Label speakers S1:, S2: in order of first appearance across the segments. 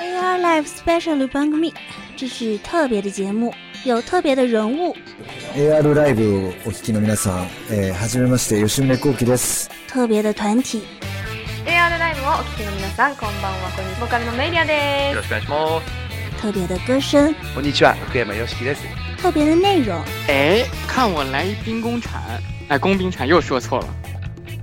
S1: AR Live Special Bang Me，这是特别的节目，有特别的人物，
S2: AR ライブをお聞きの皆さん、えー、はじめまして吉宗幸喜です
S1: 特别的团体。
S3: AR ライブをお聞きの皆さんこんばんはこんにちはボーカルのメイリアで
S4: よろしくお願いします。
S1: 特别的歌声，
S4: こんにちは、福山よしきです。
S1: 特别的内容，
S5: 哎，看我来一兵工铲！哎，工兵铲又说错了。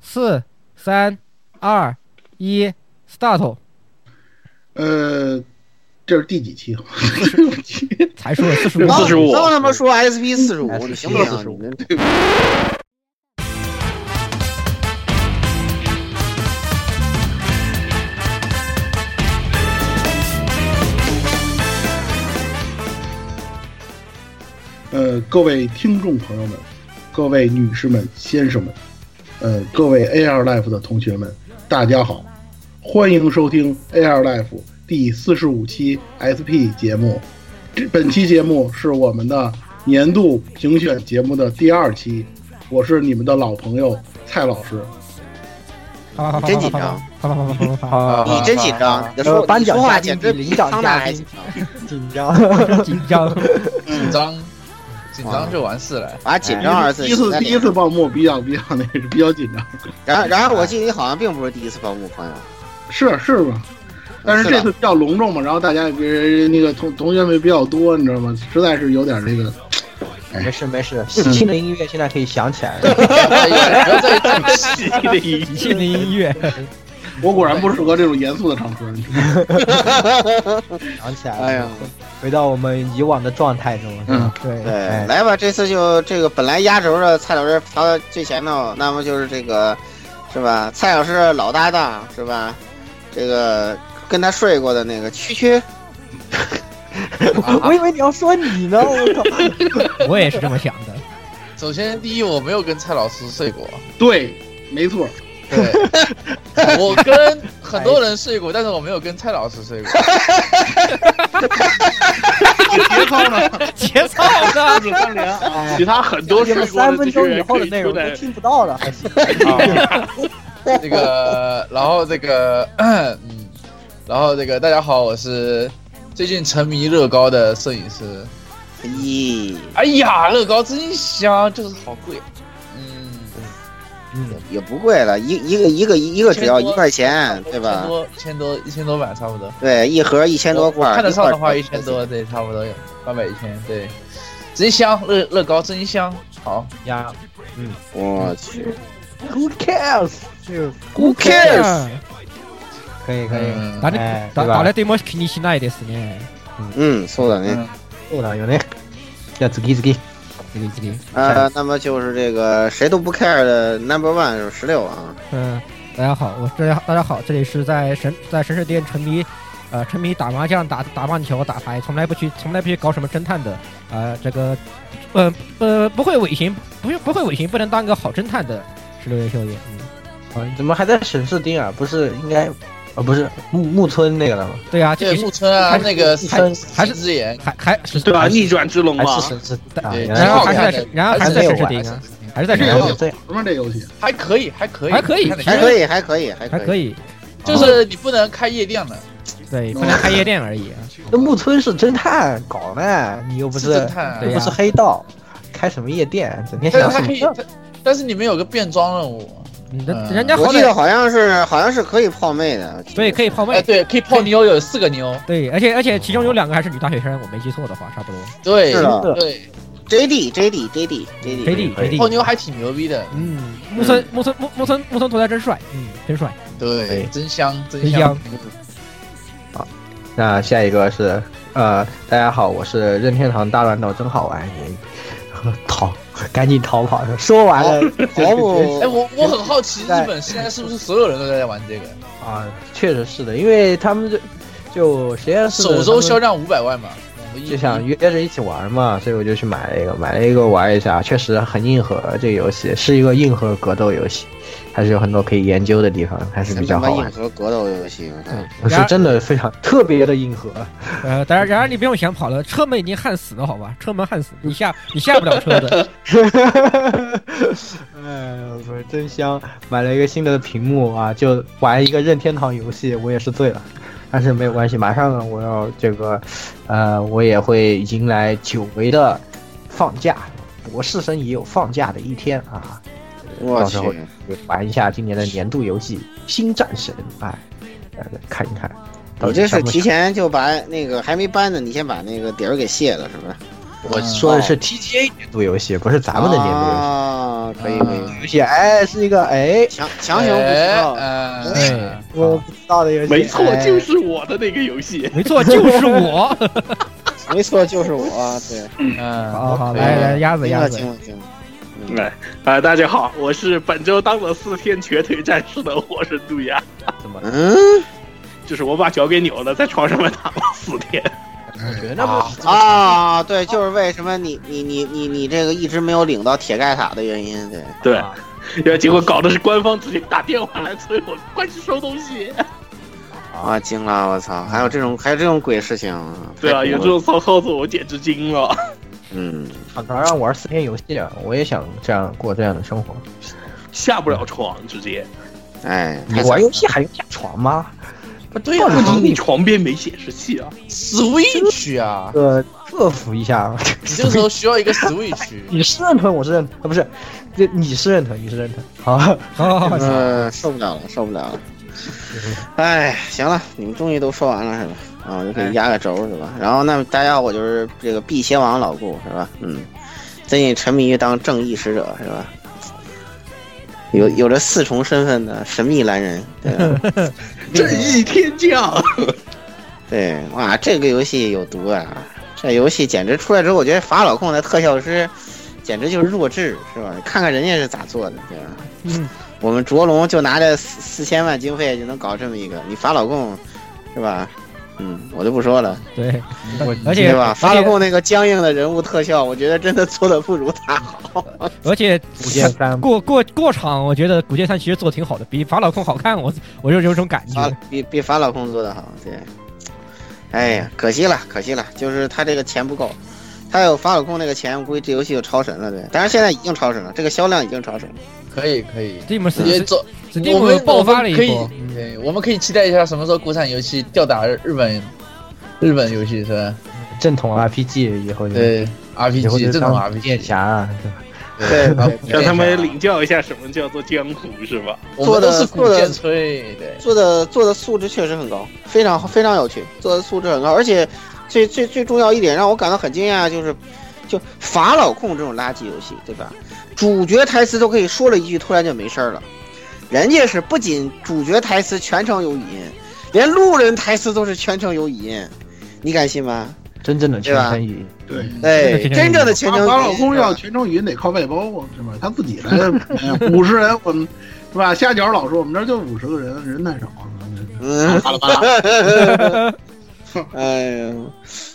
S6: 四、三、二、一，start！
S7: 呃，这是第几期？啊
S6: 才说了四十五，
S8: 四十五
S9: 刚他妈说 SP 四十五，你行不行？
S8: 45
S9: 你们
S7: 呃，各位听众朋友们，各位女士们、先生们，呃，各位 AR Life 的同学们，大家好，欢迎收听 AR Life 第四十五期 SP 节目。这本期节目是我们的年度评选节目的第二期，我是你们的老朋友蔡老师。
S6: 好好好，
S9: 真紧张
S6: 好好好好好好好
S10: 啊
S9: 你真紧张，你的
S10: 呃
S9: 说
S10: 颁奖
S9: 你说话
S10: 嘉宾
S9: 简直
S10: 比
S9: 比
S10: 领奖
S9: 苍大
S10: 嘉
S9: 还
S10: 宾
S9: 紧张。
S10: 紧张，
S6: 好，紧张。
S10: 紧张，紧张就完事了。
S9: 啊，紧张二次，
S7: 第一次第一次报幕比较比较那是比较紧张，
S9: 然后然后我记得你好像并不是第一次报幕，朋友。
S7: 是是吧？但是
S9: 是
S7: 这
S9: 的
S7: 次比较隆重嘛，然后大家也别那个同同学们比较多，你知道吗？实在是有点那个，
S10: 哎没事没事，喜庆的音乐现在可以响起来了。
S8: 不要再讲细的音
S6: 喜庆的音乐，
S7: 我果然不适合这种严肃的场合。你知道吗
S10: 想起来了，
S9: 哎呀，
S10: 回到我们以往的状态中。
S7: 嗯，
S10: 对
S9: 对，啊
S10: 哎
S9: 来吧，这次就这个本来压轴的蔡老师排到最前头，那么就是这个，是吧？蔡老师的老搭档是吧？这个跟他睡过的那个蛐蛐，
S10: 我以为你要说你呢，我靠！
S6: 我也是这么想的。
S11: 首先，第一，我没有跟蔡老师睡过，
S7: 对，没错，
S11: 对， 我跟很多人睡过，但是我没有跟蔡老师睡过。
S7: 节操呢？
S6: 节操 呢？
S8: 不相
S7: 啊
S8: 连。
S10: 哎
S8: 其他很多
S10: 你
S8: 睡过
S10: 们
S8: 的
S10: 三分
S8: 这些
S10: 钟以
S8: 人
S10: 后
S8: 可
S10: 的
S8: 以
S10: 内
S8: 出
S10: 容都
S8: 来
S10: 听不到了，哎还行。
S11: 这个，然后这个，嗯，然后这个，大家好，我是最近沉迷乐高的摄影师。
S9: 咦，
S11: 哎呀，乐高真香，就是好贵。嗯，
S10: 嗯，
S9: 也不贵了，一一个一个一个只要一块钱，对
S11: 一千
S9: 吧？
S11: 多，一千多，一千多吧，差不多。
S9: 对，一盒一千多
S11: 我
S9: 块，
S11: 看得上的话，
S9: 一
S11: 一
S9: 块
S11: 千。多，对，差不多有八百一千，对，真香，乐乐高真香，好。
S10: 呀
S9: 我去，
S10: ，Who cares？就
S6: Who cares？
S10: 可以可以，
S11: 嗯
S6: 打你
S10: 哎
S6: 打
S10: 对吧
S6: 打来对も気にしないですね。
S9: 嗯，そうだね。
S10: 够了有那，要自己自己。
S6: 这个这个，
S9: 呃，
S10: 嗯
S9: 那么就是这个谁都不 care 的 number one 是十六啊，
S6: 嗯，大家好，我这大家好，这里是在神在神社店沉迷，呃，沉迷打麻将、打打棒球、打牌，从来不去从来不去搞什么侦探的，呃，这个，呃呃，不会尾行，不会不会尾行，不能当个好侦探的是六月秀也，嗯，
S10: 啊，你怎么还在沈市町啊？不是应该，啊不是木木村那个了吗？
S6: 对啊，这
S11: 对
S6: 个
S11: 木村啊，
S6: 还是
S11: 那个
S10: 还是
S6: 还是
S11: 之眼，
S6: 还还是
S8: 对吧？啊
S6: 还是
S8: 逆转之龙
S10: 还
S8: 嘛
S10: 是，沈市啊？
S11: 对，
S10: 原
S6: 然
S11: 挺
S6: 后
S11: 好
S6: 哎还
S10: 来
S6: 是在
S11: 看的，
S6: 然后还是在
S10: 没有
S6: 神社
S10: 玩
S6: 町啊，还是在
S7: 这
S6: 神
S7: 个
S6: 社
S7: 游
S6: 町，
S7: 戏玩这游戏，啊
S11: 还可以，还可以，
S6: 啊还可以
S11: 看得
S9: 还
S11: 出
S9: 可
S11: 来，
S9: 以，还可以，还
S6: 还
S9: 可
S6: 可
S9: 以。
S6: 以，
S11: 就是你不能开夜店的，
S6: 对，不能开夜店而已啊，
S10: 那木村是侦探搞呢，你又不
S11: 是
S10: 是
S11: 侦探啊，
S6: 对
S10: 又
S6: 呀
S10: 不是黑道，开什么夜店？整天
S11: 但是
S10: 想什
S11: 他可
S10: 么
S11: 以，他但是你们有个变装任务，
S6: 你的
S11: 嗯
S6: 人家好
S9: 我记得
S6: 歹
S9: 好像是好像是可以泡妹的，
S6: 对可以泡
S11: 哎，
S6: 妹。
S11: 对，可以泡妞，有四个妞，
S6: 对，而且而且其中有两个还是女大学生，我没记错的话，差不多。
S11: 对
S9: 是的
S6: 嗯
S11: 对，
S9: J D J D J D J
S6: J
S9: D，
S6: D
S10: 可以
S6: J D，
S11: 泡妞还挺牛逼的，
S6: 嗯，木村木村木木村木村拓哉真帅，嗯，真帅，
S11: 对，真香，
S6: 真香。
S10: 那下一个是呃，大家好，我是任天堂大乱斗真好玩，也好哎赶紧逃跑去。说完了，
S9: 毫不
S11: 哎，我我很好奇，日
S10: 在
S11: 本现在是不是所有人都在玩这个？
S10: 啊，确实是的，因为他们就就实验室的
S11: 首周
S10: 他们
S11: 销量五百万嘛，我们一
S10: 就想约着一起玩嘛，所以我就去买了一个，买了一个玩一下，确实很硬核。这个游戏是一个硬核格斗游戏，还是有很多可以研究的地方，还是比较
S9: 他妈
S10: 好
S9: 硬
S10: 玩。嗯
S9: 核格斗游戏，我操！
S10: 不是真的非常特别的硬核，
S6: 呃，当然，然而你不用想跑了，车门已经焊死了，好吧？车门焊死，你下你下不了车 的。
S10: 哎呦，不是真香！买了一个新的屏幕啊，就玩一个任天堂游戏，我也是醉了。但是没有关系，马上我要这个，呃，我也会迎来久违的放假，博士生也有放假的一天啊。
S9: 我
S10: 到时
S9: 去，
S10: 候玩一下今年的年度游戏《新战神》，哎，呃，看一看。
S9: 你这是
S8: 哦
S9: 提前就把那个还没搬呢，你先把那个底儿给卸了，是嗯不是？
S11: 嗯
S10: 我说的是 TGA 年度游戏，不是咱们的年度游戏。
S9: 啊，可以可以，
S10: 游戏哎，是一个哎，
S9: 强强行不啊知道
S11: 哎，
S6: 哎，
S10: 我不知道的游戏。
S8: 没错，
S10: 哎
S8: 就是我的那个游戏。
S6: 没错，就是 我。
S9: 没错，就是我。啊对，
S11: 嗯，
S6: 好好，
S11: 可以
S6: 来哎来，鸭子
S9: 听
S6: 鸭
S9: 了
S6: 子
S9: 听，了听了，嗯
S8: 哎啊、大家好，我是本周当了四天瘸腿战士的我是杜鸦，
S10: 怎么？
S9: 嗯
S8: 就是我把脚给扭了，在床上面躺了四天。
S10: 我觉得那不是
S9: 啊，对，就是为什么你你你你你这个一直没有领到铁盖塔的原因，对。
S8: 对，
S10: 啊
S8: 然后结果搞的是官方直接打电话来催我，快去收东西。
S9: 啊，惊了！我操，还有这种还有这种鬼事情，
S8: 对啊，
S9: 太
S8: 有
S9: 恐
S8: 这
S9: 怖了
S8: 种骚操作，我简直惊了。
S9: 嗯，
S10: 厂长让我玩四天游戏啊，我也想这样过这样的生活。
S8: 下不了床，直接。
S9: 哎，
S10: 你玩游戏还用下床吗？啊
S11: 不对呀，
S8: 不仅你床边没显示器啊，
S11: Switch 啊，
S10: 呃，克服一下。
S11: 你这个时候需要一个 Switch。
S10: 你是认屯，我是认屯，啊不是，这你是认屯，你是认屯。好，
S6: 好好好，
S9: 呃，受不了了，受不了了。哎，行了，你们终于都说完了是吧？啊，我就给压个轴是吧？然后那么大家好，我就是这个辟邪王老顾是吧？嗯，最近沉迷于当正义使者是吧？有有着四重身份的神秘蓝人，对吧
S8: 正义天降。
S9: 对，哇，这个游戏有毒啊！这游戏简直出来之后，我觉得法老控的特效师简直就是弱智，是吧？看看人家是咋做的，对吧？
S6: 嗯，
S9: 我们卓龙就拿着四四千万经费就能搞这么一个，你法老控，是吧？嗯，我就不说了，
S6: 对，
S10: 我
S6: 而且
S9: 对吧？法老
S6: 而且
S9: 控那个僵硬的人物特效，我觉得真的做的不如他好。
S6: 而且
S10: 古剑三
S6: 过过过场，我觉得古剑三其实做的挺好的，比法老控好看，我我就有种感
S9: 法
S6: 觉。
S9: 比比法老控做的好，对。哎呀，可惜了，可惜了，就是他这个钱不够，他有法老控那个钱，我估计这游戏就超神了，对。但是现在已经超神了，这个销量已经超神了。
S11: 可以可以，
S6: Steam
S11: 直接走。我
S6: Steam
S11: 们
S6: 爆发了一
S11: 我们可
S6: 波
S11: 以，，对，我们可以期待一下什么时候国产游戏吊打日本日本游戏是吧？
S10: 正统 RPG 以后就，
S11: 对
S10: 以后
S11: ，RPG
S10: 就
S11: 这种
S10: 当古剑
S11: RPG，
S10: 侠啊，对吧
S9: 对
S11: 啊
S8: 让他们领教一下什么叫做江湖，是吧？
S11: 我们都是古
S9: 做的
S11: 剑吹，对，
S9: 做的做的素质确实很高，非常非常有趣，做的素质很高，而且最最最重要一点让我感到很惊讶就是，就法老控这种垃圾游戏，对吧？主角台词都可以说了一句，突然就没事儿了，人家是不仅主角台词全程有语音，连路人台词都是全程有语音，你敢信吗？
S10: 真正的全身语音。
S7: 对，
S11: 嗯
S9: 对，真正的全
S7: 法
S9: 程语音
S7: 法老公
S9: 是吧
S7: 要全程语音得靠外包啊，是吧？他自己来，五十人我们是吧？虾饺老师，我们这儿就五十个人，人太少了。
S9: 嗯，
S8: 巴拉巴拉，
S9: 哎呀，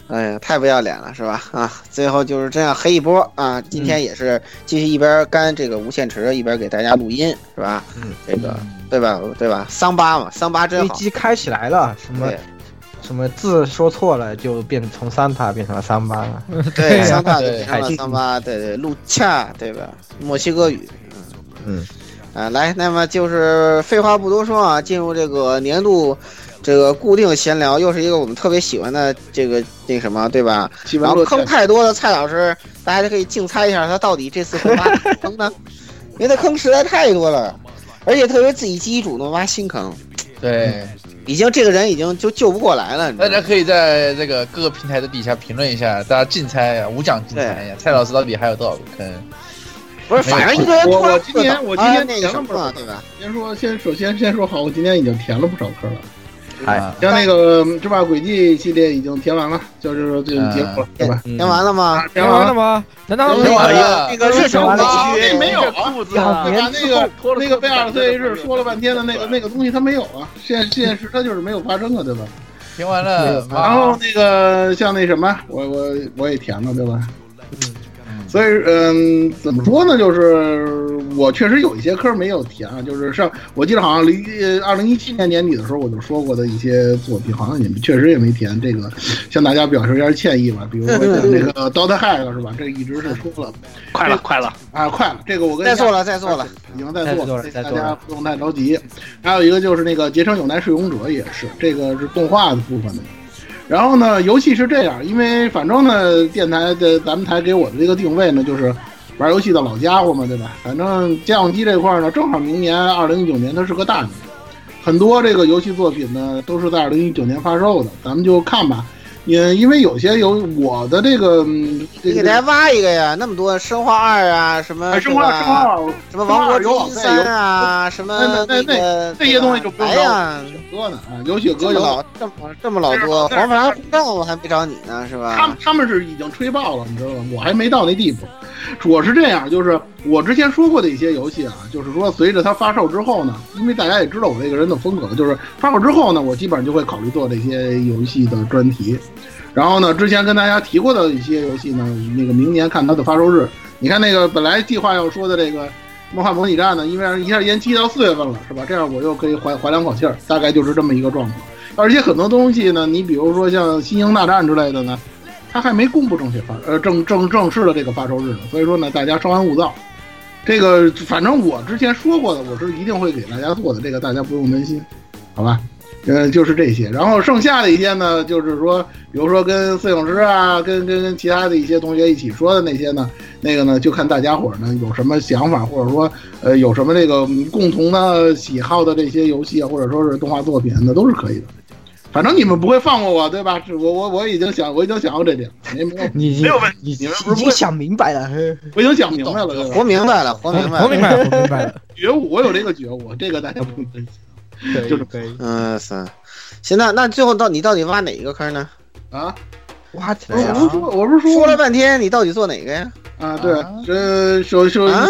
S9: 哎呀，太不要脸了，是吧？啊，最后就是这样黑一波啊！今天也是继续一边干这个无限池，一边给大家录音，是吧？
S10: 嗯，
S9: 这个对吧？对吧？桑巴嘛，桑巴真
S10: 飞
S9: 好。
S10: 机开起来了，什么
S9: 啊对
S10: 什么字说错了就变从三塔变成了三八了。
S9: 对，
S6: 呀
S9: 桑巴
S11: 对
S9: 对上了桑巴，对对，路恰对吧？墨西哥语
S10: 嗯，
S9: 啊，来，那么就是废话不多说啊，进入这个年度这个固定闲聊，又是一个我们特别喜欢的这个那什么，对吧？
S7: 基本
S9: 然
S7: 上
S9: 后坑太多的蔡老师，大家就可以竞猜一下他到底这次会挖哪个坑呢？因为他坑实在太多了，而且特别自己积极主动挖新坑，
S11: 对，
S9: 已经这个人已经就救不过来了。你
S11: 大
S9: 知道
S11: 家
S9: 吗
S11: 可以在这个各个平台的底下评论一下，大家竞猜啊，无奖竞猜一下，蔡老师到底还有多少个坑？
S9: 不是，反正一个人
S7: 我
S9: 突然
S7: 我今天我今
S9: 哎
S7: 天
S9: 那
S7: 填
S9: 个
S7: 了
S9: 什么
S7: 本儿
S9: 嘛，对吧？
S7: 先说，先首先先说好，我今天已经填了不少坑了。
S2: 哎，
S10: 像那个《制霸轨迹》系列已经填完了，就是说这个结
S11: 哎
S10: 束了，对吧？
S9: 填完了吗？
S10: 填
S6: 完了
S10: 吗？
S6: 吗？难道
S10: 哎填完
S9: 了那个热成
S10: 完
S9: 了
S10: 了，
S9: 必须
S10: 没有啊！
S8: 裤子
S10: 把
S8: 啊
S10: 那个那个贝尔特 H 说了半天的那个那个东西，它没有啊，现现实它就是没有发生啊，对吧？
S11: 听完了，
S10: 然后那个像那什么，我我我也填了，对吧？所以，嗯，怎么说呢？就是我确实有一些科没有填啊，就是上我记得好像零二零一七年年底的时候，我就说过的一些作品，好像你们确实也没填这个，向大家表示一下歉意吧。比如说像那个 Dota Hack 是吧？这一直是说了，
S8: 快了，快了
S10: 啊，快了，这个我跟
S9: 再做了，再做了，
S10: 已经在
S2: 再
S10: 做
S2: 做了再
S10: 大
S2: 做
S10: 家
S2: 了
S10: 不用太着急。还有一个就是那个《结成有奈是勇者》也是，这个是动画的部分的。然后呢，游戏是这样，因为反正呢，电台的咱们台给我的这个定位呢，就是玩游戏的老家伙嘛，对吧？反正家用机这块呢，正好明年二零一九年它是个大年，很多这个游戏作品呢都是在二零一九年发售的，咱们就看吧。也因为有些有我的这个，嗯这
S9: 你
S10: 个
S9: 给大家挖一个呀，那么多生化二啊，什么
S10: 哎生化
S9: 对吧
S10: 生化二
S9: 什么王国之
S10: 生化二有
S9: 心三啊，什么
S10: 那那那
S9: 个
S10: 这些东西就不用
S9: 哎
S10: 找我
S9: 呀，
S10: 歌呢啊，有雪
S9: 这
S10: 歌
S9: 么
S10: 有
S9: 老这么这么老多，
S10: 但是
S9: 黄凡护照我还没找你呢，是
S10: 他们
S9: 吧？
S10: 他们是已经吹爆了，你知道吗？我还没到那地步。我是这样，就是我之前说过的一些游戏啊，就是说随着它发售之后呢，因为大家也知道我这个人的风格，就是发售之后呢，我基本上就会考虑做这些游戏的专题。然后呢，之前跟大家提过的一些游戏呢，那个明年看它的发售日。你看那个本来计划要说的这个《梦幻模拟战》呢，因为一下延期到四月份了，是吧？这样我又可以缓缓两口气儿，大概就是这么一个状况。而且很多东西呢，你比如说像《星星大战》之类的呢，它还没公布正确发呃正正正式的这个发售日呢，所以说呢，大家稍安勿躁。这个反正我之前说过的，我是一定会给大家做的，这个大家不用担心，好吧？呃，就是这些，然后剩下的一些呢，就是说，比如说跟摄影师啊，跟跟跟其他的一些同学一起说的那些呢，那个呢，就看大家伙儿呢有什么想法，或者说呃有什么这个嗯共同的喜好的这些游戏啊，或者说是动画作品，那都是可以的。反正你们不会放过我，对吧？是我我我已经想我已经想过这点，没没有
S2: 你已经
S10: 没有问题，
S2: 你
S10: 你们不
S2: 已
S10: 是不
S2: 经
S10: 会
S2: 想明白了，嘿
S10: 我已经想明白了，对吧？
S9: 活明白了，
S10: 嗯
S9: 活明白
S6: 我明
S9: 了，
S6: 白了，我明白了。
S10: 觉悟， 我有这个觉悟，这个大家不用担心。
S2: 可
S10: 就是
S2: 以可以
S9: 嗯，是。行，那那最后到你到底挖哪一个坑呢？
S10: 啊！
S2: 挖起
S10: 我
S2: 来呀
S10: 不是说，我不是
S9: 说
S10: 过
S9: 了半天，你到底做哪个呀？
S10: 啊，对
S11: 啊，
S10: 这首首
S9: 啊，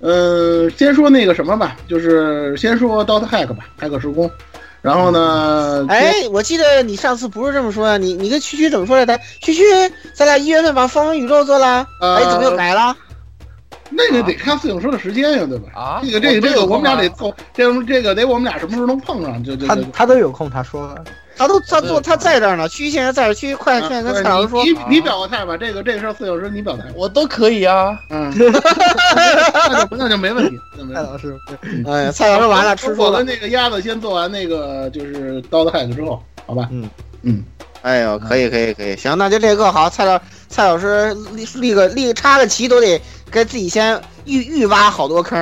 S10: 呃，先说那个什么吧，就是先说 Dota Hack 吧，Hack 时空。然后呢，接，
S9: 哎，我记得你上次不是这么说呀、你你跟区区怎么说来着？区区，咱俩一月份把《方文宇宙》做了，
S10: 呃
S9: 哎，怎么又改了？
S10: 那个得看摄影师的时间呀，对吧？
S11: 啊，
S10: 这个这个这个我们俩得
S11: 做。
S10: 凑，这个这个得我们俩什么时候能碰上？就就
S2: 他
S10: 就。
S2: 他都有空，他说了，
S9: 他都他做他在这儿呢，区区现在在这儿，区区快
S10: 呃啊
S9: 快跟
S10: 对
S9: 蔡老师说
S10: 你，
S11: 啊
S10: 你你表个态吧，这个这个事儿摄影师你表态，
S11: 我都可以啊，
S10: 嗯， 那就那就没问题，那就没
S2: 蔡
S10: 问
S2: 老
S10: 题。
S2: 师，
S9: 哎呀，蔡老师完了，吃
S10: 我
S9: 书了
S10: 跟，那个鸭子先做完那个就是刀的 hack 之后，好吧？
S2: 嗯
S10: 嗯，
S9: 哎呦，可以可以可以，行，那就这个好，蔡老蔡老师立立个立个插个旗都得给自己先预预挖好多坑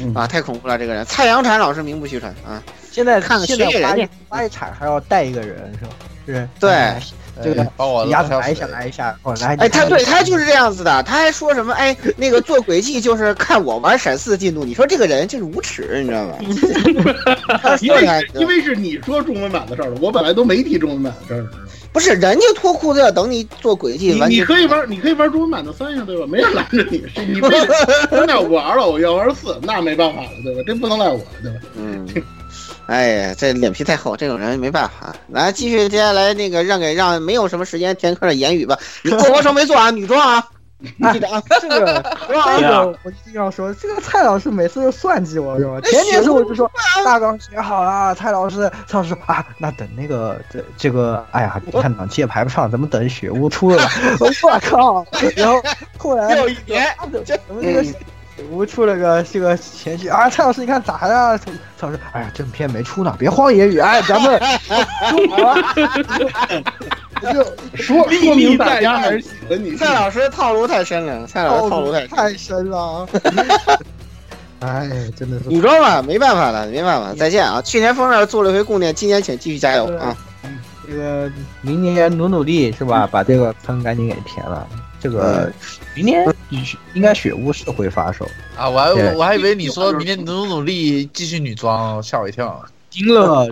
S10: 嗯
S11: 哎
S9: 啊，太恐怖了这个人，蔡阳禅老师名不虚传啊，
S2: 现在
S9: 看看
S2: 现在
S9: 学学
S2: 挖
S9: 人
S2: 一挖一铲还要带一个人是吧？是，
S9: 对
S2: 哎这个
S11: 哎帮我
S2: 鸭
S11: 拉
S2: 子
S11: 条
S2: 来一
S11: 水
S2: 下，来一下，我来。
S9: 哎，他对他就是这样子的，他还说什么哎，那个做轨迹就是看我玩闪四的进度，你说这个人就是无耻，你知 道吧？他
S10: 因
S9: 说
S10: 为
S9: 的还
S10: 是因为是你说中文版的事儿了，我本来都没提中文版的事儿。
S9: 不是人家脱裤子要等你做轨迹，
S10: 你
S9: 完
S10: 你
S9: 全
S10: 可以玩，你可以玩中文版的三呀，对吧？没人拦着你，是你非 得那我不玩了，我要玩四，那没办法了，对吧？这不能赖我，对吧？
S9: 嗯，哎呀，这脸皮太厚，这种人没办法。来，继续接下来那个让给让没有什么时间填坑的言语吧。你做魔城没做啊，女装啊，记得啊，
S2: 这 个
S10: 哎
S2: 这个我一定要说，这个蔡老师每次都算计我，是吧？
S9: 哎
S2: 前年时候我就说
S9: 啊
S2: 大纲写好了，蔡老师，蔡老师说啊，那等那个这这个，哎呀，你看档期也排不上，咱们等雪屋出 了吧。我靠！然后后来
S9: 又一嗯年
S2: 啊怎么怎么这个雪屋出了个这个前序啊，蔡老师你看咋了？蔡老师，哎呀，正片没出呢，别慌言语，哎，咱 们中国。就
S10: 说说明大家还是喜欢你。
S9: 蔡老师套路太深了，蔡老师套路太深。
S2: 哦太深 了，哎，真的是
S9: 女装嘛，没办法了，没办法，再见啊！去年封面做了一回供电，今年请继续加油啊！
S2: 这个明年努努力是吧？把这个坑赶紧给填了。这个明年应该雪屋是会发售，
S11: 啊！我还
S2: 对
S11: 我还以为你说明天努努力继续女装，吓我一跳。啊
S10: 惊了。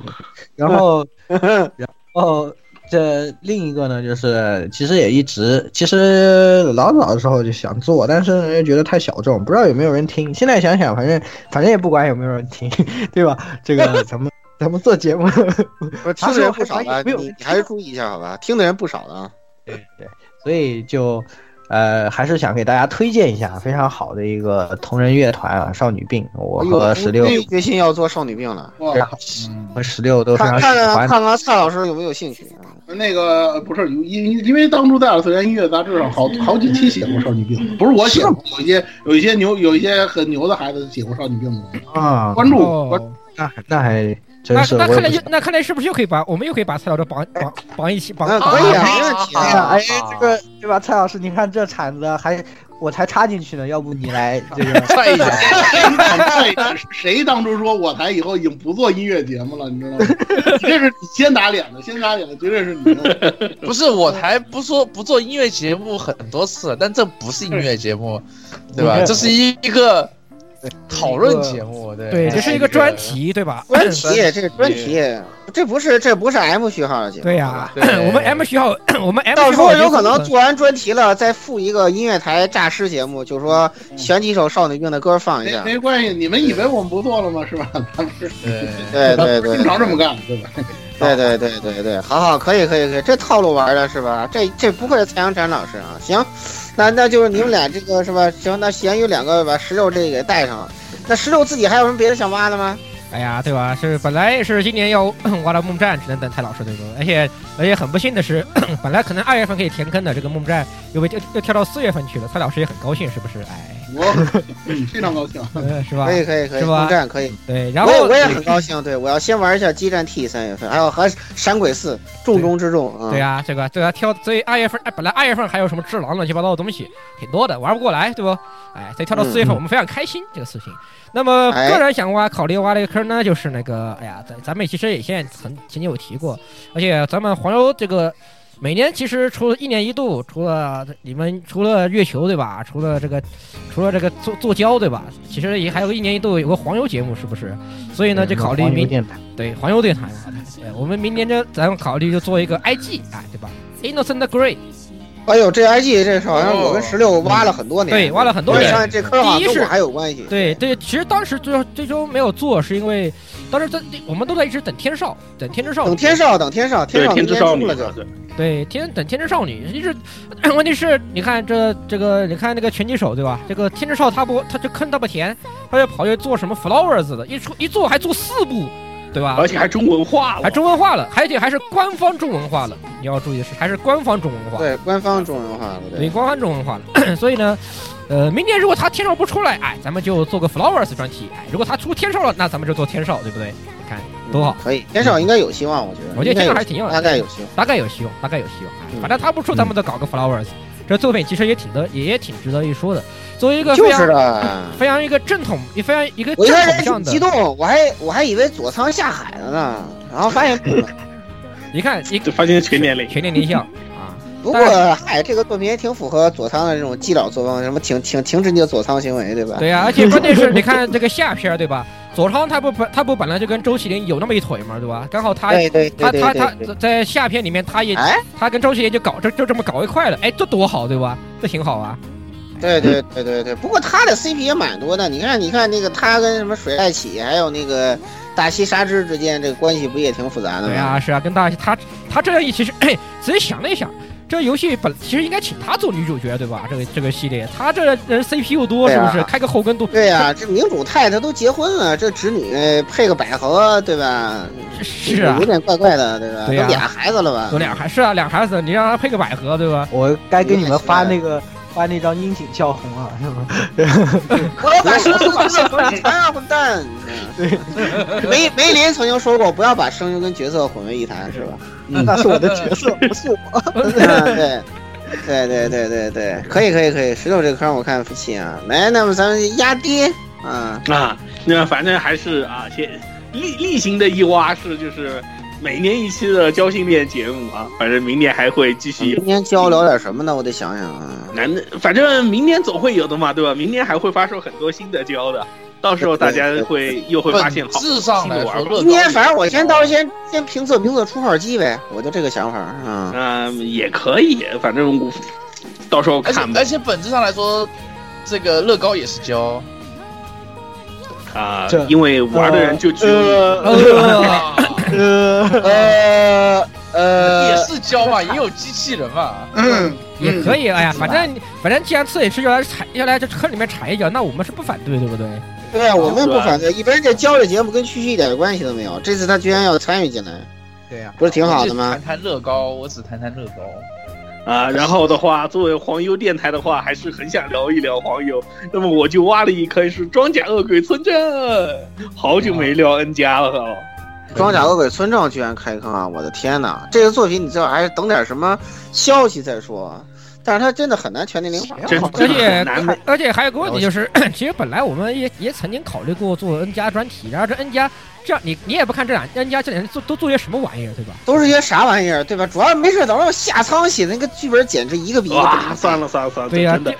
S10: 然 后，然后这另一个呢，就是其实也一直，其实老早的时候就想做，但是呢又觉得太小众，不知道有没有人听。现在想想，反正反正也不管有没有人听， 对吧？这个咱们咱们做节目，
S9: 不听的人不少
S10: 还
S9: 了，
S10: 没有
S9: 你你还是注意一下好吧？听的人不少了啊。
S10: 所以就呃还是想给大家推荐一下非常好的一个同人乐团啊，少女病，我
S9: 哎呦
S10: 和十六
S9: 终于决心要做少女病了。
S7: 嗯
S10: 和十六都非
S9: 看
S10: 常喜
S9: 看看
S10: 欢。
S9: 看看蔡老师有没有兴趣？
S7: 那个不是因因为当初在二次元音乐杂志上好好几期写过少女病，不是我写的，有一些有一些牛有一些很牛的孩子写过少女病的，
S10: 啊，
S7: 关注
S6: 哦
S7: 关
S10: 那还那还真
S6: 那
S10: 是我
S6: 那
S10: 也
S6: 看
S10: 不
S6: 来
S10: 知
S6: 就那看来是不是又可以把我们又可以把蔡老师绑绑绑一起绑？
S9: 可以啊，没问题
S10: 哎呀，
S9: 啊。
S10: 哎，这个对吧？蔡老师，你看这铲子还我才插进去呢，要不你 来这个
S11: 踹一脚，
S7: 谁当初说我台以后已经不做音乐节目了？你知道吗？你这是你先打脸的，先打脸的绝对是你。
S11: 不是我台不说不做音乐节目很多次了，但这不是音乐节目，对吧？
S10: 对
S11: 这是一个讨论节目，对
S6: 对，哎这是一个专。题对吧？
S9: 专题，这个专题，这不是这不是 M 序号的节目。
S6: 对呀，
S11: 对
S6: 我们 M 序号，我们 M
S9: 嗯到
S6: 序
S9: 时
S6: 号
S9: 候
S6: 已经
S9: 有可能做完专题了，再附一个音乐台诈尸节目，就是说选几首少女病的歌放一
S7: 没
S9: 下。
S7: 没关系，你们以为我们不做了吗？是吧？咱们是
S9: 对
S11: 对
S9: 对对
S7: 经常这么干，对吧？
S9: 对对对对对，好好，可以可以可以，这套路玩的是吧？这这不愧是蔡阳展老师啊！行，那那就是你们俩这个是 吧？行，那咸鱼两个把石榴这个给带上了。那石榴自己还有什么别的想挖的吗？
S6: 哎呀，对吧？是本来是今年要 挖到梦战，只能等蔡老师退休。而且而且很不幸的是， 本来可能二月份可以填坑的这个梦战，又被又又跳到四月份去了。蔡老师也很高兴，是不是？哎，
S7: 我嗯非常高兴。
S6: 呃是吧
S9: 可？以可以可以，
S6: 是吧
S9: 空战可以。
S6: 对，然
S9: 我也
S6: 后
S9: 我也很高兴，对我要先玩一下激战 T 三月份，还有和闪鬼四重中之重啊。
S6: 对啊，这个对啊，跳，所以二月份，哎，本来二月份还有什么智狼乱七八糟的东西，挺多的，玩不过来，对不？哎，所以跳到
S9: 嗯
S6: 四月份，我们非常开心、这个事情。那么
S9: 哎
S6: 个人想挖，考虑挖了一个坑呢，就是那个，哎呀，咱咱们其实也现在曾曾经有提过，而且咱们黄油这个。每年其实除了一年一度，除了你们除了月球对吧？除了这个，除了这个做做胶对吧？其实也还有个一年一度有个黄油节目是不是？所以呢，就考虑
S10: 黄
S6: 明
S10: 牛电台
S6: 对，黄油电台嘛，对，我们明年就咱们考虑就做一个 IG 啊，对吧？Innocent Grey，
S9: 哎呦，这 IG 这是好像我跟石榴挖了很多年，
S6: 哦对，挖了很多
S9: 我
S6: 人。
S9: 发现这坑好
S6: 第
S9: 像跟
S6: 一是
S9: 我还有关系。
S6: 对对，其实当时最后最终没有做，是因为当时在我们都在一直等天少，等天之少女，
S9: 等天少，等天少，
S8: 对
S9: 少
S8: 天之
S9: 明
S8: 少
S9: 天出
S8: 女
S9: 了
S8: 嘛，
S9: 就。
S8: 对，
S6: 对天等天之少女，一直 问题是，你看这这个，你看那个拳击手对吧？这个天之少他不他就坑他不填，他就跑去做什么 flowers 的，一出一做还做四部，对
S9: 哎
S6: 吧？
S8: 而且还中文化了，
S6: 还中文化了，而且还是官方中文化了，你要注意的是还是官方中文化。
S9: 对，官方中文化了。
S6: 对，官方中文化了。 所以呢，呃，明年如果他天少不出来，哎，咱们就做个 flowers 专题。哎，如果他出天少了，那咱们就做天少，对不对？你看多好，
S9: 可以，天少应该有希望，我觉得。
S6: 我觉得
S9: 应该
S6: 天
S9: 有
S6: 少还挺有
S9: 大概有希望。
S6: 大概有希望，大概有希望。哎
S9: 嗯
S6: 反正他不出，咱们再搞个 flowers。这作品其实也挺得，也也挺值得一说的。作为一个
S9: 就
S6: 非
S9: 是
S6: 常
S9: 的。
S6: 非常一个正统，也非常一个
S9: 我一
S6: 正
S9: 开始还
S6: 统向
S9: 挺激。
S6: 的
S9: 动，我还我还以为佐仓下海了呢，然后发现 不了。
S6: 你看，一
S8: 就发现全年龄，
S6: 全年 龄向啊，
S9: 不过嗨，这个作品也挺符合佐仓的这种伎俩作风，什么停停停止你的佐仓行为，对吧？
S6: 对 呀、而且关键是，你看这个下篇儿对吧？佐仓他不本他不本来就跟周麒麟有那么一腿嘛，对吧？刚好他
S9: 对对对
S6: 他
S9: 对
S6: 他
S9: 对对
S6: 他在下篇里面，他也
S9: 哎，
S6: 他跟周奇也就搞这就这么搞一块了，哎，这多好对吧？这挺好啊。
S9: 对对对对对，不过他的 CP 也蛮多的，你看你看那个他跟什么水濑启，还有那个大西沙织之间这个关系不也挺复杂的
S6: 对
S9: 吗？
S6: 啊，是啊，跟大家他他这样一其实，哎，仔细想了一想，这游戏本其实应该请他做女主角对吧？这个这个系列，他这人 CP 又多
S9: 对
S6: 是
S9: 啊
S6: 不是？开个后跟多
S9: 对呀、这明主太太都结婚了，这侄女配个百合，对吧？
S6: 是啊
S9: 有，点怪怪的，对吧？
S6: 对呀
S9: 都俩孩子了吧？
S6: 有俩还是啊俩孩子，你让他配个百合对吧？
S10: 我该给你们发那 个发那张樱井孝宏啊，是吗？
S9: 我要把声优跟角色混啊，混 蛋！梅梅林曾经说过，不要把声优跟角色混为一谈，是吧？
S6: 嗯
S10: 那是我的角色，不是 我。
S9: 啊，对。对对对对对，可以可以可以，石头这坑我看服气啊！来，那么咱们压低啊，
S8: 啊，那反正还是啊，先例例行的一挖是就是每年一期的交心恋节目啊，反正明年还会继续
S9: 今天交流点什么呢？我得想想啊。
S8: 男的，反正明年总会有的嘛，对吧？明年还会发售很多新的胶的，到时候大家会又会发现好，
S11: 智上来说乐高
S9: 今天反正我先到时候先先评测评测出号机呗，我就这个想法啊。
S8: 嗯，也可以，反正我到时候
S11: 而且
S8: 看吧
S11: 而且本质上来说，这个乐高也是胶。
S8: 啊
S11: 这，
S8: 因为玩的人就只有
S11: 呃 呃呃，也是胶嘛，也有机器人嘛。
S7: 嗯，
S6: 也可以。哎呀，
S11: 嗯
S6: 反正反正既然自己吃，就来踩，就来这坑里面踩一脚，那我们是不反对，对不对？
S9: 对啊，我们不反对。一般这交流节目跟区区一点关系都没有，这次他居然要参与进来，
S11: 对呀、
S9: 不是挺好的
S11: 我
S9: 吗
S11: 只？谈谈乐高，我只谈谈乐高。
S8: 啊，然后的话，作为黄油电台的话，还是很想聊一聊黄油。那么我就挖了一坑是装甲恶鬼村镇，好久没聊 N 加了哦。
S9: 装甲恶鬼村长居然开坑啊！我的天哪，这个作品你最好还是等点什么消息再说啊。但是他真的很难全年龄化，
S8: 真
S6: 而且
S8: 很难的
S6: 而且还有个问题就是， 其实本来我们也也曾经考虑过做 N 加专题，然后这 N 加这样你你也不看这两 N 加这两天做都做些什么玩意儿，对吧？
S9: 都是些啥玩意儿，对吧？主要没事，等会儿我下仓写的那个剧本简直一个比一个不
S8: 哇，
S9: 灵。
S8: 算了算了算了，
S6: 对呀
S8: 真的
S6: 这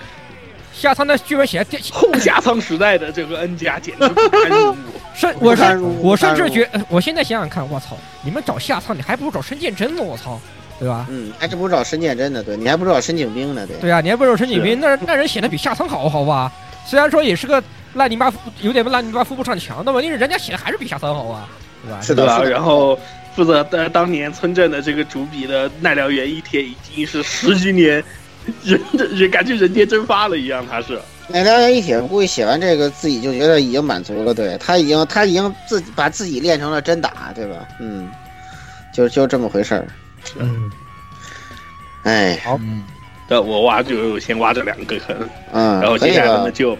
S6: 下仓的剧本写的
S8: 后下仓时代的这个 N 加简直不堪入 目。
S6: 甚
S9: 不
S6: 我
S9: 堪
S6: 甚
S9: 入目
S6: 我甚
S9: 不堪入
S6: 至
S9: 目
S6: 觉，呃我现在想想看，我操，你们找下仓，你还不如找申建真呢，我操，对吧？
S9: 嗯，还真不知道申建真的，对你还不知道申景兵呢，对。
S6: 对啊，你还不如申景斌，那人那人显得比下仓好，好吧？虽然说也是个烂泥巴，有点烂泥巴扶不上墙的问题，人家写的还是比下仓好啊，对吧？
S9: 是
S8: 对
S9: 的，
S8: 吧？
S9: 是的。
S8: 然后负责当当年村镇的这个主笔的奈良原一天，已经是十几年人人感觉人间蒸发了一样，他是
S9: 那两人一写，估计写完这个自己就觉得已经满足了，对他已经他已经自己把自己练成了真打，对吧？嗯，就就这么回事儿。
S10: 嗯，
S9: 哎，
S11: 嗯，
S8: 呃，我挖就先挖这两个 坑，
S9: 嗯
S8: 然后，
S9: 可
S8: 接
S9: 以
S8: 下来呢
S9: 了，
S8: 就，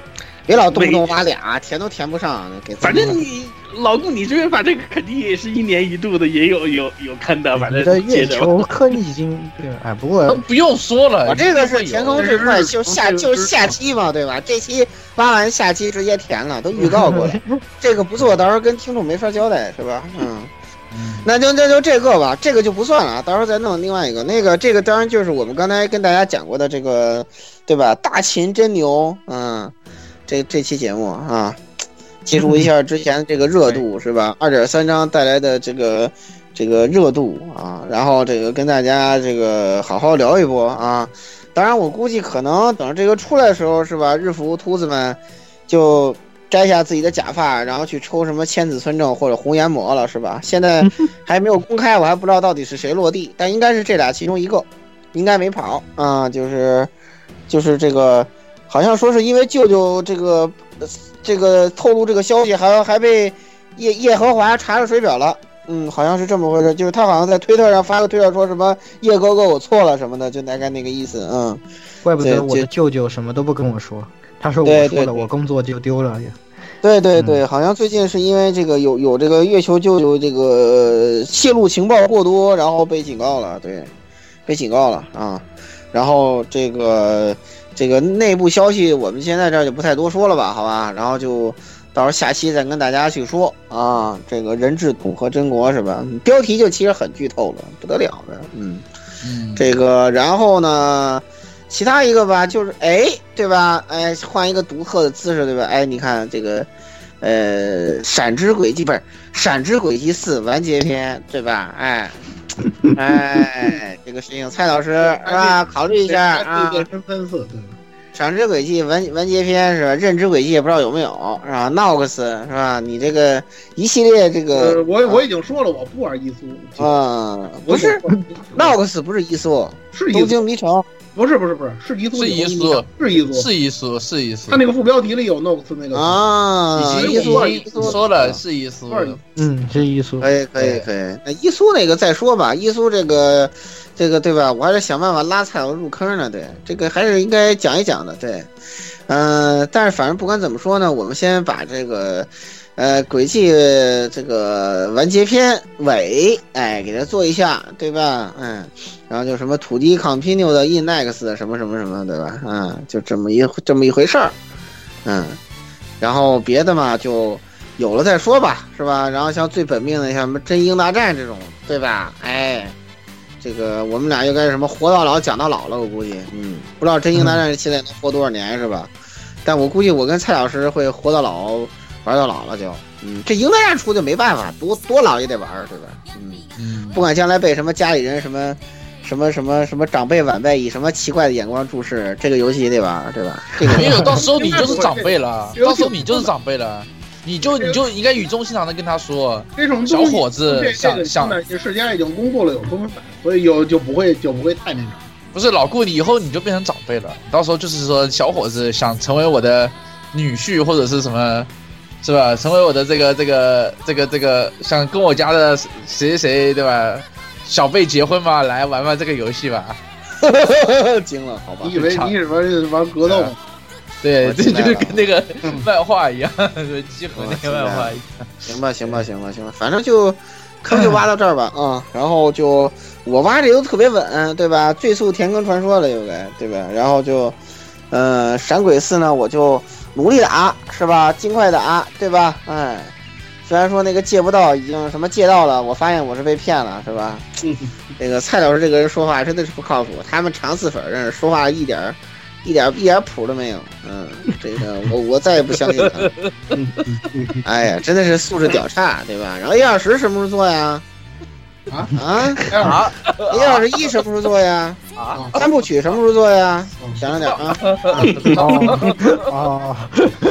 S9: 别老动不动挖俩，填都填不上，给自己
S8: 反正你老顾你这边反正肯定也是一年一度的，也有有有坑的，啊反
S10: 哎你的
S8: 正接
S10: 月
S8: 着
S10: 球坑已经对，哎，不
S11: 都
S9: 哦
S10: 过
S11: 呃不用说了，
S9: 我这个
S11: 一定
S9: 是
S11: 会有
S9: 填空最快，就下就下期嘛，对吧？这期挖完下期直接填了，都预告过了。这个不做，到时候跟听众没法交代，是吧？嗯，那就那就这个吧，这个就不算了啊，到时候再弄另外一个。那个这个当然就是我们刚才跟大家讲过的这个，对吧？大秦真牛，嗯，这这期节目啊，记录一下之前这个热度是吧？二点三章带来的这个。这个热度啊，然后这个跟大家这个好好聊一波啊，当然，我估计可能等这个出来的时候，是吧？日服秃子们就摘下自己的假发，然后去抽什么千子村正或者红研磨了，是吧？现在还没有公开，我还不知道到底是谁落地， 但应该是这俩其中一个，应该没跑啊、就是就是这个，好像说是因为舅舅这个呃这个透露这个消息还，还被叶叶和华查了水表了。嗯，好像是这么回事，就是他好像在推特上发个推特说什么“叶哥哥，我错了”什么的，就大概那个意思。嗯，
S10: 怪不
S9: 对
S10: 得我
S9: 这
S10: 的舅舅什么都不跟我说，他说
S9: 对
S10: 我
S9: 对
S10: 说了，
S9: 对
S10: 我工作就丢了。
S9: 对对对，好像最近是因为这个有有这个月球舅舅这个呃泄露情报过多，然后被警告了，对，被警告了啊。然后这个这个内部消息，我们现在这儿就不太多说了吧，好吧？然后就到时候下期再跟大家去说啊。这个人质统合真国是吧？嗯标题就其实很剧透了，不得了的，嗯。
S11: 嗯，
S9: 这个，然后呢，其他一个吧，就是哎，对吧？哎，换一个独特的姿势，对吧？哎，你看这个，呃，闪之轨迹不是《闪之轨迹四》完结篇，对吧？哎，哎，这个事情，蔡老师是吧？考虑一下
S11: 嗯
S9: 啊，
S7: 哎对
S9: 《
S7: 对对三色，对，
S9: 闪之轨迹》完完结篇是吧？认知轨迹也不知道有没有是吧？Nox 是吧？你这个一系列这
S7: 呃，
S9: 个，
S7: 我我已经说了，我不玩伊苏，
S9: 嗯，不
S7: 我已经
S9: 是
S7: 说了
S9: Nox 不是伊索，
S7: 是伊
S9: 东
S7: 苏，
S9: 京迷城。
S7: 不是不是不是，是伊苏，
S11: 啊是伊苏
S7: 是伊苏，
S11: 是一说，是一嗯说
S7: 他。那个副标题里有 Nox 那个
S9: 啊，
S11: 已经
S9: 伊苏
S11: 已经说了是一说
S7: 二
S11: 了，
S10: 嗯，是艺术。
S9: 可以可以可以，那伊苏那个再说吧，伊苏这个这个对吧？我还是想办法拉蔡老入坑呢，对，这个还是应该讲一讲的，对，嗯、但是反正不管怎么说呢，我们先把这个。呃，轨迹这个完结篇尾，哎，给它做一下，对吧？嗯，然后就什么土地 continue 的 index 什么什么什么，对吧？嗯，就这么一这么一回事儿，嗯，然后别的嘛就有了再说吧，是吧？然后像最本命的，像什么真英大战这种，对吧？哎，这个我们俩又该是什么活到老讲到老了，我估计，嗯，不知道真英大战现在能活多少年是吧？但我估计我跟蔡老师会活到老，玩到老了就，嗯，这应该让出就没办法，多多老也得玩，对吧？嗯
S11: 嗯，
S9: 不管将来被什么家里人什么。什么什么什么长辈晚辈以什么奇怪的眼光注视，这个游戏也得玩，对吧？这个
S11: 没 有，到时候你就是长辈了，到时候你就是长辈了，你就你就应该语重心长的跟他说，
S7: 这种
S11: 小
S7: 东西
S11: 伙子
S7: 这
S11: 想
S7: 这个
S11: 想
S7: 现在世家已经公布了有公分版，所以有就不会就不会太那啥。
S11: 不是老顾，你以后你就变成长辈了，到时候就是说小伙子想成为我的女婿或者是什么，是吧？成为我的这个这个这个这个，想跟我家的谁谁谁对吧？小辈结婚嘛，来玩玩这个游戏吧。
S9: 惊了，好吧
S7: 你？以为你以
S10: 哦
S7: 为玩格斗吗？
S11: 对，
S9: 我
S11: 这
S9: 进来
S11: 就是嗯
S9: 了
S11: 跟那个漫画一样，对，集合那
S9: 我进
S11: 个
S9: 来
S11: 漫画
S9: 了
S11: 一样。
S9: 行吧，行吧，行吧，行吧，反正就坑就挖到这儿吧啊、然后就我挖这都特别稳，对吧？最速田耕传说了又该，对吧？然后就，呃，闪鬼四呢，我就努力打，是吧？尽快打，对吧？哎，虽然说那个借不到，已经什么借到了，我发现我是被骗了，是吧？那个蔡老师这个人说话真的是不靠谱，他们长四粉儿真是说话一点儿。一点儿一点儿谱都没有，嗯，这个我我再也不相信他了。 哎呀，真的是素质屌差，对吧？然后 A 二十什么时候做呀？
S7: 啊
S9: 啊
S11: 啊
S9: ！A 二十一什么时候做呀？
S11: 啊！
S9: 三部曲什么时候做呀？
S7: 嗯
S9: 想想点啊！
S11: 哦
S10: 哦，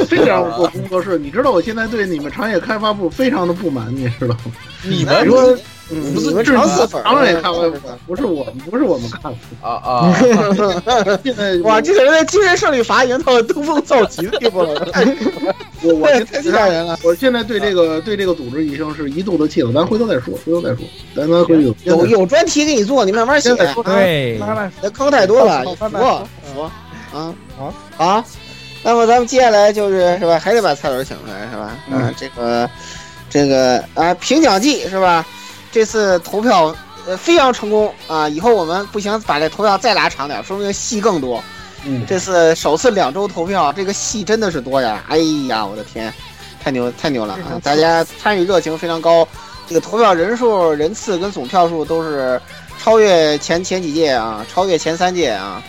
S7: 这点我做工作室，你知道我现在对你们长野开发部非常的不满，你知道吗？
S11: 你们
S7: 说
S9: 你
S7: 嗯，
S11: 不是
S9: 们
S7: 是
S9: 长死粉儿
S7: 长野
S9: 了
S7: 开发部，不是我们，不是我们干部。
S11: 啊 啊！
S7: 现在
S9: 哇，这个人的精神胜利法已经到了登峰造极 的地步了，
S7: 我我
S9: 太太吓人了。
S7: 我现在对这个对这个组织已经是一肚子气了，咱回头再说，回头再说，咱咱回头
S9: 有有专题给你做，你慢慢写啊
S7: 现。在说他
S6: 对，
S10: 慢慢
S9: 那坑太多了，
S10: 好
S9: 你服
S10: 拜拜好
S9: 服啊
S10: 好
S9: 啊！那么咱们接下来就是是吧，还得把蔡老师请出来是吧？啊，这个这个啊，评奖季是吧？这次投票呃非常成功啊！以后我们不行，把这投票再拉长点，说不定戏更多。
S7: 嗯
S9: 这次首次两周投票，这个戏真的是多呀！哎呀，我的天，太牛太牛了啊！大家参与热情非常高，这个投票人数、人次跟总票数都是超越前前几届啊，超越前三届啊。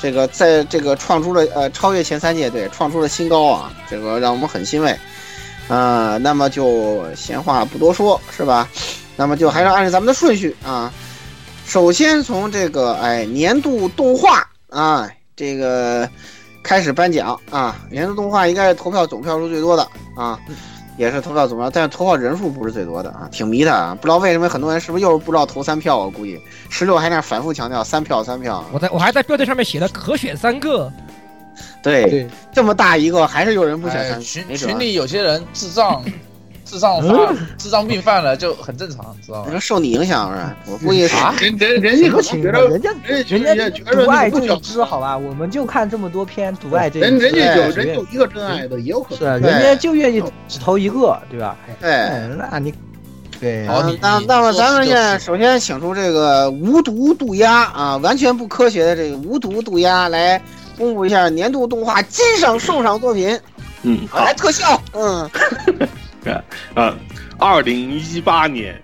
S9: 这个在这个创出了呃超越前三届，对，创出了新高啊，这个让我们很欣慰。啊，那么就闲话不多说，是吧？那么就还是按照咱们的顺序啊，首先从这个哎年度动画啊这个开始颁奖啊，年度动画应该是投票总票数最多的啊，也是投票总票，但是投票人数不是最多的啊，挺迷的啊，不知道为什么很多人是不是又是不知道投三票，我估计十六还在那反复强调三票三票，
S6: 我在我还在标题上面写了可选三个，
S9: 对，
S10: 对，
S9: 这么大一个还是有人不选
S11: 哎
S9: 三，
S11: 群
S9: 没
S10: 啊
S9: 辙
S11: 群里有些人 智障，智障犯，智障病犯了就很正常，知道
S9: 你
S11: 吧？
S9: 说受你影响是吧？我估计是
S11: 啊
S7: 人人人家
S10: 什
S7: 可能
S10: 么情
S7: 觉
S10: 况？
S7: 得
S10: 人家
S7: 人
S10: 人
S7: 家
S10: 家
S7: 觉得
S10: 独
S7: 你
S10: 爱
S7: 不
S10: 就
S7: 小
S10: 有知，好吧？我们就看这么多篇独爱这
S7: 人人家有
S10: 这
S7: 人有一个真爱的也有可
S10: 是啊
S7: 能。
S10: 人家就愿意只投一个，对吧？
S9: 对。
S10: 哎，那你对
S11: 好
S9: 嗯
S11: 你
S9: 那
S11: 你
S9: 那么
S11: 说
S9: 咱们
S11: 是
S9: 现
S11: 就
S9: 在
S11: 是
S9: 首先请出这个无毒渡鸦啊，完全不科学的这个无毒渡鸦来公布一下年度动画金赏受赏作品，
S8: 嗯，好
S9: 来特效，嗯，
S8: 啊，二零一八年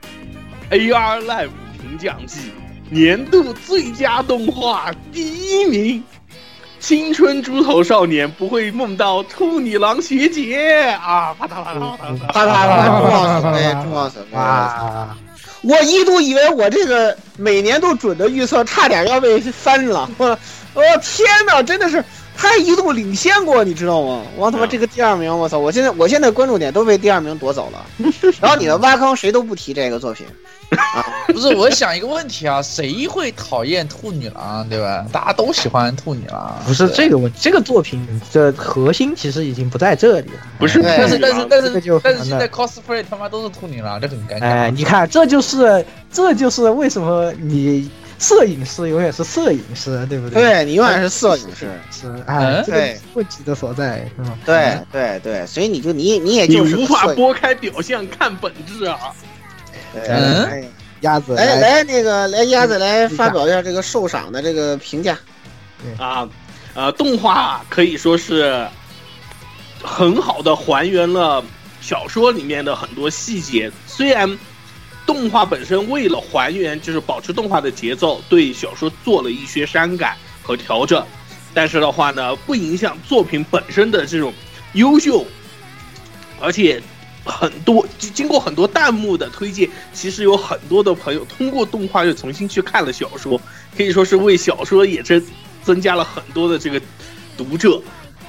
S8: AR Live 评奖季年度最佳动画第一名，《青春猪头少年不会梦到处女郎学姐》啊！啪嗒啪嗒啪嗒啪嗒
S9: 啪啪啪，重要死飞，重要死飞！
S10: 哇，
S9: 我一度以为我这个每年都准的预测差点要被翻了，我我天哪，真的是他一度领先过，你知道吗？我他妈
S8: 嗯
S9: 这个第二名，我操！我现在我现在关注点都被第二名夺走了，然后你们挖坑谁都不提这个作品。
S11: 不是，我想一个问题啊，谁会讨厌兔女郎，对吧？大家都喜欢兔女郎，
S10: 不是
S11: 对
S10: 这个问，这个作品的核心其实已经不在这里了。
S8: 不是
S9: 对
S11: 但是但是但
S10: 这个
S11: 是
S10: 就
S11: 但是
S10: 很
S11: 现
S10: 难
S11: 在 cosplay 他妈都是兔女郎，这很尴
S10: 哎，
S11: 尬。
S10: 你看，这就是这就是为什么你摄影师永远是摄影师，对不对？
S9: 对你永远是摄影师，
S10: 是哎
S11: 嗯，
S10: 这个
S9: 对
S10: 问题的所在嗯是吧？
S9: 对对对，所以你就你你也
S8: 你
S9: 就是
S8: 无法
S9: 摄影
S8: 拨开表象看本质啊！
S9: 对
S11: 嗯
S9: 哎
S10: 鸭子
S9: 来
S10: 来，
S9: 来那个来鸭子来发表一下这个受赏的这个评价，
S8: 啊，呃，动画可以说是很好的还原了小说里面的很多细节。虽然动画本身为了还原，就是保持动画的节奏，对小说做了一些删改和调整，但是的话呢，不影响作品本身的这种优秀而且很多经经过很多弹幕的推荐，其实有很多的朋友通过动画又重新去看了小说，可以说是为小说也增增加了很多的这个读者。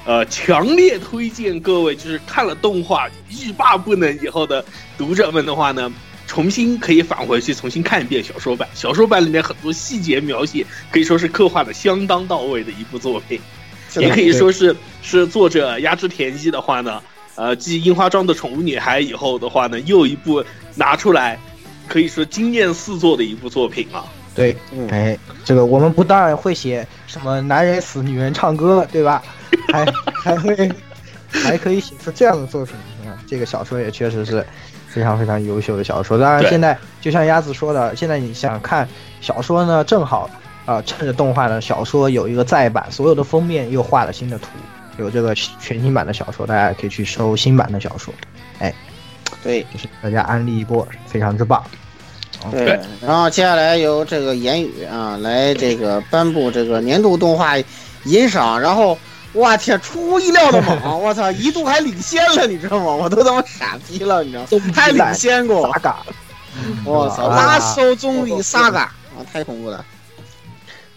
S8: 呃，强烈推荐各位，就是看了动画欲罢不能以后的读者们的话呢，重新可以返回去重新看一遍小说版。小说版里面很多细节描写可以说是刻画的相当到位的一部作品，
S9: 是的
S8: 也可以说是是作者鸭之田一的话呢，呃，继《樱花庄的宠物女孩》以后的话呢，又一部拿出来，可以说惊艳四座的一部作品啊。
S10: 对，哎，这个我们不但会写什么男人死女人唱歌，对吧？还还会还可以写出这样的作品啊！这个小说也确实是非常非常优秀的小说。当然，
S11: 对
S10: 现在就像鸭子说的，现在你想看小说呢，正好啊、趁着动画呢，小说有一个再版，所有的封面又画了新的图，有这个全新版的小说，大家也可以去收新版的小说。哎，
S9: 对，
S10: 就是大家安利一波，非常之棒。
S9: 对，然后接下来由这个言语啊来这个颁布这个年度动画银赏，然后哇天，出乎意料的猛，我操，一度还领先了，你知道吗？我都他妈傻逼了，你知道吗？还领先哦过，
S10: 萨嘎，
S9: 我操，
S10: 啊
S9: 拉手中里萨嘎啊，太恐怖了。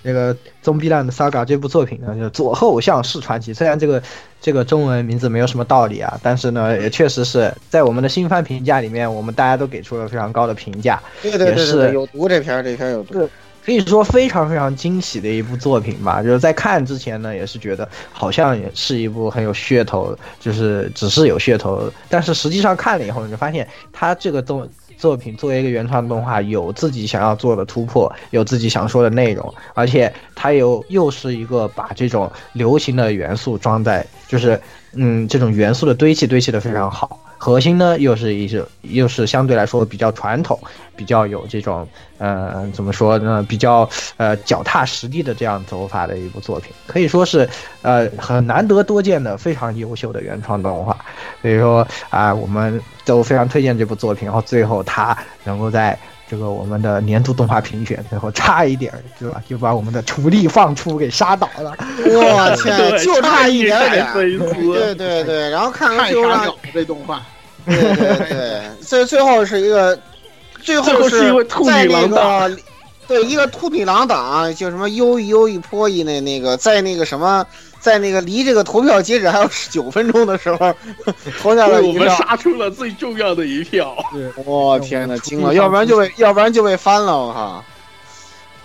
S10: 这个宗碧烂的 Saga 这部作品呢，就是左后向是传奇。虽然这个这个中文名字没有什么道理啊，但是呢，也确实是在我们的新番评价里面，我们大家都给出了非常高的评价，
S9: 对对对
S10: 也
S9: 对
S10: 是
S9: 对，有毒这篇儿这篇儿有毒。
S10: 可以说非常非常惊喜的一部作品吧。就是在看之前呢，也是觉得好像也是一部很有噱头，就是只是有噱头，但是实际上看了以后，你就发现它这个动作品作为一个原创动画，有自己想要做的突破，有自己想说的内容，而且它有又是一个把这种流行的元素装在，就是嗯这种元素的堆砌堆砌的非常好。核心呢又是一是又是相对来说比较传统，比较有这种呃怎么说呢，比较呃脚踏实地的这样走法的一部作品，可以说是呃很难得多见的非常优秀的原创动画。所以说啊、我们都非常推荐这部作品。然后最后它能够在这个我们的年度动画评选最后差一点儿，对吧？就把我们的土力放出给杀倒了。
S9: 我 天，就差一点点儿。
S8: 飞出
S9: 对对对，然后看完
S7: 太
S9: 最后
S7: 傻
S9: 让
S7: 屌了这动画，
S9: 对对对，最最后是一个，最
S8: 最后
S9: 后
S8: 是一个兔女
S9: 在那
S8: 郎
S9: 个
S8: 党，
S9: 对一个兔女郎党，就什么优一优一坡一那那个，在那个什么，在那个离这个投票截止还有十九分钟的时候，投下了
S8: 为我
S9: 一
S8: 们
S9: 票。
S8: 杀出了最重要的一票。
S9: 我、天呐，惊了！要不然就被要不然就被翻了，我靠！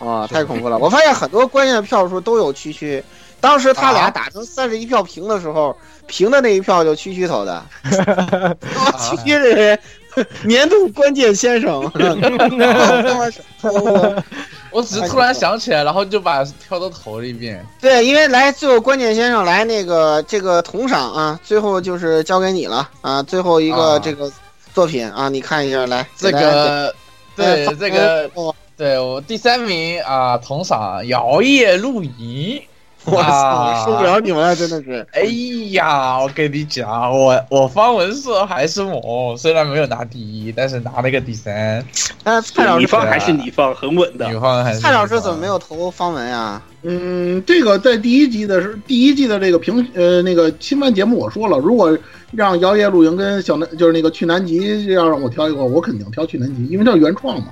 S9: 哇，太恐怖了！我发现很多关键的票数都有区区，当时他俩打成三十一票平的时候，平的那一票就区区投的。哇，区区这人 年度关键先生， 我他妈是我
S11: 我只是突然想起来，然后就把票都投了一遍。
S9: 对，因为来最后关键先生来那个这个同赏啊，最后就是交给你了啊，最后一个
S11: 啊
S9: 这个作品啊，你看一下来
S11: 这
S9: 来来
S11: 个，对
S9: 呃
S11: 这个，
S9: 我
S11: 对我第三名啊，同赏摇曳露营。
S9: 我操，受不
S11: 啊！
S9: 了你们了，真的是。
S11: 哎呀，我跟你讲，我我方文社还是我，虽然没有拿第一，但是拿了个第三。
S9: 那哎蔡老
S8: 你
S9: 师，
S8: 放还是你放，很稳
S11: 女
S8: 的。
S11: 方还是
S9: 蔡老师怎么没有投方文啊？
S7: 嗯，这个在第一季的时，第一季的这个评呃那个新番节目我说了，如果让摇曳露营跟小南就是那个去南极要让我挑一个，我肯定挑去南极，因为它是原创嘛。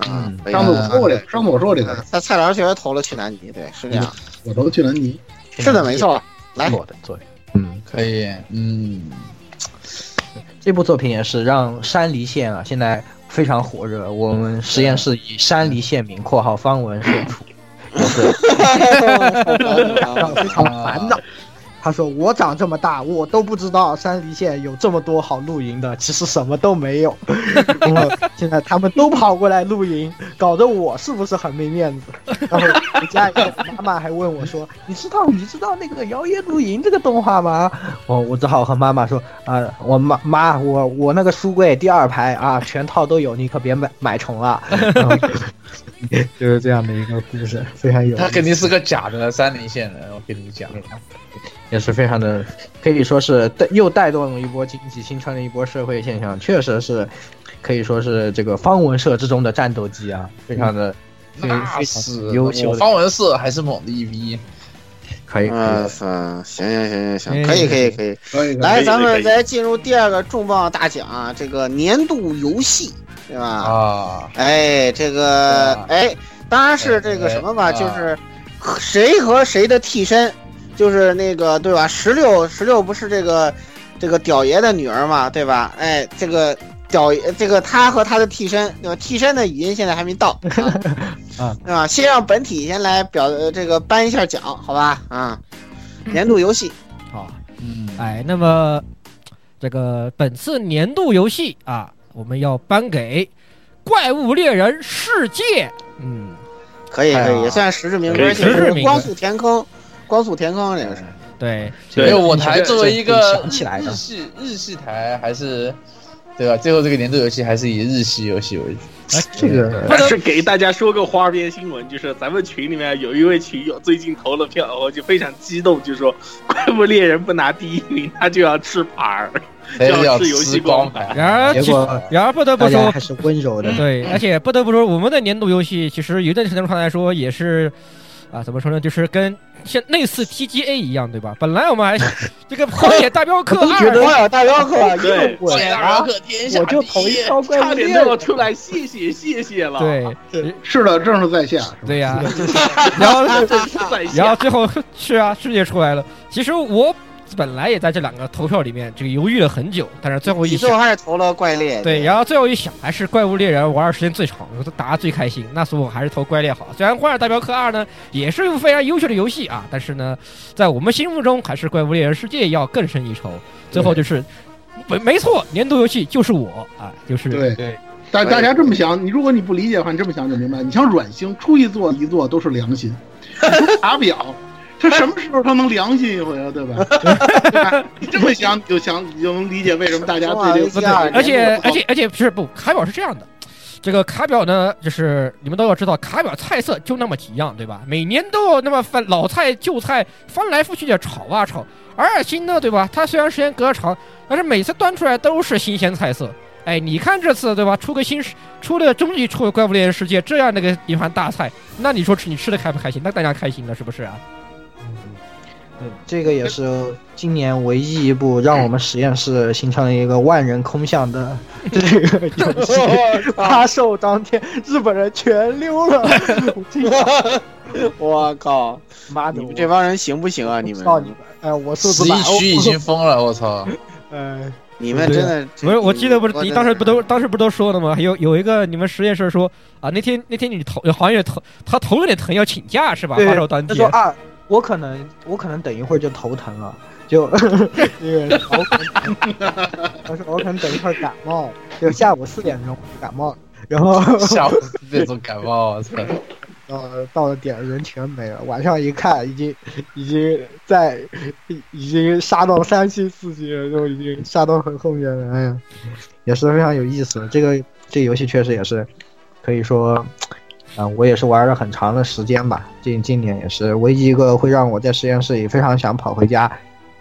S9: 啊，可以
S7: 上次我
S9: 啊
S7: 说过这
S11: 嗯
S7: 个，上次我说过这
S9: 啊
S7: 个，
S9: 蔡蔡老师确实投了去南极，对，是这样，
S7: 我投去南极。
S9: 是的，没错。来，
S10: 我的作品。嗯，
S11: 可以？哎 嗯，
S10: 这部作品也是让山梨县啊现在非常火热。我们实验室以山梨县名（括号方文社畜）让非常烦恼。他说：“我长这么大，我都不知道山梨县有这么多好露营的，其实什么都没有。 然后现在他们都跑过来露营，搞得我是不是很没面子？然后我家里的妈妈还问我说：‘你知道你知道那个摇曳露营这个动画吗？’我我只好和妈妈说：‘啊、我妈妈，我我那个书柜第二排啊，全套都有，你可别买买重了。 然后就是这样的一个故事，非常有意思
S11: 他肯定是个假的山林县人，我跟你讲。
S10: 也是非常的，可以说是带又带动了一波经济，形成了一波社会现象，确实是，可以说是这个方文社之中的战斗
S9: 嗯
S10: 机啊，非常的，非
S11: 那
S10: 非
S11: 是
S10: 常优秀
S11: 我
S10: 的，
S11: 方文社还是猛的一逼。
S10: 可以，可以
S9: 嗯，行行行行
S10: 哎
S9: 行，可以可以可以。
S7: 可以，
S9: 来，咱
S8: 可以
S9: 们
S8: 可以
S9: 来进入第二个重磅大奖啊，这个年度游戏，对吧？
S11: 啊，
S9: 哎，这个
S11: 啊
S9: 哎，当然是这个什么吧，
S11: 哎
S9: 就是谁和谁的替身，就是那个对吧？十六十六不是这个这个屌爷的女儿嘛，对吧？哎，这个屌爷这个他和他的替身，对吧？替身的语音现在还没到，啊
S10: 啊，
S9: 对吧？先让本体先来表呃这个颁一下奖，好吧？啊，年度游戏，
S6: 好，
S11: 嗯，
S6: 哎，那么这个本次年度游戏啊，我们要颁给《怪物猎人世界》。嗯，
S9: 可以
S10: 哎呀
S9: 可以，也算实至名
S8: 可以
S9: 归，
S8: 实至
S9: 就是
S6: 名归
S9: 光速填坑，光速填坑这个是。
S6: 对，
S11: 没有，我台作为一个
S10: 想起来
S11: 日
S10: 的，
S11: 系日系台，还是对吧？最后这个年度游戏还是以日系游戏为主。
S6: 哎，
S10: 这个
S8: 但是给大家说个花边新闻，就是咱们群里面有一位群友最近投了票，然后就非常激动，就说怪物猎人不拿第一名，他就要吃牌儿，
S11: 哎
S8: 就
S11: 要
S8: 吃游戏
S11: 吃
S8: 光
S11: 光
S8: 盘。
S6: 然而
S10: 结
S6: 其
S10: 果
S6: 然而不得不
S10: 大家
S6: 说
S10: 还，是温柔的，
S6: 对，而且不得不说，我们的年度游戏其实一定程度上来说也是，啊，怎么说呢，就是跟像类似 TGA 一样，对吧？本来我们还 这个《荒野大镖客
S10: 我都觉
S6: 二》啊
S10: 得
S9: 光了大镖客
S8: 对
S9: 又滚
S11: 天
S9: 啊！
S11: 可天
S10: 我就投一票怪
S8: 差
S10: 物
S8: 点
S10: 猎
S8: 都要
S10: 人，
S8: 出来谢谢谢谢了。，
S6: 对
S7: 是的，正是在下。是吧
S6: 对呀、然后
S8: 在下
S6: 然后最后是啊，世界出来了。其实我本来也在这两个投票里面这个犹豫了很久，但是最后一
S9: 你最后
S6: 想，
S9: 还是投了怪猎，
S6: 对，然后最后一想，还是怪物猎人玩的时间最长，我都打的最开心，那所以我还是投怪猎好。虽然《荒野大镖客二》呢也是一部非常优秀的游戏啊，但是呢，在我们心目中还是怪物猎人世界要更胜一筹。最后就是。没没错，年度游戏就是我啊，就是
S7: 对
S10: 对，
S7: 大
S10: 对
S7: 大家这么想，你如果你不理解的话，你这么想就明白。你像软星出一座一座都是良心，你说打表，他什么时候他能良心一回啊？对吧？ 对吧你这么想，你就想你就能理解为什么大家对这个
S9: 中华
S7: 问
S9: 文
S7: 题，
S6: 而且而且而且不是不卡表是这样的，这个卡表呢，就是你们都要知道，卡表菜色就那么几样，对吧？每年都有那么翻老菜旧菜翻来覆去的炒啊炒。而尔新呢，对吧？它虽然时间隔得长，但是每次端出来都是新鲜菜色。哎，你看这次对吧？出个新世，出了终于出了《怪物猎人世界》这样的个一盘大菜，那你说吃你吃的开不开心？那大家开心了是不是啊？
S10: 嗯这个也是今年唯一一部让我们实验室形成了一个万人空巷的 这个游戏。
S9: 啊
S10: 发售当天，日本人全 溜了。我这
S9: 我靠，
S10: 妈的，
S9: 你
S10: 我
S9: 们这帮人行不行啊？你
S10: 我
S9: 们
S10: 操你们！哎，我素
S11: 十
S10: 质
S11: 一
S10: 满，
S11: 区已经疯了，我操！
S10: 呃，
S9: 你们真的
S6: 不是，我记得不是你当时不都
S9: 都
S6: 当时不都说了吗？还有有一个你们实验室说啊，那天那天你头好像也头他头有点疼，要请假是吧？
S10: 对
S6: 发烧当
S10: 他说
S6: 天，
S10: 啊，我可能我可能等一会儿就头疼了，就那个头疼。他说我可能等一会儿感冒，就下午四点钟感冒，然后
S11: 下午那种感冒，我操！
S10: 呃，到了点人全没了，晚上一看，已经 已经在已已经杀到三星四级了，都已经杀到很后面了，哎呀，也是非常有意思。这个这个游戏确实也是，可以说，啊、我也是玩了很长的时间吧。今今年也是唯一一个会让我在实验室里非常想跑回家，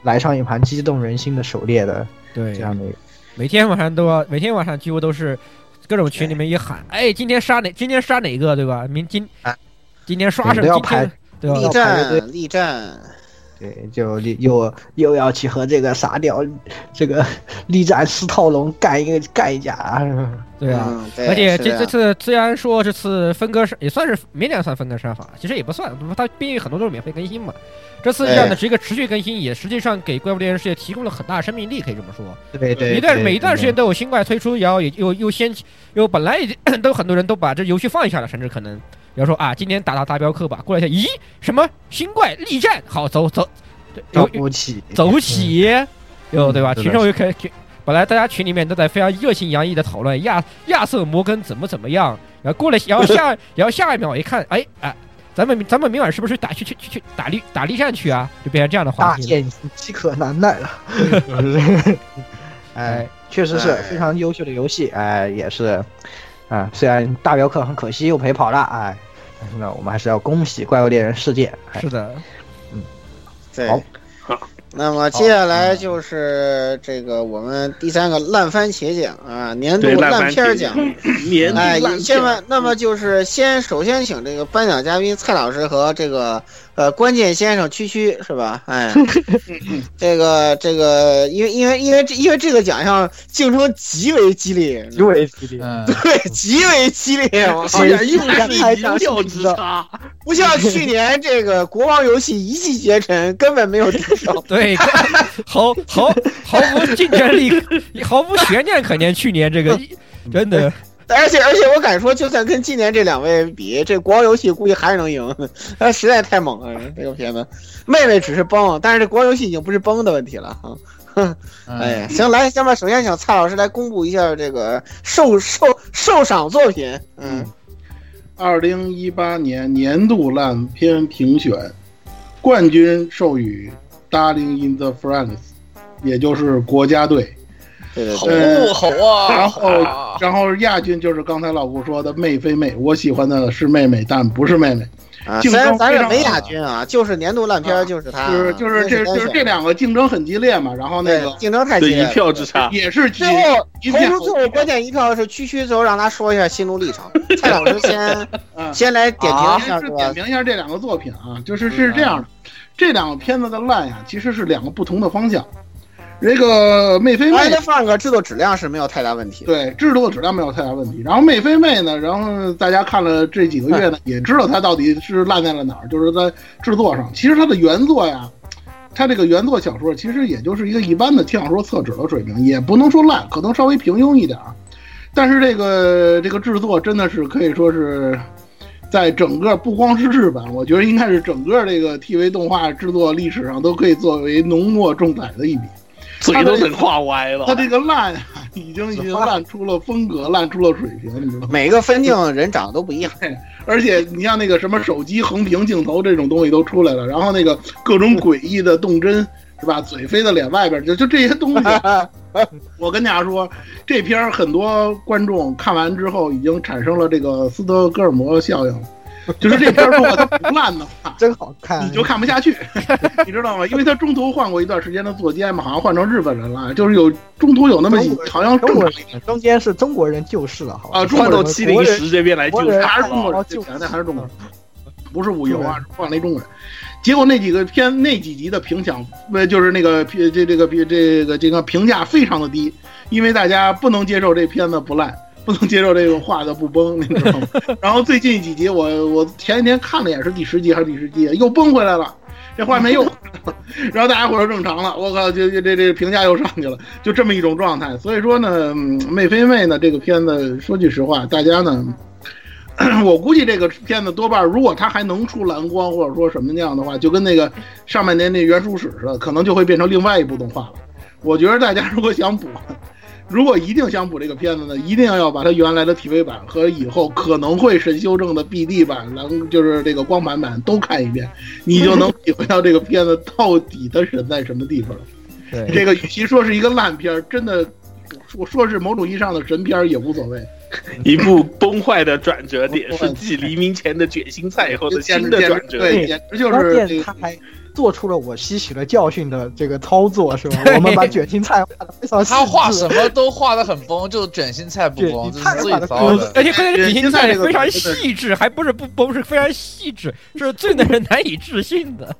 S10: 来上一盘激动人心的狩猎的
S6: 对
S10: 这样的一个。
S6: 每天晚上都要，每天晚上几乎都是各种群里面一喊，哎，今天杀哪，今天杀哪个，对吧？明今
S10: 啊
S6: 今天刷什
S10: 对都要
S6: 么？今天对
S9: 力
S6: 吧？
S9: 战力战，
S10: 对，就力又又要去和这个傻屌，这个力战四套龙干一个干一架啊！
S6: 对啊。
S9: 嗯，对
S6: 而且
S9: 是
S6: 这
S9: 的
S6: 这次虽然说这次分割是也算是勉强算分割删法，其实也不算，它毕竟很多都是免费更新嘛。这次这样的
S9: 哎
S6: 是一个持续更新，也实际上给《怪物猎人世界》提供了很大生命力，可以这么说。
S10: 对对，
S6: 一段
S10: 对
S6: 每一段时间
S10: 对
S6: 都有新怪推出，然后也又又先又本来已经都很多人都把这游戏放下了，甚至可能比方说啊，今天打打大镖客吧，过来一下，咦，什么新怪力战，好走走，对
S10: 对
S6: 有
S10: 对不起，
S6: 走起，有对吧？
S10: 是的
S6: 群众又开群，本来大家群里面都在非常热情洋溢的讨论亚亚瑟摩根怎么怎么样，然后过了，然 后下，然后下一秒一看，哎哎，咱们咱们明晚是不是打去去去去打力打力战去啊？就变成这样的话
S10: 大
S6: 题了。
S10: 剑饥渴难耐 了。哎，确实是
S9: 哎
S10: 非常优秀的游戏，哎，也是，啊，虽然大镖客很可惜又陪跑了，哎，但是呢，我们还是要恭喜《怪物猎人世界》哎。
S6: 是的，
S9: 对
S10: 好。
S9: 那么接下来
S6: 嗯
S9: 就是这个我们第三个烂番茄奖啊，年度
S8: 对烂
S9: 烂
S8: 番
S9: 片儿
S8: 茄
S9: 奖。
S8: 年度
S9: 哎，
S8: 烂
S9: 你
S8: 片
S9: 先问，那么就是先首先请这个颁奖嘉宾蔡老师和这个呃，关键先生区区是吧？哎，这个这个，因为因为因为这因为这个奖项竞争极为激烈，
S10: 极为激烈，
S11: 嗯
S9: 对，极为激烈。我靠
S8: 竟然又
S9: 哎
S8: 是一料之
S11: 嗯
S8: 差，
S9: 不像去年这个国王游戏一骑绝尘，根本没有 敌 手。
S6: 对， 毫毫毫无竞争力，毫无悬念可言。去年 这个真的，
S9: 而且而且我敢说，就算跟今年这两位比，这国王游戏估计还是能赢，他实在太猛了。这个片子，妹妹只是崩，但是这国王游戏已经不是崩的问题了啊。
S11: 嗯
S9: 哎呀，行，来，下面首先请蔡老师来公布一下这个受受受赏作品，嗯，
S11: 二零一八年年度烂片评选，冠军授予《Darling in the France》，也就是国家队。
S9: 对对
S12: 好
S9: 对，
S12: 不好啊？
S11: 然后，然后亚军就是刚才老顾说的妹非妹，我喜欢的是妹妹，但不是妹妹。
S9: 啊
S11: 竞
S9: 虽然
S11: 争
S9: 咱
S11: 非
S9: 是
S11: 常
S9: 没
S11: 好
S9: 亚军啊，就是年度烂片儿啊就是他，
S11: 就是就是这就是这两个竞争很激烈嘛，然后那
S9: 对
S11: 个
S9: 竞争太激
S8: 对
S9: 烈
S8: 一
S9: 了，
S8: 票之差。
S11: 也是
S9: 最后
S11: 一
S9: 投
S11: 票
S9: 出最后关键一票是区区，最后让他说一下心路历 程。蔡老师先
S11: 嗯
S9: 先来点评一下，
S11: 先
S9: 是
S11: 啊是
S9: 吧嗯
S11: 点？评一下这两个作品啊，就是是这样的，这两个片子的烂呀，其实是两个不同的方向。这个妹非妹
S9: 安德放个制作质量是没有太大问题的。
S11: 对制作质量没有太大问题，然后妹非妹呢，然后大家看了这几个月
S9: 嗯
S11: 呢，也知道它到底是烂在了哪儿，就是在制作上。其实它的原作呀，它这个原作小说其实也就是一个一般的轻小说厕纸的水平，也不能说烂，可能稍微平庸一点儿。但是这个这个制作真的是可以说是，在整个不光是日本，我觉得应该是整个这个 TV 动画制作历史上都可以作为浓墨重彩的一笔。
S8: 嘴都能画歪了。
S11: 它这个烂啊，已经已经烂出了风格，烂出了水平，你知道吗？
S9: 每个分镜人长得都不一样，
S11: 而且你像那个什么手机横屏镜头这种东西都出来了，然后那个各种诡异的动帧，是吧？嘴飞到脸外边，就就 这些 东西。我跟大家说，这片儿很多观众看完之后已经产生了这个斯德哥尔摩效应了，就是这片儿如果它不烂的 话，
S10: 真好看，
S11: 你就看不 下去，你知道吗？因为他中途换过一段时间的作监嘛，好像换成日本人了，就是有中途有那么几
S10: 中国人
S11: 好像
S10: 中
S11: 正
S10: 国
S11: 常
S10: 人中间是中国人旧事了，好吧
S11: 啊中
S8: 换
S11: 国
S8: 到
S11: 人
S8: 七零十这边来
S10: 国
S8: 就
S10: 人啊哦
S8: 是
S11: 还
S8: 他
S11: 是中国人，
S10: 就嗯
S11: 前的还是中国人，不是五油啊，换了一中国人。结果那几个片那几集的评奖，呃，就是那个评这这个评这个这个评价非常的低，因为大家不能接受这片子不烂，不能接受这个画的不崩，你知道吗？ 然后最近几集我我前一天看了也是第十集还是第十集，又崩回来了。这画面又回来了， 然后大家伙儿都正常了，我靠，就就这这评价又上去了，就这么一种状态。所以说呢，嗯妹非妹呢这个片子，说句实话，大家呢 我估计这个片子多半儿，如果它还能出蓝光或者说什么那样的话，就跟那个上半年那原书史似的，可能就会变成另外一部动画了。我觉得大家如果想补，如果一定想补这个片子呢，一定要把它原来的 TV 版和以后可能会神修正的 BD 版、蓝就是这个光盘版都看一遍，你就能体会到这个片子到底它神在什么地方了。
S6: 对
S11: 这个与其说是一个烂片儿，真的说说是某种意义上的神片儿也无所谓。
S8: 一部崩坏的转折点，是继黎明前的卷心菜以后的新的转折。
S11: 对，简直就
S10: 关
S11: 是
S10: 键
S11: 这
S10: 他
S11: 个。
S10: 还做出了我吸取了教训的这个操作，是吧
S6: 对？
S10: 我们把卷心菜画的非常细 致，
S12: 他画什么都画的很崩，就是卷心菜不崩，这是最糟的。
S11: 哎
S6: 而且关键是比心菜非常细致，还不是不不是非常细致，这是最令人难以置信的。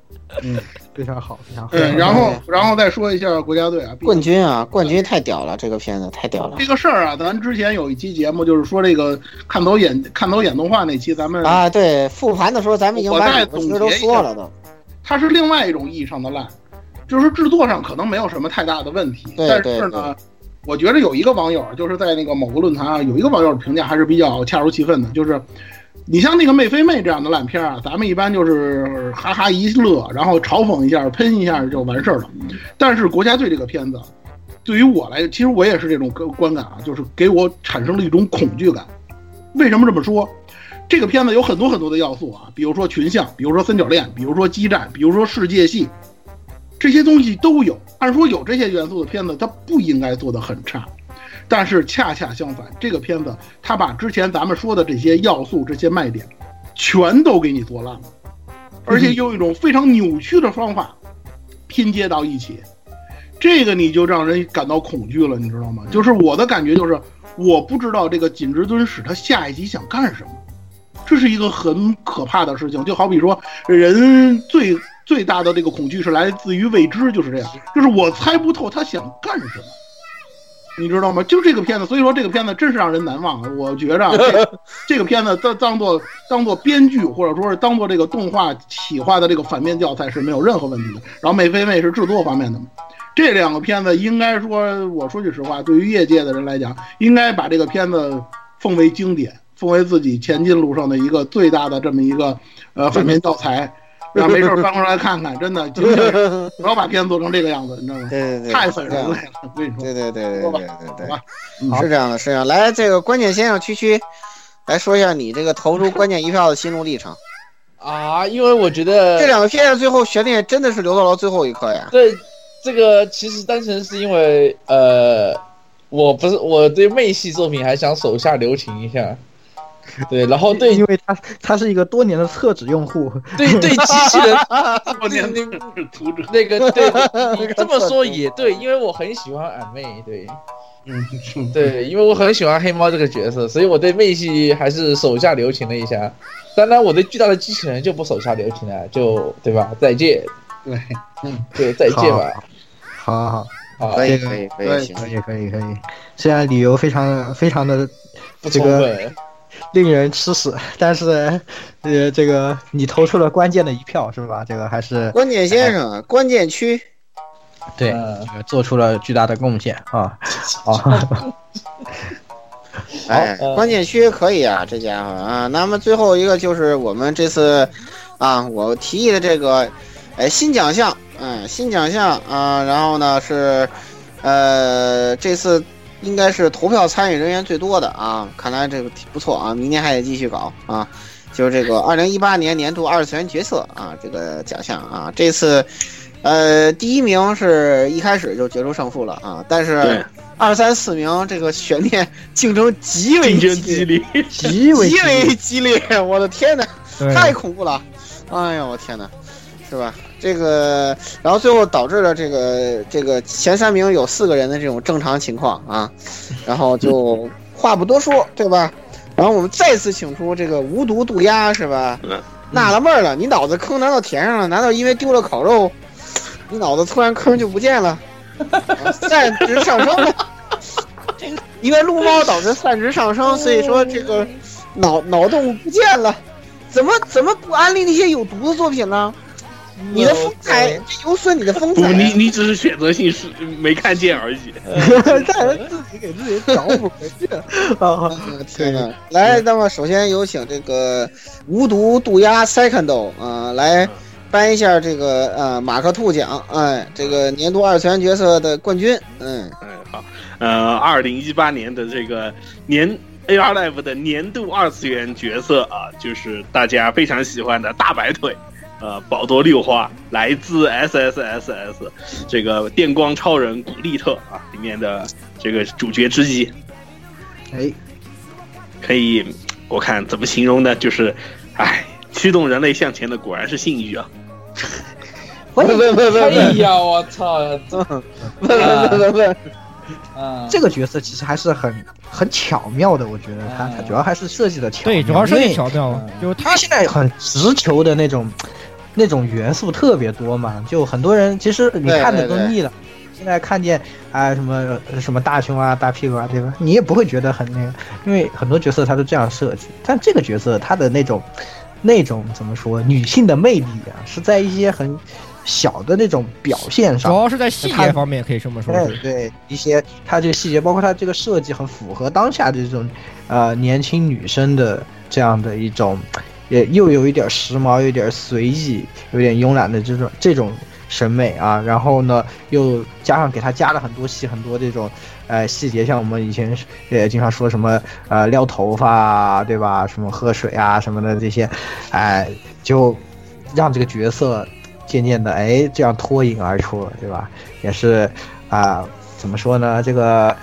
S10: 非常好，非常好。
S11: 嗯，然后然后再说一下国家队啊，毕
S9: 冠军啊，冠军太屌了，这个片子太屌了
S11: 这个事儿啊，咱之前有一期节目就是说这个看走眼看走眼动画那期，咱们
S9: 啊！对，复盘的时候咱们已经
S11: 嗯我
S9: 把
S11: 再
S9: 五个
S11: 总
S9: 词都
S11: 结一
S9: 说
S11: 下
S9: 了 都，
S11: 它是另外一种意义上的烂，就是制作上可能没有什么太大的问题，
S9: 对
S11: 但
S9: 对
S11: 是呢，我觉得有一个网友就是在那个某个论坛啊，有一个网友评价还是比较恰如其分的，就是你像那个妹非妹这样的烂片啊，咱们一般就是哈哈一乐，然后嘲讽一下、喷一下就完事儿了。但是国家队这个片子，对于我来，其实我也是这种观观感啊，就是给我产生了一种恐惧感。为什么这么说？这个片子有很多很多的要素啊，比如说群像，比如说三角恋，比如说激战，比如说世界系，这些东西都有。按说有这些元素的片子，它不应该做得很差。但是恰恰相反，这个片子它把之前咱们说的这些要素、这些卖点，全都给你做烂了，而且用一种非常扭曲的方法拼接到一起，这个你就让人感到恐惧了，你知道吗？就是我的感觉就是，我不知道这个锦织敦史他下一集想干什么。
S7: 这是一个很可怕的事情。就好比说，人最最大的这个恐惧是来自于未知，就是这样，就是我猜不透他想干什么。你知道吗？就这个片子，所以说这个片子真是让人难忘啊！我觉着啊这这个片子当当做当做编剧或者说是当做这个动画企划的这个反面教材是没有任何问题的。然后妹飞妹是制作方面的嘛，这两个片子应该说，我说句实话，对于业界的人来讲，应该把这个片子奉为经典，奉为自己前进路上的一个最大的这么一个呃反面教材。让没事儿翻过来看看，真的，仅仅是不要把片子做成这个样子，你知道吗？
S9: 对对对，
S7: 太损人了
S9: 是这样。
S7: 我跟你说，
S9: 对对对对对对对
S7: 吧
S9: 对，是这样的，是这样。来，这个关键先生区区，来说一下你这个投出关键一票的心路历程。
S11: 啊，因为我觉得
S9: 这两个片子最后悬念真的是留到了最后一刻呀。
S11: 对，这个其实单纯是因为呃，我不是我对媚系作品还想手下留情一下，对，然后对
S10: 因为他他是一个多年的厕纸用户，
S11: 对对机器人，对
S8: 年
S11: 你
S8: 是读者，
S11: 那个对，你这么说也对，因为我很喜欢俺妹，对
S8: 嗯，
S11: 对，因为我很喜欢黑猫这个角色，所以我对妹系还是手下留情了一下。当然，我对巨大的机器人就不手下留情了，就对吧？再见，
S7: 对，
S11: 嗯，对，再见吧。
S10: 好好好，
S11: 啊，
S9: 可以可以可以，行。
S10: 可以可以可以，虽然理由非常非常的
S11: 不
S10: 这
S11: 充
S10: 个
S11: 分。
S10: 令人吃屎，但是呃，这个你投出了关键的一票是吧？这个还是
S9: 关键先生啊，关键区，
S10: 对
S11: 嗯
S10: 这个做出了巨大的贡献啊啊！
S9: 哎
S11: 好，嗯
S9: 关键区可以啊，这家伙啊。那么最后一个就是我们这次啊，我提议的这个，哎，新奖项，嗯，新奖项啊，然后呢是，呃，这次应该是投票参与人员最多的啊，看来这个挺不错啊，明年还得继续搞啊。就是这个二零一八年年度二次元角色啊，这个奖项啊，这次，呃，第一名是一开始就决出胜负了啊，但
S8: 对
S9: 是二三四名这个悬念竞争极为
S8: 竞
S9: 激
S8: 争激烈，
S10: 极为
S9: 极为激烈，我的天哪，
S6: 对
S9: 太恐怖了！哎呦，我天哪，是吧？这个，然后最后导致了这个这个前三名有四个人的这种正常情况啊，然后就话不多说，对吧？然后我们再次请出这个无毒渡鸦，是吧
S8: 嗯？
S9: 纳了闷儿了，你脑子坑难道填上了？难道因为丢了烤肉，你脑子突然坑就不见了？ 啊散值上升了，这个因为撸猫导致散值上
S8: 嗯
S9: 升，所以说这个脑脑洞不见了。怎么怎么不安利那些有毒的作品呢？你的风采这有损你的风
S8: 不，
S9: 采。
S8: 你你只是选择性是没看见而已。
S10: 在自己给自己找补回去啊！
S9: 嗯 天呐！来，那么首先有请这个无毒渡鸦 Secondo 啊、来颁一下这个呃马克兔奖，哎，这个年度二次元角色的冠军，嗯，
S8: 嗯，好，呃，二零一八年的这个年 AR Live 的年度二次元角色啊，就是大家非常喜欢的大白腿，呃，宝多六花，来自 SSSS 这个电光超人古丽特啊里面的这个主角之一，
S10: 哎，
S8: 可以我看怎么形容呢？就是，哎，驱动人类向前的果然是性欲啊。
S9: 不不不不
S11: 哎呀，嗯我操！这
S9: 不不，
S11: 啊，
S10: 这个角色其实还是很很巧妙的，我觉得他他主要还是设计的巧妙，
S6: 对，主要是
S10: 因
S6: 你
S10: 为
S6: 巧妙，
S8: 嗯
S6: 就
S10: 他现在很直球的那种，那种元素特别多嘛，就很多人其实你
S9: 对
S10: 看的
S9: 对
S10: 都
S9: 对
S10: 腻了。现在看见啊、什么什么大胸啊、大屁股啊，对吧？你也不会觉得很那个，因为很多角色他都这样设计。但这个角色他的那种，那种怎么说，女性的魅力啊，是在一些很小的那种表现
S6: 主
S10: 上。
S6: 要是在细
S8: 嗯
S6: 节方面可以这么说
S10: 对
S6: 是。
S10: 哎对，一些它这个细节，包括它这个设计，很符合当下这种呃年轻女生的这样的一种，也又有一点时髦，有一点随意，有点慵懒的这种这种审美啊。然后呢，又加上给它加了很多细很多这种呃细节，像我们以前也经常说什么呃撩头发啊，对吧？什么喝水啊什么的这些，哎、就让这个角色渐渐的哎这样脱颖而出了，对吧？也是啊、怎么说呢？这个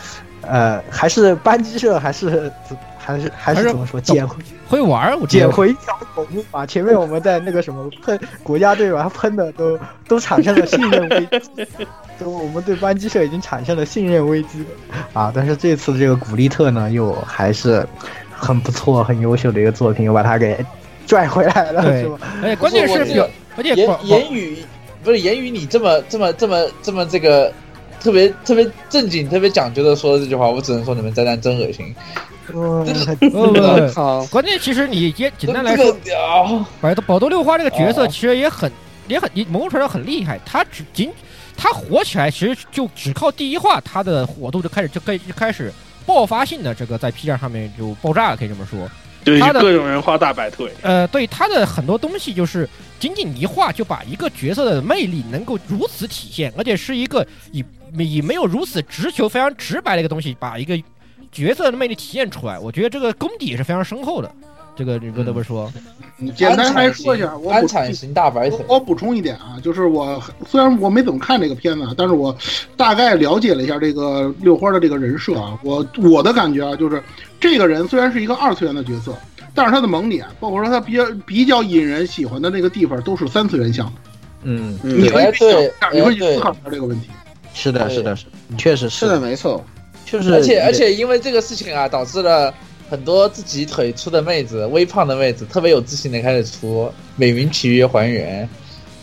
S10: 呃，还是班级社，还是还是呃还
S6: 还是
S10: 是怎么说？捡回
S6: 会玩儿，我觉
S10: 捡
S6: 得
S10: 回一条狗命吧。前面我们在那个什么喷国家队吧喷的都都产生了信任危机， 都我们对班级社已经产生了信任危机啊。但是这次这个古力特呢，又还是很不错、很优秀的一个作品，又把它给拽回来了，
S6: 对
S10: 是吧？
S6: 而哎且关键
S11: 不
S6: 是
S11: 我
S6: 有，而且
S11: 言
S6: 广
S11: 言语不是言语，你这么这么这么这么这个特别特别正经、特别讲究的说这句话，我只能说你们灾难真恶心。
S10: 嗯，
S6: 不不不
S9: 好，
S6: 呃关键其实你也简单来
S11: 这
S6: 说
S11: 个，啊屌
S6: 百度宝多六花这个角色
S11: 哦
S6: 其实也很、也很某种程度上很厉害，他只仅他火起来其实就只靠第一话，他的火度就开始就开就开始爆发性的这个在 P 站上面就爆炸了，可以这么说。
S8: 对
S6: 他的
S8: 各种人画大摆腿，
S6: 呃，对他的很多东西就是仅仅一画就把一个角色的魅力能够如此体现，而且是一个以以没有如此直球非常直白的一个东西，把一个角色的魅力体现出来，我觉得这个功底也是非常深厚的。这个你不得
S10: 嗯
S6: 不说，
S7: 你简单来说一下，我
S11: 安
S7: 补
S11: 产型大白腿
S7: 我，我补充一点啊，就是我虽然我没怎么看这个片子，啊，但是我大概了解了一下这个六花的这个人设啊。我我的感觉啊，就是这个人虽然是一个二次元的角色，但是他的萌点，包括说他比较比较引人喜欢的那个地方，都是三次元向的。
S10: 嗯，
S7: 你会
S11: 哎
S7: 去想
S11: 对
S7: 一下，你会去
S11: 哎对
S7: 思考一下这个问题。
S10: 是的，
S11: 对
S10: 是的，是的，确实
S9: 是
S10: 是
S9: 的，
S10: 的，
S9: 没错。
S10: 确实，
S11: 而且而且因为这个事情啊，导致了。很多自己腿粗的妹子，微胖的妹子，特别有自信的开始出美名其曰还原，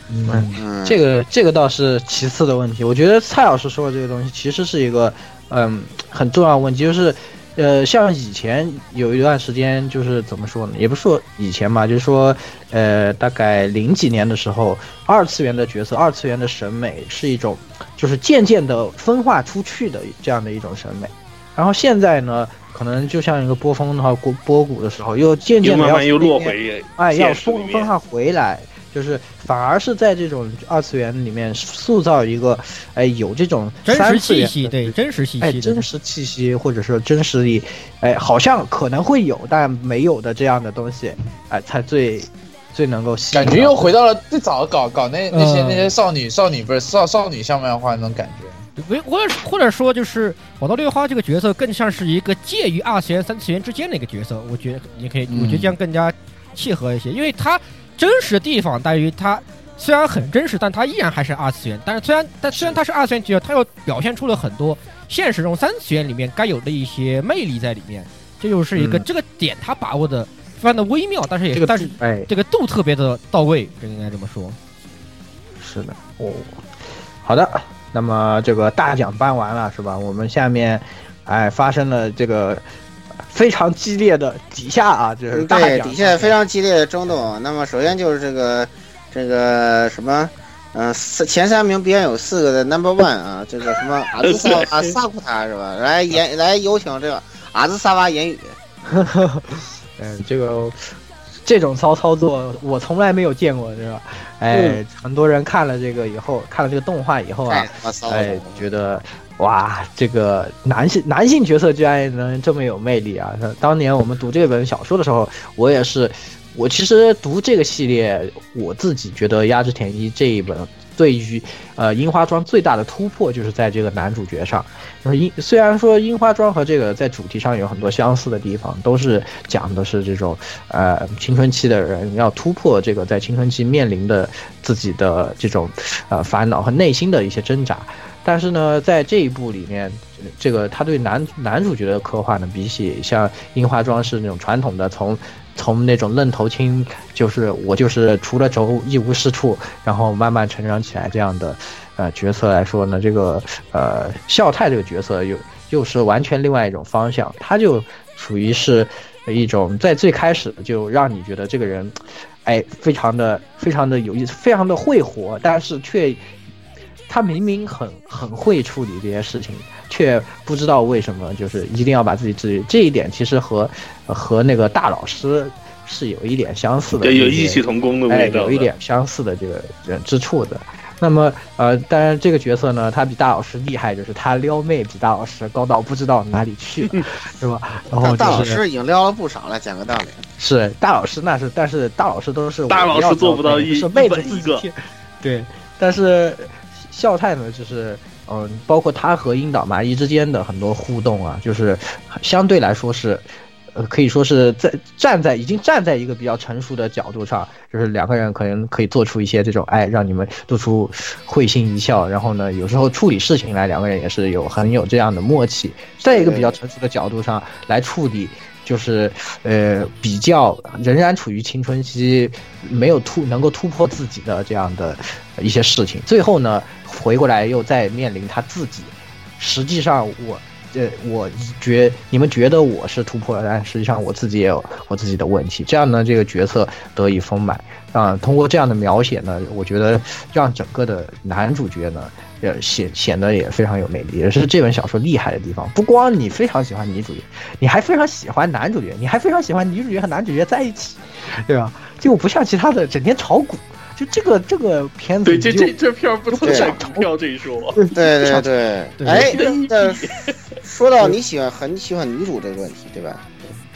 S10: 嗯。
S9: 嗯，
S10: 这个这个倒是其次的问题。我觉得蔡老师说的这个东西其实是一个，嗯，很重要的问题，就是，呃，像以前有一段时间，就是怎么说呢，也不是说以前吧，就是说，呃，大概零几年的时候，二次元的角色，二次元的审美是一种，就是渐渐的分化出去的这样的一种审美。然后现在呢，可能就像一个波峰的话，波波谷的时候，又渐
S8: 又
S10: 渐的
S8: 慢慢又落回
S10: 哎，要
S8: 现实里
S10: 分分
S8: 面。
S10: 化回来，就是反而是在这种二次元里面塑造一个，哎，有这种
S6: 真
S10: 三
S6: 实
S10: 次
S6: 气
S10: 元
S6: 息，
S10: 的
S6: 对，真实气
S10: 哎，
S6: 息，
S10: 真实气息或者是真实力，哎，好像可能会有但没有的这样的东西，哎，才最最能够吸引
S11: 感
S10: 到。
S11: 觉又回到了最早搞搞那那些
S6: 嗯
S11: 那些少女少女不是少少女向漫画那种感觉。
S6: 为或者或者说就是宝刀六花这个角色更像是一个介于二次元、三次元之间的一个角色，我觉得你可以，我觉得这
S10: 嗯
S6: 样更加契合一些，因为它真实的地方在于它虽然很真实，但它依然还是二次元。但是虽然但虽然它是二次元角色，它又表现出了很多现实中三次元里面该有的一些魅力在里面，这就是一个、
S10: 嗯
S6: 这个点它把握的非常的微妙，但是也、
S10: 这个
S6: 但是
S10: 哎，
S6: 这个度特别的到位，这应该这么说。
S10: 是的，哦，好的，那么这个大奖颁完了是吧？我们下面，哎，发生了这个非常激烈的底下啊，就是大
S9: 呃对，
S10: 奖
S9: 底下非常激烈的争斗。那么首先就是这个这个什么。嗯，四前三名必然有四个的 number one 啊，这个什 么阿兹萨瓦萨库塔是吧？来言来有请这个阿兹萨瓦言语，
S10: 嗯，这个这种骚操作我从来没有见过，是吧？哎，很多人看了这个以后，看了这个动画以后
S9: 太
S10: 啊，
S9: 他妈骚了！
S10: 哎，觉得哇，这个男性男性角色居然也能这么有魅力啊！当年我们读这本小说的时候，我也是，我其实读这个系列，我自己觉得《压制田一》这一本对于呃樱花庄最大的突破就是在这个男主角上。就是樱虽然说樱花庄和这个在主题上有很多相似的地方，都是讲的是这种呃青春期的人要突破这个在青春期面临的自己的这种呃烦恼和内心的一些挣扎。但是呢，在这一部里面，这这个他对男男主角的刻画呢，比起像樱花庄是那种传统的从从那种愣头青，就是我就是除了轴一无是处，然后慢慢成长起来这样的呃角色来说呢，这个呃孝太这个角色又又是完全另外一种方向，他就属于是一种在最开始就让你觉得这个人，哎，非常的非常的有意思，非常的会活，但是却他明明很很会处理这些事情，却不知道为什么就是一定要把自己治愈。这一点其实和和那个大老师是有一点相似的，
S8: 对，有
S10: 就是
S8: 异曲同工的
S10: 哎，
S8: 味道的，
S10: 有一点相似的这个呃之处的。那么呃，当然这个角色呢，他比大老师厉害，就是他撩妹比大老师高到不知道哪里 去了，是吧？然后
S9: 大老
S10: 就是
S9: 师已经撩了不少了，讲个道理。
S10: 是大老师那是，但是大老师都是我
S8: 大老师
S10: 要
S8: 做不到
S10: 撩妹
S8: 一
S10: 是妹
S8: 一
S10: 子
S8: 本
S10: 自
S8: 一
S10: 己
S8: 个
S10: 去，对，但是孝太呢，就是嗯，包括他和樱岛麻衣之间的很多互动啊，就是相对来说是。呃，可以说是在站在已经站在一个比较成熟的角度上，就是两个人可能可以做出一些这种，哎，让你们露出会心一笑。然后呢，有时候处理事情来，两个人也是有很有这样的默契，在一个比较成熟的角度上来处理就是呃比较仍然处于青春期，没有突能够突破自己的这样的一些事情。最后呢，回过来又再面临他自己，实际上我。呃，我觉你们觉得我是突破了，但实际上我自己也有我自己的问题。这样呢，这个角色得以丰满啊。通过这样的描写呢，我觉得让整个的男主角呢，呃，显显得也非常有魅力，也是这本小说厉害的地方。不光你非常喜欢女主角，你还非常喜欢男主角，你还非常喜欢女主角和男主角在一起，对吧？就不像其他的整天炒股。就这个这个片子，
S13: 对，这这这片儿不存在股票这一说。对
S9: 对对
S14: 对
S9: 哎，那 说到你喜欢很喜欢女主这个问题，对吧？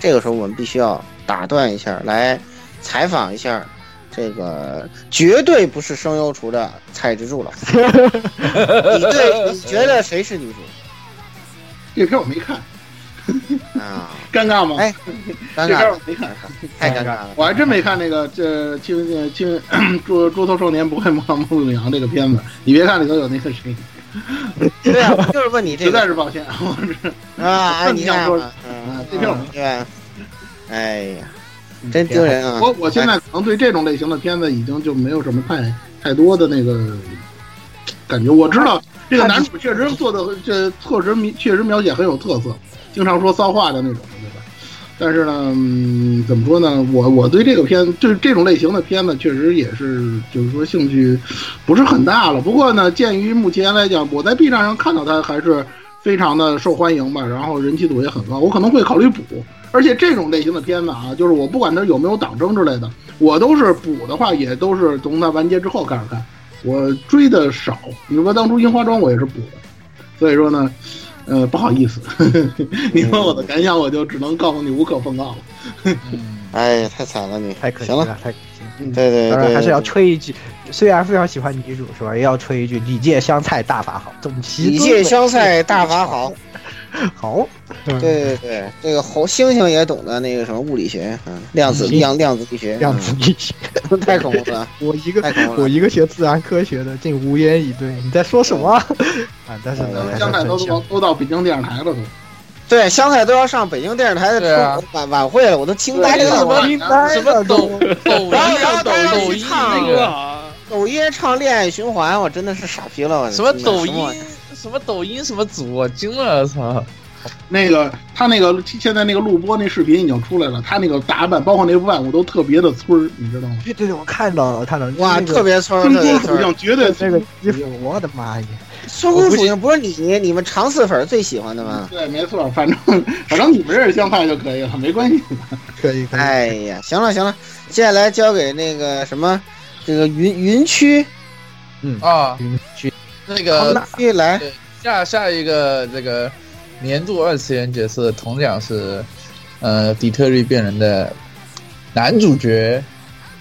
S9: 这个时候我们必须要打断一下，来采访一下这个绝对不是声优厨的蔡之 助老师。你对你觉得谁是女主
S6: 这片我没看，
S9: 啊？
S6: 尴尬吗？
S9: 哎，尴
S6: 这片
S9: 尬
S6: 我
S9: 了，
S6: 没看，
S9: 太尴尬了。
S6: 我还真没看那个这《青呃青 猪猪头少年不会模仿孟子阳》这个片子。你别看里头有那个谁，
S9: 对啊，我就是问你这
S6: 实
S9: 个
S6: 在是抱歉，我是
S9: 啊，哎你看
S6: 我
S9: 啊，嗯
S6: 这片儿我
S9: 对吧？哎呀，真丢人啊！
S6: 我我现在可能对这种类型的片子已经就没有什么太太多的那个感觉。我知道这个男主确实做的这特实描确实描写很有特色，经常说骚话的那种，对吧？但是呢，嗯、怎么说呢？我我对这个片就是这种类型的片子，确实也是就是说兴趣不是很大了。不过呢，鉴于目前来讲，我在 B 站上看到它还是非常的受欢迎吧，然后人气度也很高，我可能会考虑补。而且这种类型的片子啊，就是我不管它有没有党争之类的，我都是补的话，也都是从它完结之后开始看。我追的少，你说当初樱花庄我也是补的，所以说呢，呃，不好意思，你问我的感想，我就只能告诉你无可奉告了。
S9: 哎呀，太惨了你，
S10: 太可惜
S9: 行
S10: 了，
S9: 了，
S10: 太可惜了。
S9: 对对
S10: 当
S9: 对，
S10: 然还是要吹一句，虽然非常喜欢女主是吧，也要吹一句李界香菜大法好，总其
S9: 李界香菜大法 好。
S10: 好，
S9: 对对对，这个猴猩猩也懂得那个什么物理学，嗯，量子
S10: 嗯
S9: 量量子力学，
S10: 量子力学。
S9: 嗯 太恐怖了，
S10: 我一个
S9: 太恐怖
S10: 我
S9: 了。
S10: 一个学自然科学的，竟无言以对。你在说什么 啊？但是呢，还是
S6: 香菜
S10: 很
S6: 都都
S10: 香。
S6: 都到北京电视台了都。
S9: 对，香菜都要上北京电视台的
S11: 对啊
S9: 春晚晚会了，我都惊呆
S11: 对啊
S9: 了。
S11: 什
S9: 我
S11: 么什么抖抖音
S9: 然后然后
S11: 抖
S9: 大家
S11: 抖
S9: 一
S11: 音
S9: 起唱
S11: 那个
S13: 啊，
S9: 抖音唱《恋爱循环》，我真的是傻逼了，我
S11: 什么
S9: 真的
S11: 抖
S9: 什么玩意
S11: 音什么抖音什么组，我惊了，操！
S6: 那个他那个现在那个录播那视频已经出来了，他那个打扮包括那万物都特别的村儿，你知道吗？
S10: 对对对，我看到了，我看到了。
S9: 儿哇，
S10: 就是
S9: 特别村儿，
S6: 村
S9: 特别
S6: 姑
S9: 村儿。
S6: 属性绝对
S10: 那个那个衣服，我的妈呀！
S9: 孙公属性不是你，你们长四粉儿最喜欢的吗？
S6: 对，没错，反正反正你们认识香菜就可以了，没关系。
S10: 可以可以。
S9: 哎呀，行了行了，接下来交给那个什么，这个云云区
S11: 啊
S10: 嗯，
S11: 那
S9: 云
S11: 个
S9: 区呃来，
S11: 下下一个这个年度二次元角色同奖是，呃，底特律变人的男主角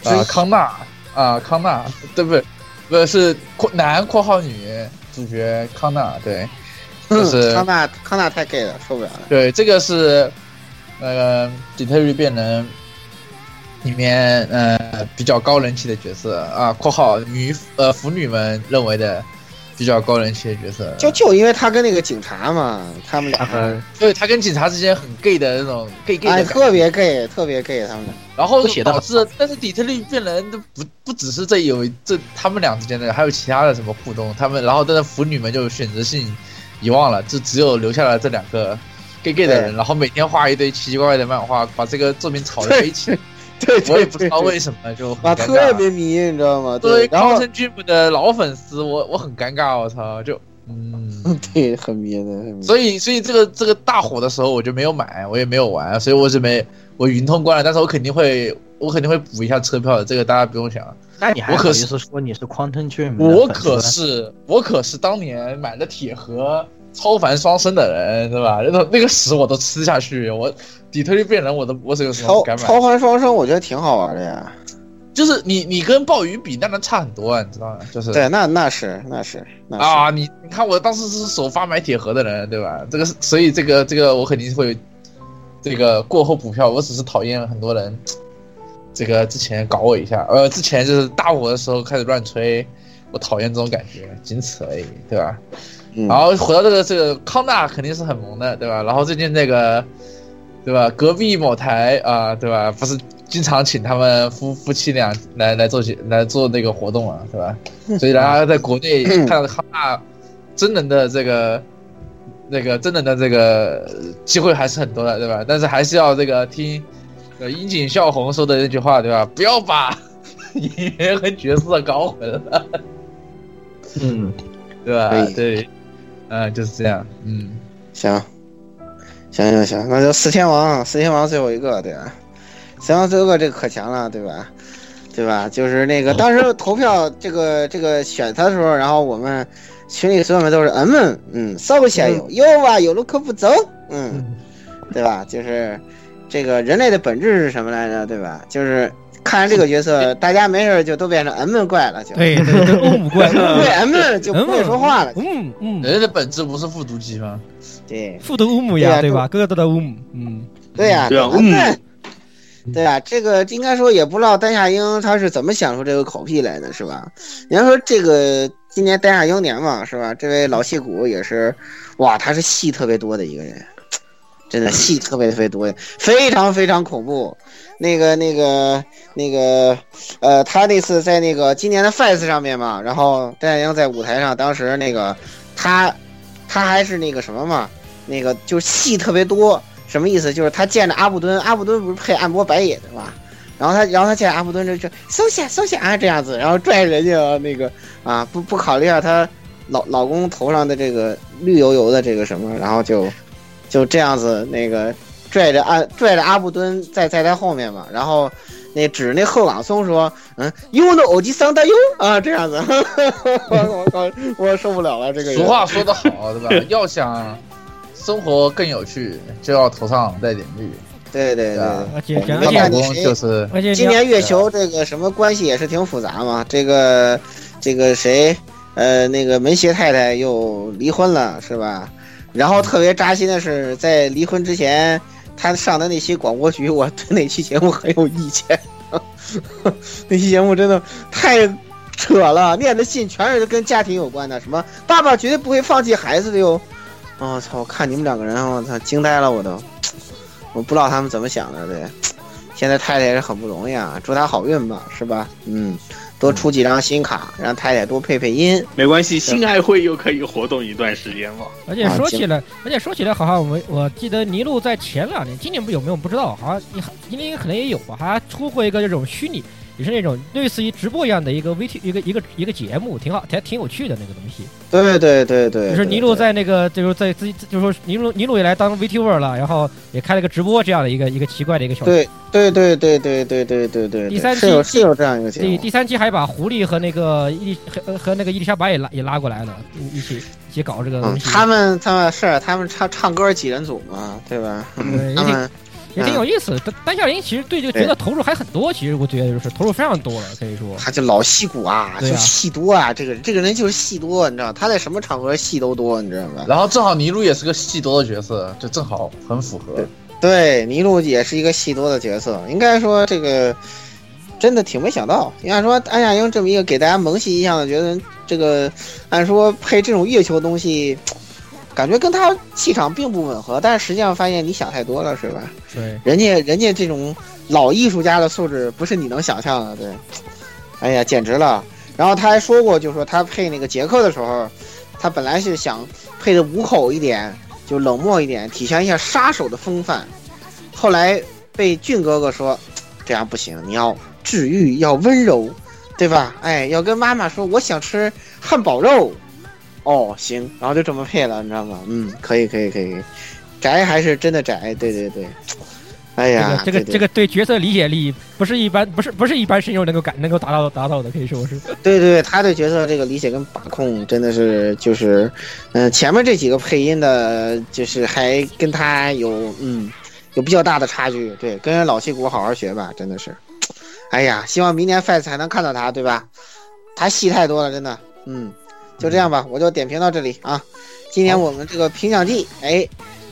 S11: 啊、
S9: 之一
S11: 康纳啊、康纳对不对？不是括男括号女主角康纳对，就是
S9: 嗯康纳康纳太 gay 了，受不了了。
S11: 对，这个是那个《底特律变人》里面呃比较高人气的角色啊（括号女呃腐女们认为的比较高人气的角色），
S9: 就就因为他跟那个警察嘛，他们俩
S10: 呃，
S11: 对他跟警察之间很 gay 的那种 gay gay
S9: 哎
S11: 的感觉，
S9: 特别 gay，特别 gay，他们俩
S11: 然后
S10: 都写得
S11: 导
S10: 很
S11: 致，但是《底特律变人》都不不只是这有这他们俩之间的，还有其他的什么互动，他们然后但是腐女们就选择性遗忘了，就只有留下了这两个 gay gay 的人，然后每天画一堆奇奇怪怪的漫画，把这个作品炒在一起。
S9: 对对
S11: 我也不知道
S9: 对
S11: 为什么就很
S9: 啊，
S11: 尴
S9: 特
S11: 尬。
S9: 别迷，你知道吗？
S11: 作
S9: 对
S11: 为，
S9: 然
S11: 高
S9: 后
S11: 盛剧本的老粉丝，我我很尴尬，我操，就嗯，
S9: 对，很迷的，很迷。
S11: 所以所以这个这个大火的时候我就没有买，我也没有玩，所以我是没我云通关了，但是我肯定会我肯定会补一下车票的，这个大家不用想。
S10: 那你还
S11: 我可
S10: 好意
S11: 是
S10: 思说你是 Quantum
S8: 嗯
S10: Dream？的
S11: 我
S10: 粉丝
S11: 可是我可是当年买的铁盒超凡双生的人，对吧？那种那个屎我都吃下去，我底特律变人我都我是有什么
S9: 超
S11: 敢买？
S9: 超凡双生，我觉得挺好玩的呀。
S11: 就是你你跟鲍鱼比，那能差很多啊，你知道吗？就是
S9: 对，那那是那是那是，
S11: 啊，你你看我当时是首发买铁盒的人，对吧？这个是，所以这个这个我肯定会，这个过后补票，我只是讨厌很多人，这个之前搞我一下，呃，之前就是大火的时候开始乱吹，我讨厌这种感觉，仅此而已，对吧？
S9: 嗯
S11: 然后回到这个这个康纳肯定是很萌的，对吧？然后最近那个对吧？隔壁某台啊、对吧？不是经常请他们夫夫妻俩来来做节来做那个活动啊，对吧？所以大家在国内看到哈大真人的这个那个真人的这个机会还是很多的，对吧？但是还是要这个听呃樱井孝宏说的那句话，对吧？不要把 演员和角色搞混了，
S10: 嗯，
S11: 对吧
S9: 可以？
S11: 对， 嗯，就是这样，嗯。
S9: 行，行行行，那就四天王，四天王最后一个，对吧？四天王最后一个这个可强了，对吧？对吧？就是那个
S6: 哦
S9: 当时投票这个这个选他的时候，然后我们群里所有人都是嗯嗯嗯，稍微下有有啊，有路可不走，嗯，对吧？就是这个人类的本质是什么来着？对吧？就是看完这个角色，大家没事儿就都变成嗯嗯怪了，就
S6: 对对对，欧姆 怪，
S9: 对嗯嗯就不会说话了，
S6: 嗯嗯，
S11: 人类的本质不是复读机吗？
S9: 对。啊
S6: 复读乌姆呀，对吧？个个都在乌姆，嗯，
S9: 对呀、
S8: 对啊
S9: 咱们
S8: 嗯
S9: 对呀、这个应该说也不知道丹下英他是怎么想出这个口癖来的，是吧？人家说这个今年丹下英年嘛，是吧？这位老戏骨也是，哇，他是戏特别多的一个人，真的戏特别特别多，非常非常恐怖。那个那个那个，呃，他那次在那个今年的 FES 上面嘛，然后丹下英在舞台上，当时那个他他还是那个什么嘛，那个就是戏特别多，什么意思？就是他见着阿布敦，阿布敦不是配暗波白野的嘛，然后他，然后他见阿布敦就就搜下搜下啊这样子，然后拽着人家那个啊，不不考虑一下她老老公头上的这个绿油油的这个什么，然后就就这样子那个拽着阿拽着阿布敦在在他后面嘛，然后那指那后朗松说，嗯，用的偶吉桑大优啊这样子， 我我靠，我受不了了这个人。
S11: 俗话说得好，对吧？要想生活更有趣，就要头上带点绿。
S9: 对对对对。
S6: 而且
S11: 我们
S6: 而
S11: 的老
S6: 且
S11: 公就是
S6: 而且你
S9: 今
S6: 要
S9: 年月球这个什么关系也是挺复杂嘛，这个这个谁，呃，那个门胁太太又离婚了是吧？然后特别扎心的是，在离婚之前，他上的那期广播剧，我对那期节目很有意见。 那期节目真的太扯了，念的信全是跟家庭有关的，什么爸爸绝对不会放弃孩子的哟。我、操！我看你们两个人，我操，惊呆了我都，我不知道他们怎么想的，对。现在太太也是很不容易啊，祝她好运吧，是吧？嗯，多出几张新卡，让太太多配配音。
S8: 没关系，性爱会又可以活动一段时间了。
S6: 而
S9: 啊
S6: 且说起来，而且说起来，好像我们我记得尼禄在前两年，今年不有没有不知道，好像你今年可能也有吧，还出过一个这种虚拟，也是那种类似于直播一样的一个 VT 一个一个一个节目，挺好，挺挺有趣的那个东西。
S9: 对对对对，
S6: 就是尼禄在那个，就是在自己，就是说尼禄尼禄也来当 VTuber 了，然后也开了个直播这样的一个一个奇怪的一个小。
S9: 对对对对对对对对对，
S6: 第三
S9: 是有
S6: 季
S9: 是有这样一个节
S6: 第
S9: 目
S6: 第，三期还把狐狸和那个伊丽和和那个伊丽莎白也拉也拉过来了，一起一起搞这个
S9: 嗯
S6: 东，西，
S9: 他们他们是啊他们唱唱歌几人组嘛，对吧？嗯
S6: 对也
S9: 他
S6: 挺
S9: 们
S6: 也挺有
S9: 嗯
S6: 意思。丹丹下林其实对这个角色投入还很多，其实我觉得就是投入非常多了，可以说。
S9: 他就老戏骨啊，
S6: 对啊
S9: 就戏多啊，这个人这个人就是戏多，你知道，他在什么场合戏都多，你知道吧？
S11: 然后正好尼禄也是个戏多的角色，就正好很符合。
S9: 对，尼禄也是一个戏多的角色，应该说这个真的挺没想到。应该说安雅英这么一个给大家萌系印象的角色，这个按说配这种月球东西，感觉跟他气场并不吻合，但是实际上发现你想太多了，是吧？
S6: 对，
S9: 人家人家这种老艺术家的素质不是你能想象的，对，哎呀，简直了。然后他还说过，就说他配那个杰克的时候，他本来是想配的五口一点，就冷漠一点，体现一下杀手的风范。后来被俊哥哥说，这样不行，你要治愈，要温柔，对吧？哎，要跟妈妈说我想吃汉堡肉。哦，行，然后就这么配了，你知道吗？嗯，可以，可以，可以，可以宅还是真的宅，对对对。哎
S6: 这
S9: 呀
S6: 个，这个
S9: 对对
S6: 这个对角色理解力不是一般，不是不是一般神游能够感能够达到达到的，可以说是。
S9: 对对，他对角色这个理解跟把控真的是就是，嗯、前面这几个配音的，就是还跟他有嗯有比较大的差距。对，跟人老戏骨好好学吧，真的是。哎呀，希望明年 FES 还能看到他，对吧？他戏太多了，真的。嗯，就这样吧，我就点评到这里啊。今年我们这个评奖季，哎，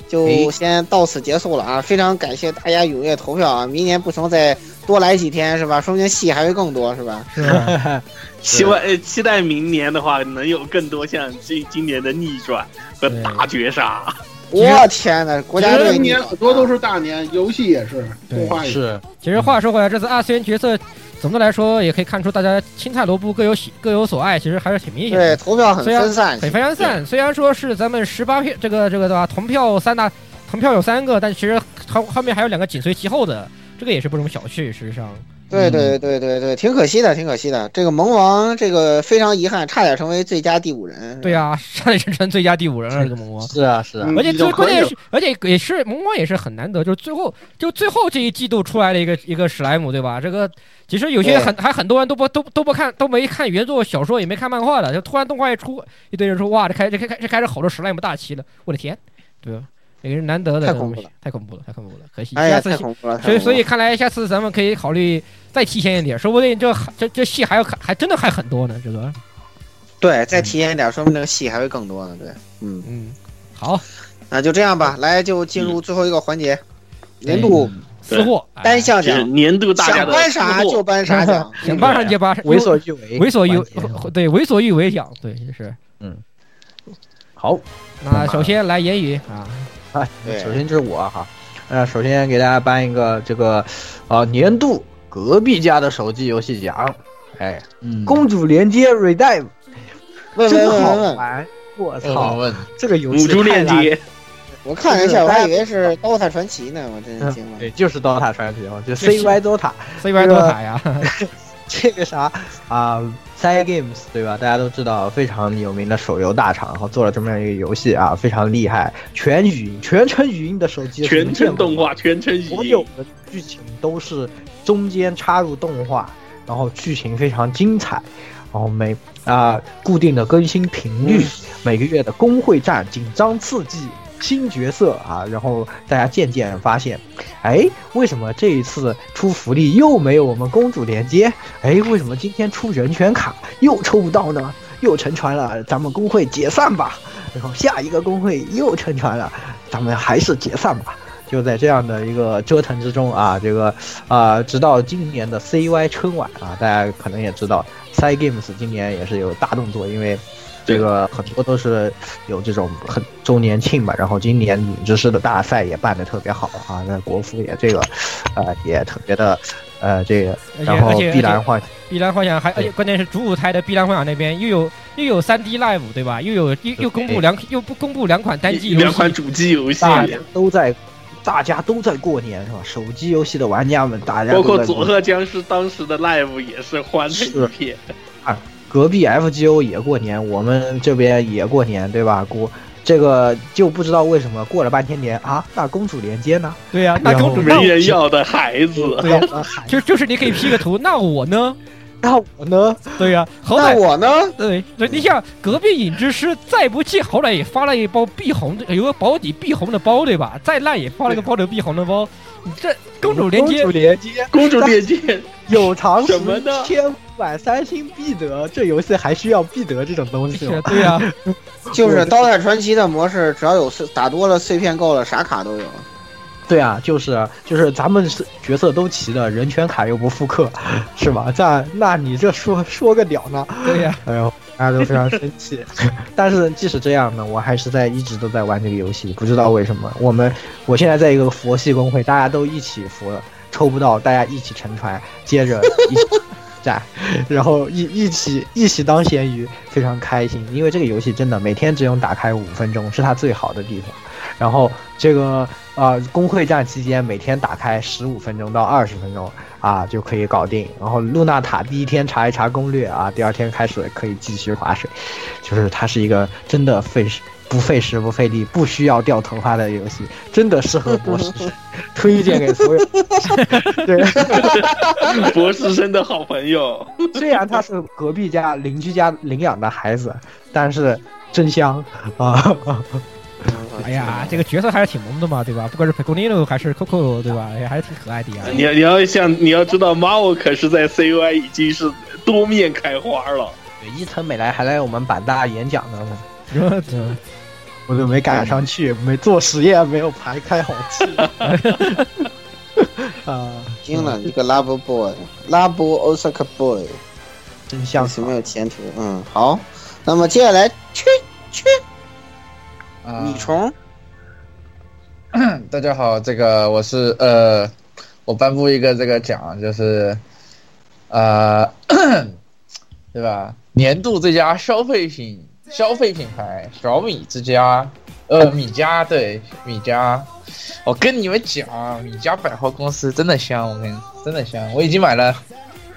S9: 就先到此结束了啊！非常感谢大家踊跃投票啊！明年不成再多来几天是吧？说不定戏还会更多是吧？
S6: 是吧？
S8: 希望呃，期待明年的话，能有更多像今今年的逆转和大绝杀。
S9: 我天哪，国家队
S7: 人年很多都是大年，游戏也是，动画也
S11: 是。
S6: 其实话说回来，这次二次元角色总的来说也可以看出大家青菜萝卜各有喜各有所爱，其实还是挺明显
S9: 对
S6: 的。
S9: 投票很
S6: 虽然
S9: 分散，
S6: 很非常散，虽然说是咱们十八票这个这个对吧，同票三大同票有三个，但其实后后面还有两个紧随其后的，这个也是不容小觑。事实上，
S9: 对对对对对，挺可惜的，挺可惜的。这个萌王这个非常遗憾，差点成为最佳第五人。
S6: 对啊，上一生成最佳第五 人了，这个萌王。
S11: 是啊，是啊，
S7: 嗯
S6: 而且最
S7: 就
S6: 关
S7: 可以
S6: 键
S7: 了
S6: 是，而且也是萌王也是很难得，就是最后就最后这一季度出来的一个一个史莱姆，对吧？这个其实有些很还很多人都不都都不看都没看原作小说，也没看漫画的，就突然动画一出，一堆人说哇，这开这开这开始吼着史莱姆大旗了，我的天，对吧？也是难得的
S9: 太
S6: 这种
S9: 恐怖
S6: 东西，太恐怖了，太恐怖了，可惜。
S9: 哎
S6: 下
S9: 呀，
S6: 次
S9: 太恐怖了！
S6: 所以，所以
S9: 太
S6: 看来下次咱们可以考虑再提前一点，说不定这这这戏还要看，还真的还很多呢。这个，
S9: 恐怖了对，再提前一点，说明这个戏还会更多呢。对，嗯，
S6: 嗯，好，
S9: 那就这样吧，来就进
S8: 嗯
S9: 入最后一个环
S6: 嗯
S9: 节，年度
S6: 私货，哎
S9: 单项
S8: 是
S9: 奖，
S8: 年度大家
S9: 想
S8: 的
S9: 颁啥
S8: 突破
S9: 就颁啥 奖。
S6: 想办哎上结巴，
S10: 为所欲为，
S6: 嗯为所欲
S10: 环节是吧
S6: 对为所欲为奖，对，就是。
S10: 好。
S6: 那首先来言语啊，
S10: 啊，
S9: 对
S10: 首先就是我哈，呃，首先给大家颁一个这个，呃，年度隔壁家的手机游戏奖，哎，
S11: 嗯，
S10: 公主连接 Redive
S9: 问
S10: 真
S9: 问问
S10: 好
S9: 问问，
S10: 玩，我
S11: 好
S10: 操，
S11: 嗯问，
S10: 这个游戏
S8: 哎母猪链
S10: 太难
S8: 接，
S9: 我看了一下，我还以为是《DOTA 传奇》呢，我真是惊
S10: 嗯
S9: 了。
S10: 对，就是 DOTA 传奇嘛，就
S6: 这是
S10: CY DOTA
S6: 所以玩多 卡呀，
S10: 这个啥啊、c y Games 对吧？大家都知道非常有名的手游大厂，然后做了这么样一个游戏啊，非常厉害，全语音、全程语音的手机，
S8: 全程动画，全程语
S10: 所有
S8: 音，
S10: 的剧情都是中间插入动画，然后剧情非常精彩，然后每啊、固定的更新频率，每个月的工会战紧张刺激，新角色啊，然后大家渐渐发现，哎，为什么这一次出福利又没有我们公主连接？哎，为什么今天出人权卡又抽不到呢？又沉船了，咱们工会解散吧。然后下一个工会又沉船了，咱们还是解散吧。就在这样的一个折腾之中啊，这个啊、直到今年的 CY 春晚啊，大家可能也知道 c y Games 今年也是有大动作，因为这个很多都是有这种很周年庆嘛，然后今年女之师的大赛也办得特别好啊，那国服也这个，呃，也特别的，呃，这个，
S6: 而且
S10: 然后
S6: 而且
S10: 必然幻
S6: 碧蓝幻想还，而且关键是主舞台的碧蓝幻想那边又有又有三 D Live 对吧？又有又又公布两又不公布两款单机游戏，
S8: 两款主机游戏，
S10: 大家都在，大家都在过年是吧？手机游戏的玩家们，大家
S8: 包
S10: 都
S8: 括
S10: 在过
S8: 佐
S10: 年
S8: 贺僵尸当时的 live 也是欢腾一片，
S10: 隔壁 FGO 也过年，我们这边也过年，对吧？过这个就不知道为什么过了半天年啊，那公主连接 呢？
S6: 对呀、那公主那
S8: 没人要的孩子，
S10: 对啊，
S6: 就就是你可以 P 个图，那我呢？
S10: 那我呢？
S6: 对呀、好
S9: 那
S6: 歹
S9: 我呢？
S6: 对对，你想隔壁影之师再不济，好歹也发了一包碧红，有个保底碧红的包，对吧？再烂也发了个包底碧红的包。你这公主连接
S10: 公主连接，
S8: 公主链接，
S10: 有常识
S8: 什么呢
S10: 千五百三星必得，这游戏还需要必得这种东西
S6: 是
S10: 吗？
S6: 对呀、
S9: 就是《刀塔传奇》的模式，只要有碎打多了碎片够了，啥卡都有。
S10: 对啊，就是就是咱们是角色都齐了，人权卡又不复刻， 是吧？这那你这说说个屌呢？
S6: 对呀、
S10: 哎呦，大家都非常生气。 但是即使这样呢，我还是在一直都在玩这个游戏，不知道为什么。我们我现在在一个佛系公会，大家都一起服了，抽不到，大家一起沉船，接着一起战， 然后一一起一起当咸鱼，非常开心。因为这个游戏真的每天只用打开五分钟，是它最好的地方。然后这个呃工会战期间，每天打开十五分钟到二十分钟啊就可以搞定。然后露娜塔第一天查一查攻略啊，第二天开始可以继续划水，就是它是一个真的费时不费时不费力，不需要掉头发的游戏，真的适合博士生，推荐给 所有。对，
S8: 博士生的好朋友，
S10: 虽然他是隔壁家邻居家领养的孩子，但是真香 啊！
S6: 哎呀，这个角色还是挺萌的嘛，对吧？不管是 Pecorino 还是 Coco，对吧？也还是挺可爱的
S9: 哎
S6: 呀。
S8: 你要你要像你要知道 m a o 可是在 CY 已经是多面开花了，
S10: 伊藤美来还来我们板大演讲呢。
S6: 嗯
S10: 我都没赶上去，没做实验，没有排开好 气。啊，
S9: 惊了，你个 Love Boy，拉布 Osaka Boy，
S10: 真
S9: 这
S10: 像
S9: 是没有前途。嗯，好，那么接下来去去
S11: 啊
S9: 米虫，
S11: 大家好，这个我是呃，我颁布一个这个奖，就是呃， 对吧？年度最佳消费品消费品牌小米之家，呃，米家对米家，我跟你们讲，米家百货公司真的香，我跟你真的香，我已经买了。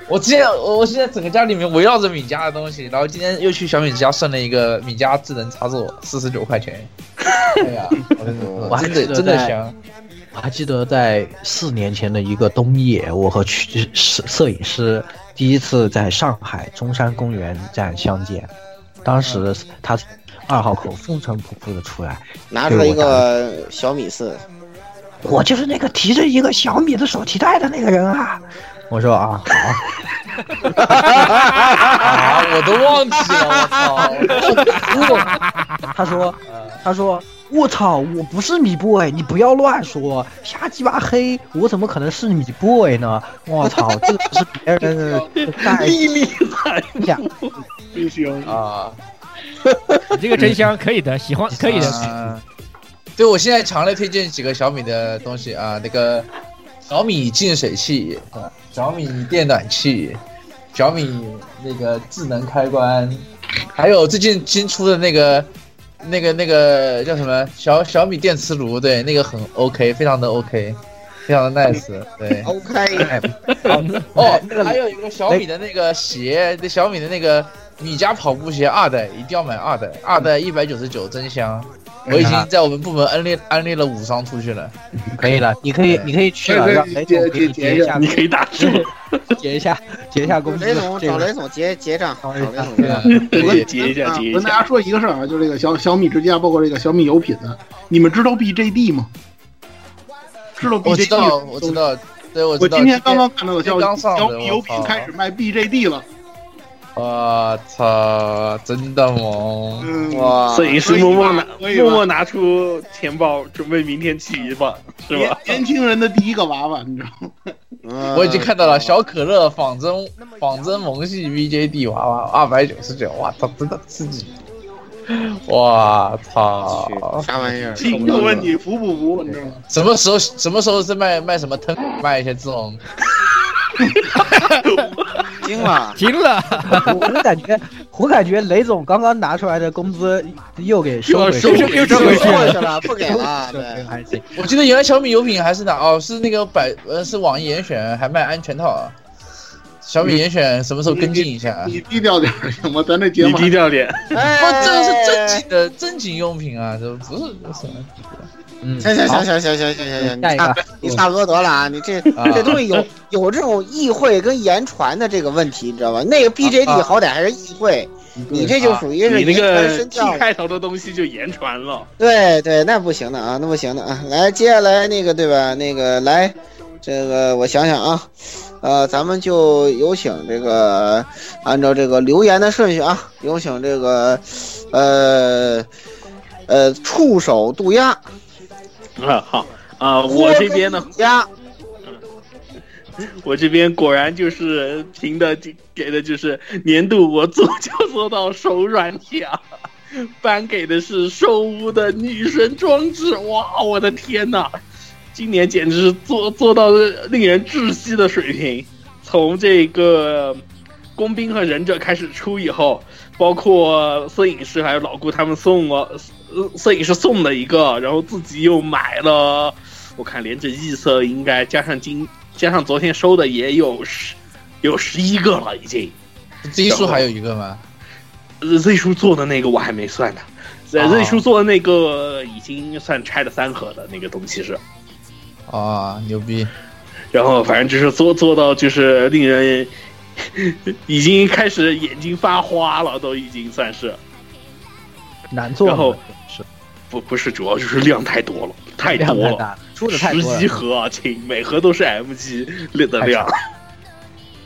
S11: 我之前，我我现在整个家里面围绕着米家的东西，然后今天又去小米之家剩了一个米家智能插座，四十九块钱。对呀、
S10: 我还
S11: 真
S10: 记
S11: 的
S10: 得
S11: 真的
S10: 在
S11: 香。
S10: 我还记得在四年前的一个冬夜，我和去摄摄影师第一次在上海中山公园站相见，当时他从二号口风尘仆仆的出来，
S9: 拿出了一
S10: 对我打
S9: 个小米四，
S10: 我就是那个提着一个小米的手提袋的那个人啊。我说啊，
S11: 啊，我都忘记了，我操！
S10: 好， 他说，他说，我操，我不是米 boy，你不要乱说，瞎鸡巴黑，我怎么可能是米 boy 呢？我操，这个是别人的袋
S8: 历历在
S10: 呀，
S8: 真香！
S11: 啊，
S6: 你这个真香，可以的，喜欢可以的。，
S11: 啊对，我现在强烈推荐几个小米的东西啊，那个小米净水器啊，小米电暖器，小米那个智能开关，还有最近新出的那个。那个那个叫什么小小米电磁炉，对，那个很 OK，非常的 OK，非常的 nice，对。
S9: OK，
S11: 哦，还有一个小米的那个鞋，那小米的那个米家跑步鞋二代，一定要买二代，二代一百九十九，真香！
S7: 嗯
S11: 我已
S7: 啊
S11: 经在我们部门安利安利了五双出去了。
S10: 可以了，你可以，你可以去了，让雷总给你结一下，
S8: 你可以打住，
S10: 结一下，结一下工资。
S9: 雷总
S10: 这
S9: 找
S10: 个
S9: 雷总结结账，找
S10: 哎
S9: 雷总结
S11: 对
S9: 账
S11: 啊，
S8: 对，截一下，
S7: 我
S8: 截一
S7: 跟大
S8: 下。
S7: 家说一个事儿啊，就是这个小小米之家，包括这个小米油品呢，你们知道 BJD 吗？知道 BJD？
S11: 我知道，我知。道，对，我
S7: 我
S11: 知道。
S7: 今天刚刚看到的消
S11: 今天刚
S7: 息，
S11: 上的
S7: 小米油品开始卖 BJD 了。
S11: 我操，真的萌！
S7: 嗯，
S9: 哇，
S8: 摄影师默默拿
S7: 可以吧
S8: 默默拿出钱包，准备明天去一 吧，是
S7: 年
S8: 吧？
S7: 年轻人的第一个娃娃，你知道吗？
S9: 我
S11: 我已经看到了小可
S7: 嗯
S11: 乐仿真仿真萌系 VJD 娃娃二百九十九，哇操，真的刺激！
S7: 嗯
S11: 哇操！
S9: 啥玩意儿？
S7: 亲就问你服不服，你知道吗？
S11: 什么时候什么时候是卖卖什么腾卖一些这种？
S9: 惊了
S6: 行了，
S10: 我我感觉，我感觉雷总刚刚拿出来的工资又给收回去
S6: 又收又收回去
S9: 收
S6: 了
S9: 回去了，不给了，对。
S10: 还行。
S11: 我记得原来小米油品还是哪哦，是那个百呃是网易严选还卖安全套啊。小米严选什么时候跟进一下？
S7: 你低调点儿行吗？咱这节
S8: 你
S7: 目
S8: 低调点，
S11: 不，哦这个是正
S9: 哎
S11: 经的正经用品啊，这不是不是
S10: 嗯，
S9: 行行行行行行行行，
S10: 下
S9: 你
S10: 一
S9: 差
S10: 个
S9: 不你差不多得了啊！你这
S11: 啊
S9: 这东西有有这种议会跟言传的这个问题，你知道吧？那个 BJD
S11: 啊
S9: 好歹还是议会，你这就属于
S6: 啊
S9: 是
S8: 你那
S9: 言传
S8: 个
S9: 身
S8: T
S9: 教。
S8: 开头的东西就言传了。
S9: 对对，那不行的啊，那不行的啊！来，接下来那个对吧？那个来，这个我想想啊，呃，咱们就有请这个按照这个留言的顺序啊，有请这个呃呃触手渡鸦
S8: 啊，好啊，我这边呢，
S9: 鸦，
S8: 我这边果然就是评的给的就是年度我做就做到手软奖， 颁给的是兽屋的女神装置，哇，我的天呐，今年简直是做做到了令人窒息的水平。从这个工兵和忍者开始出以后，包括摄影师还有老顾他们送了，呃摄影师送了一个，然后自己又买了，我看连着异色应该加上今加上昨天收的也有十有十一个了，已经。
S11: Z 叔还有一个吗？
S8: 呃 Z 叔做的那个我还没算呢，Z
S11: 哦
S8: Z 叔做的那个已经算拆了三盒的那个东西是，
S11: 啊，牛逼！
S8: 然后反正就是做做到就是令人已经开始眼睛发花了，都已经算是
S10: 难做
S8: 然后
S10: 了是
S8: 不不是主要就是量太多了，太
S10: 量
S8: 多
S10: 太
S8: 了，
S10: 大了，出的太多
S8: 十几
S10: 了。
S8: 盒啊，亲，每盒都是 MG 的量，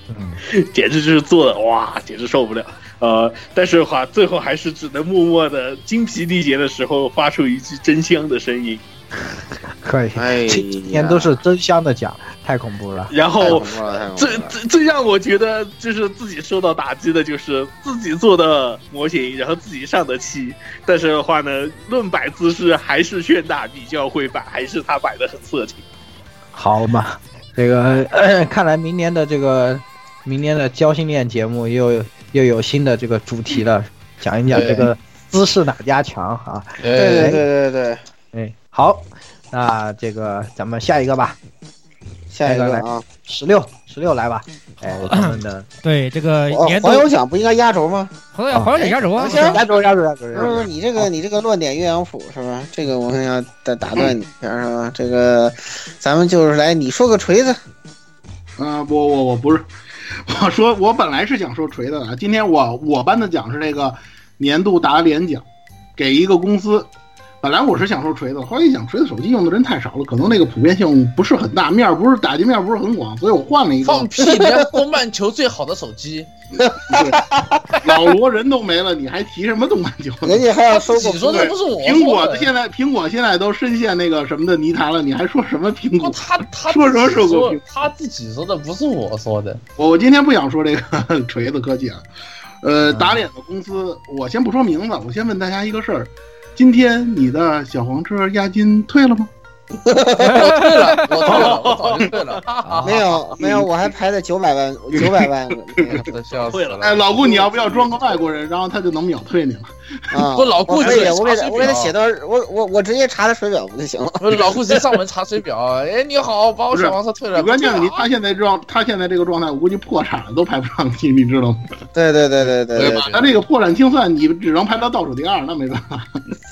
S10: 嗯，
S8: 简直就是做的哇，简直受不了。呃，但是的话，最后还是只能默默的精疲力竭的时候发出一句真香的声音。
S10: 可以，
S9: 哎呀
S10: 今天都是真香的奖，太恐怖了。
S8: 然
S9: 太
S8: 后
S9: 恐怖了太恐怖
S8: 最
S9: 了
S8: 最最让我觉得就是自己受到打击的，就是自己做的模型，然后自己上的漆，但是的话呢，论摆姿势还是炫大比较会摆，还是他摆的很色情。
S10: 好嘛，这个、 呃看来明年的这个明年的交心恋节目又有又有新的这个主题了，讲一讲这个姿势哪家强啊？
S11: 对
S9: 对对对对，
S10: 哎，好，那这个咱们下一个吧，
S9: 下一个
S10: 来
S9: 啊，
S10: 十六十六来吧，哎，咱们的
S6: 对这个
S9: 哦
S6: 年度
S9: 黄油哦奖不应该压轴吗？
S6: 好像好像也压轴啊，
S9: 行
S10: 压轴压轴压轴压
S9: 不是不
S10: 轴
S9: 是，你这个你这个乱点鸳鸯谱是吧？这个我想打打断你一下是吧？这个咱们就是来你说个锤子，
S7: 啊，我我我不是，我说我本来是想说锤子的，今天我我颁的奖是这个年度达联奖，给一个公司。本来我是想说锤子，后来一想锤子手机用的人太少了，可能那个普遍性不是很大，面儿不是打击面儿不是很广，所以我换了一个。
S11: 放屁！人家东半球最好的手机，
S7: 对老罗人都没了， 你还提什么动漫球呢？
S9: 人家还要收购
S11: 你说的不是我
S7: 苹果
S11: 说的
S7: 现在苹果现在都深陷那个什么的泥潭了，你还说什么苹
S11: 不
S7: 果？
S11: 他他
S7: 嗯说什么
S11: 自己
S7: 手工
S11: 说
S7: 屏
S11: 他自己说的，不是我说的。
S7: 我我今天不想说这个锤子科技啊，
S11: 嗯
S7: 呃，打脸的公司，我先不说名字，我先问大家一个事儿：今天你的小黄车押金退了吗？
S11: 我退了，我退了，我早就退 了。啊
S9: 没，有没有，我还排在九百万九百万
S11: 我笑死
S8: 退了
S11: 了。
S7: 哎，老顾，你要不要装个外国人，然后他就能秒退你了？
S9: 啊！
S11: 不老顾
S9: 我
S11: 就
S9: 可以
S11: 得，
S9: 我给
S11: 查
S9: 他
S11: 水
S9: 我给他
S11: 表
S9: 写到我我我直接查他水表不就行了？
S11: 不是老护士上门查水表，哎，你好，把我小黄车退了。啊
S7: 你关键是
S11: 不
S7: 你
S11: 退
S7: 他现在这状，他现在这个状态，我估计破产了都排不上去，你知道吗？
S9: 对对对对对对
S11: 了
S9: 对
S7: 他这个破产清算，你只能排到倒数第二，那没办法。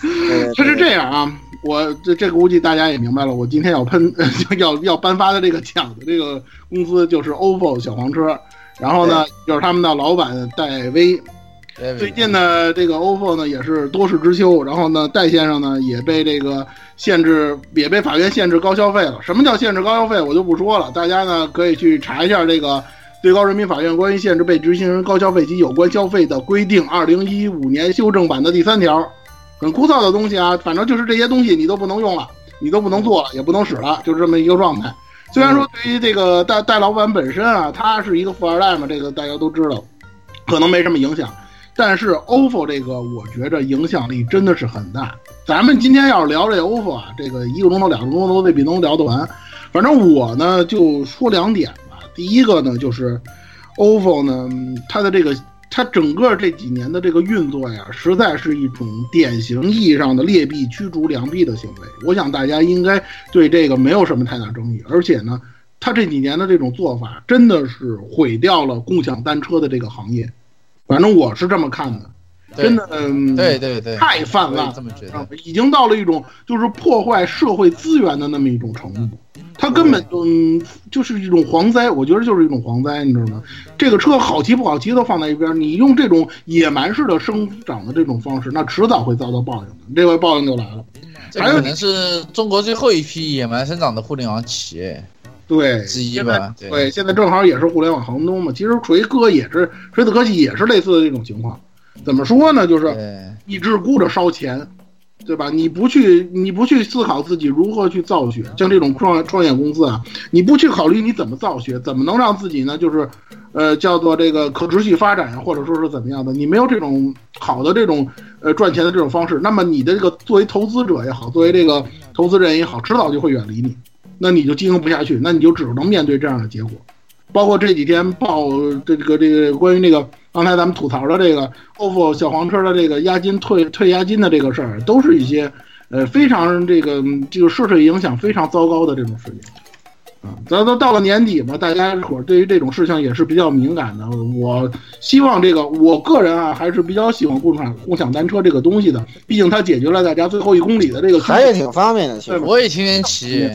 S9: 对，
S7: 他是
S9: 对
S7: 这样啊，我这这个估计大家也明白了，我今天要喷要要颁发的这个奖的这个公司就是 OPPO 小黄车，然后呢就是他们的老板戴威。
S11: 对
S7: 最近呢，这个 OPPO 呢也是多事之秋，然后呢戴先生呢也被这个限制，也被法院限制高消费了。什么叫限制高消费，我就不说了，大家呢可以去查一下这个。最高人民法院关于限制被执行人高消费及有关消费的规定，二零一五年修正版的第三条，很枯燥的东西啊，反正就是这些东西你都不能用了，你都不能做了，也不能使了，就是这么一个状态。虽然说对于这个戴戴老板本身啊，他是一个富二代嘛，这个大家都知道，可能没什么影响。但是 OFO 这个，我觉着影响力真的是很大。咱们今天要是聊这 OFO 啊，这个一个钟头、两个钟头都未必能聊得完。反正我呢就说两点吧。第一个呢就是 OFO 呢，嗯它的这个它整个这几年的这个运作呀，实在是一种典型意义上的劣币驱逐良币的行为。我想大家应该对这个没有什么太大争议。而且呢，它这几年的这种做法，真的是毁掉了共享单车的这个行业。反正我是这么看的，真的，嗯，
S11: 对对对，
S7: 太泛滥
S11: 我也这么觉得。
S7: 已经到了一种就是破坏社会资源的那么一种程度。它根本就嗯就是一种蝗灾，我觉得就是一种蝗灾，你知道吗？这个车好骑不好骑都放在一边，你用这种野蛮式的生长的这种方式，那迟早会遭到报应的。这回报应就来了。
S11: 这可能是中国最后一批野蛮生长的互联网企业
S7: 对，
S11: 之一吧？
S7: 对，现在正好也是互联网寒冬嘛。其实锤哥也是，锤子科技也是类似的这种情况。怎么说呢？就是
S11: 对，
S7: 你只顾着烧钱，对吧？你不去，你不去思考自己如何去造血，像这种创创业公司啊，你不去考虑你怎么造血，怎么能让自己呢？就是，呃，叫做这个可持续发展，或者说是怎么样的？你没有这种好的这种呃赚钱的这种方式，那么你的这个作为投资者也好，作为这个投资人也好，迟早就会远离你，那你就经营不下去，那你就只能面对这样的结果。包括这几天报这个这个关于那个刚才咱们吐槽的这个 OPPO 小黄车的这个押金退退押金的这个事儿，都是一些呃非常这个嗯这个社会影响非常糟糕的这种事情。啊，咱都到了年底嘛，大家伙儿对于这种事情也是比较敏感的。我希望这个，我个人啊还是比较喜欢共享共享单车这个东西的，毕竟它解决了大家最后一公里的这个需求
S9: 还是挺方便的，其实
S7: 对
S11: 我也天天骑。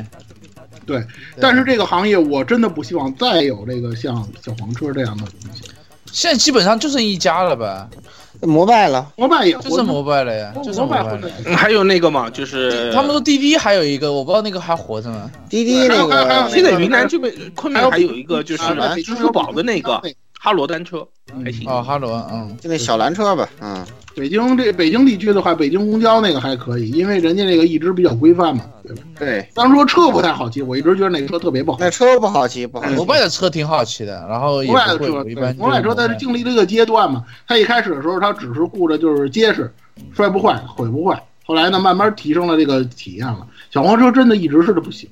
S7: 对，但是这个行业我真的不希望再有这个像小黄车这样的东西。
S11: 现在基本上就剩一家了吧？
S9: 摩拜了，
S7: 摩拜也哦
S11: 就剩摩拜了呀，就
S7: 摩
S11: 剩摩拜
S7: 拜混
S11: 了
S7: 的
S11: 呀。
S8: 还有那个嘛，就是
S11: 他们说滴滴还有一个，我不知道那个还活着吗？
S9: 滴滴
S7: 还
S9: 那
S7: 有还有还有
S9: 个
S7: 那
S8: 现
S7: 个
S8: 呃在云南这边昆明还有一个就是
S7: 啊
S8: 支付宝的那个，哈罗单车还行
S11: 哦，哈罗，嗯，
S9: 就那小蓝车吧，嗯，
S7: 北京这北京地区的话，北京公交那个还可以，因为人家那个一直比较规范嘛，对吧？
S9: 嗯对，
S7: 当初车不太好骑，我一直觉得那车特别不好。
S9: 那车不好骑，不好骑。
S11: 国外哦的车挺好骑的，然后也
S7: 国外的
S11: 不会，
S7: 车
S11: 我一，
S7: 对
S11: 般
S7: 国外车它是经历了一个阶段嘛，它一开始的时候它只是顾着就是结实，摔不坏，毁不坏。后来呢，慢慢提升了这个体验了。小黄车真的一直是不行。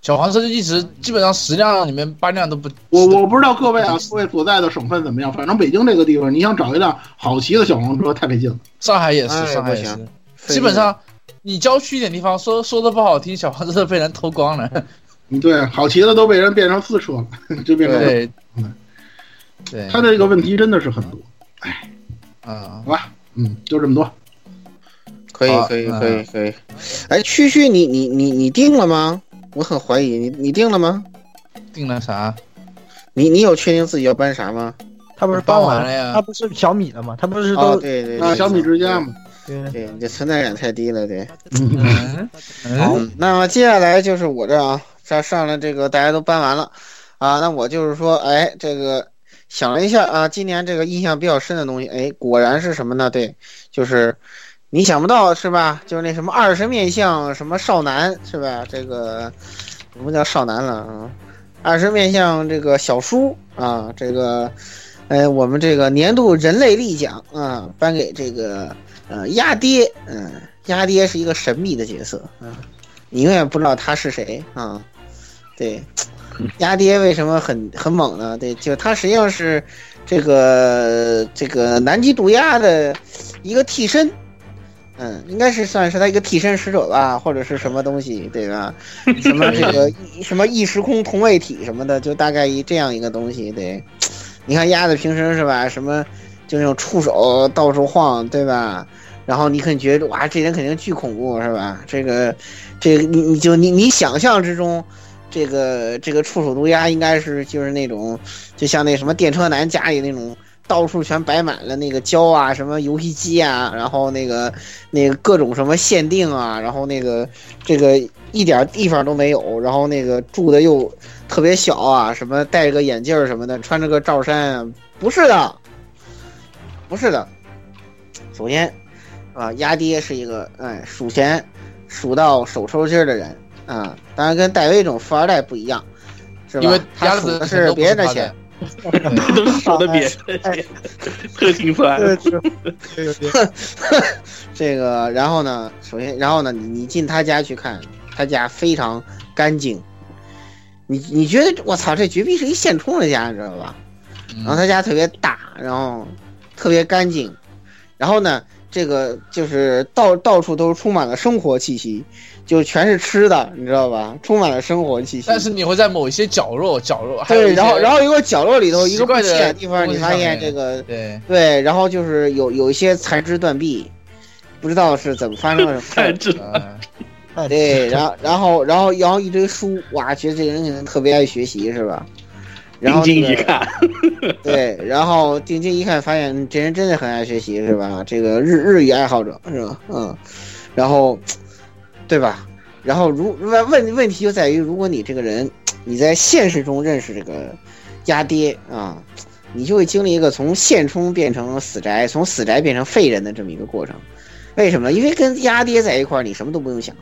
S11: 小黄车就一直基本上十辆里面八辆都不，
S7: 我我不知道各位啊，各位所在的省份怎么样，反正北京这个地方，你想找一辆好骑的小黄车太费劲了。
S11: 上海也是，
S9: 哎
S11: 上海
S9: 不
S11: 也是
S9: 行，
S11: 基本上你郊区一点地方说说的不好听，小黄车都被人偷光了，
S7: 嗯，对，好骑的都被人变成私车了， 就变成了
S11: 对
S7: 嗯，
S11: 对，
S7: 他这个问题真的是很多。哎
S11: 啊，
S7: 嗯，就这么多。
S9: 可以
S11: 好
S9: 可以
S11: 嗯
S9: 可以可以。哎，区区你你你你定了吗？我很怀疑你你定了吗？
S11: 定了啥？
S9: 你你有确定自己要搬啥吗？
S10: 他不是
S11: 搬
S10: 搬
S11: 完
S10: 完
S11: 了呀
S10: 他不是小米了吗？他不是
S9: 哦，
S10: 都
S9: 对对，
S7: 啊，
S9: 对
S7: 小米之家嘛，
S10: 对
S9: 对，你这存在感太低了，对。
S7: 嗯，
S11: 嗯嗯，
S9: 嗯，那么接下来就是我这儿啊，上上了这个大家都搬完了啊，那我就是说，哎，这个想了一下啊，今年这个印象比较深的东西，哎，果然是什么呢？对，就是你想不到是吧？就是那什么二十面相什么少男是吧？这个什么叫少男了啊？二十面相这个小叔啊，这个。哎，我们这个年度人类力奖啊，颁给这个呃鸭爹，嗯、鸭爹是一个神秘的角色啊，你永远不知道他是谁啊。对，鸭爹为什么很很猛呢？对，就他实际上是这个这个南极毒鸦的一个替身。嗯，应该是算是他一个替身使者吧，或者是什么东西，对吧？什么这个异什么异时空同位体什么的，就大概一这样一个东西。对，你看鸭子平时是吧，什么就那种触手到处晃，对吧？然后你肯定觉得哇，这人肯定巨恐怖是吧？这个，这个你你就你你想象之中，这个这个触手毒鸦应该是就是那种，就像那什么电车男家里那种，到处全摆满了那个胶啊，什么游戏机啊，然后那个那个各种什么限定啊，然后那个这个一点地方都没有，然后那个住的又特别小啊，什么戴个眼镜儿什么的，穿着个罩衫啊，不是的，不是的。首先，啊，鸭爹是一个哎数钱数到手抽筋儿的人啊，当然跟戴维这种富二代不一样，是吧？
S11: 因为
S9: 他
S11: 鸭
S9: 数
S11: 子
S9: 的是别人的
S11: 都不
S9: 钱，
S11: 他的，对
S8: 都说的别
S9: 哎，
S8: 特心酸。
S9: 这个，然后呢，首先，然后呢，你你进他家去看，他家非常干净。你你觉得我操，这绝壁是一现充的家，你知道吧？
S11: 嗯
S9: 然后他家特别大，然后特别干净，然后呢，这个就是到到处都充满了生活气息，就全是吃的，你知道吧？充满了生活气息。
S11: 但是你会在某一些角落，角落，还有一
S9: 对，
S11: 些
S9: 然后然后一个角落里头一
S11: 奇
S9: 个不
S11: 怪
S9: 起
S11: 的
S9: 眼的地方，
S11: 东
S9: 你
S11: 西
S9: 发
S11: 上
S9: 现
S11: 面
S9: 这个
S11: 对，
S9: 对，然后就是有有一些残肢断臂，不知道是怎么发生了什么事儿。
S8: 看这
S11: 嗯
S9: 对，然后然后然后然后一堆书，哇，觉得这个人可能特别爱学习，是吧？然
S8: 定
S9: 后、
S8: 睛
S9: 这
S8: 一
S9: 个、
S8: 看，
S9: 对，然后定睛一看，发现嗯这人真的很爱学习，是吧？这个日日语爱好者是吧？嗯，然后对吧？然后如问问问题就在于，如果你这个人你在现实中认识这个压爹啊，你就会经历一个从现充变成死宅，从死宅变成废人的这么一个过程。为什么呢？因为跟压爹在一块儿，你什么都不用想，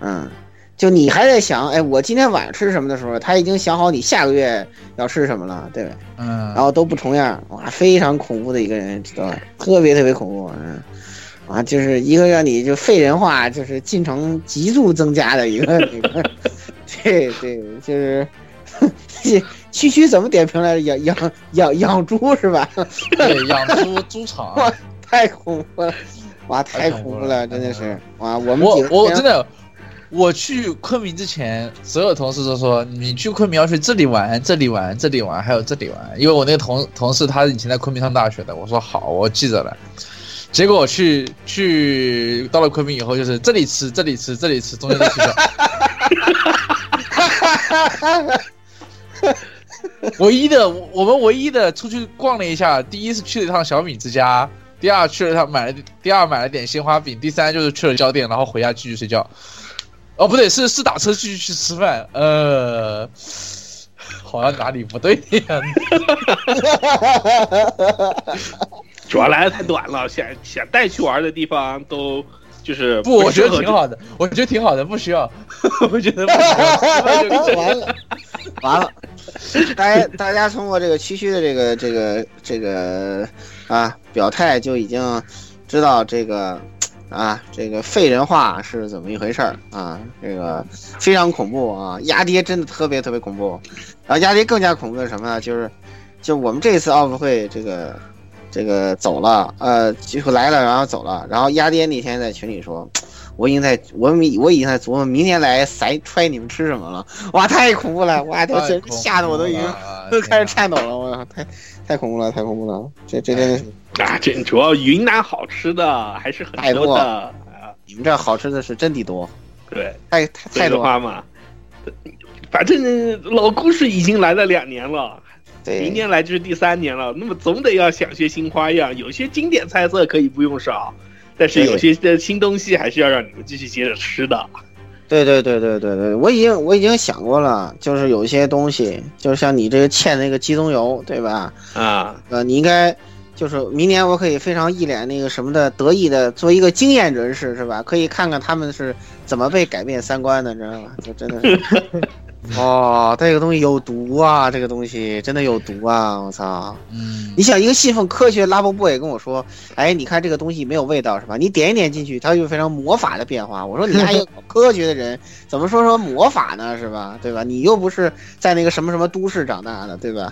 S9: 嗯，就你还在想，哎，我今天晚上吃什么的时候，他已经想好你下个月要吃什么了，对吧？然
S11: 嗯，
S9: 后都不重样，哇，非常恐怖的一个人，知道吧？特别特别恐怖，嗯，啊，就是一个让你就废人化，就是进程急速增加的一 个一个，对对，就是。 这区区怎么点评来着？养养养养猪是吧？
S11: 对，养猪猪场，
S9: 太恐怖了，哇，太恐怖了，
S11: 太恐怖了
S9: 真的是哇！我们
S11: 我
S9: 几个
S11: 我
S9: 人
S11: 真的，我去昆明之前，所有同事都说你去昆明要去这里玩，这里玩，这里玩，还有这里玩。因为我那个同同事他以前在昆明上大学的，我说好，我记着了。结果我去去到了昆明以后，就是这里吃，这里吃，这里吃，中间都吃掉。唯一的， 我我们唯一的出去逛了一下，第一是去了一趟小米之家，第二去了趟买了，第二买了点鲜花饼，第三就是去了小店，然后回家继续睡觉。哦，不对，是是打车继续去吃饭。呃，好像哪里不对呀、
S8: 主要来的太短了，想想带去玩的地方都就是
S11: 不，我觉
S8: 适
S11: 得
S8: 合
S11: 挺好的，我觉得挺好的，不 需要，我觉得不需要，就
S9: 完了，完了！大家大家通过这个区区的这个这个这个啊表态，就已经知道这个啊这个废人话是怎么一回事儿啊，这个非常恐怖啊！压跌真的特别特别恐怖，然后压跌更加恐怖的是什么呢？就是就我们这次奥运会这个这个走了，呃，就来了，然后走了，然后压爹那天在群里说。我已经在，我明我已经在琢磨明年来塞揣你们吃什么了。哇，太恐怖了！哇，这真吓得我都已经都 开始颤抖了。我操，太太恐怖了，太恐怖了！这这真的是，
S8: 啊，这主要云南好吃的还是很
S9: 太
S8: 多
S9: 多
S8: 的
S9: 了，
S8: 啊，
S9: 你们这好吃的是真的多，
S8: 对，
S9: 太太
S8: 所以
S9: 太
S8: 的
S9: 多
S8: 话
S9: 了。
S8: 嘛，反正老故事已经来了两年了，明
S9: 对，
S8: 年来就是第三年了，那么总得要想些新花样，有些经典菜色可以不用少。但是
S9: 对
S8: 有些的新东西还是要让你们继续接着吃的，
S9: 对对对对对对，我已经我已经想过了，就是有一些东西，就是像你这个欠那个鸡枞油，对吧？
S8: 啊，
S9: 呃，你应该就是明年我可以非常一脸那个什么的得意的，作为一个经验人士是吧？可以看看他们是怎么被改变三观的，你知道吧？ 就真的 是，哦，这个东西有毒啊！这个东西真的有毒啊！我操！
S11: 嗯
S9: 你想一个信奉科学的拉布布也跟我说，哎，你看这个东西没有味道是吧？你点一点进去，它就非常魔法的变化。我说你还有科学的人，怎么说说魔法呢是吧？对吧？你又不是在那个什么什么都市长大的，对吧？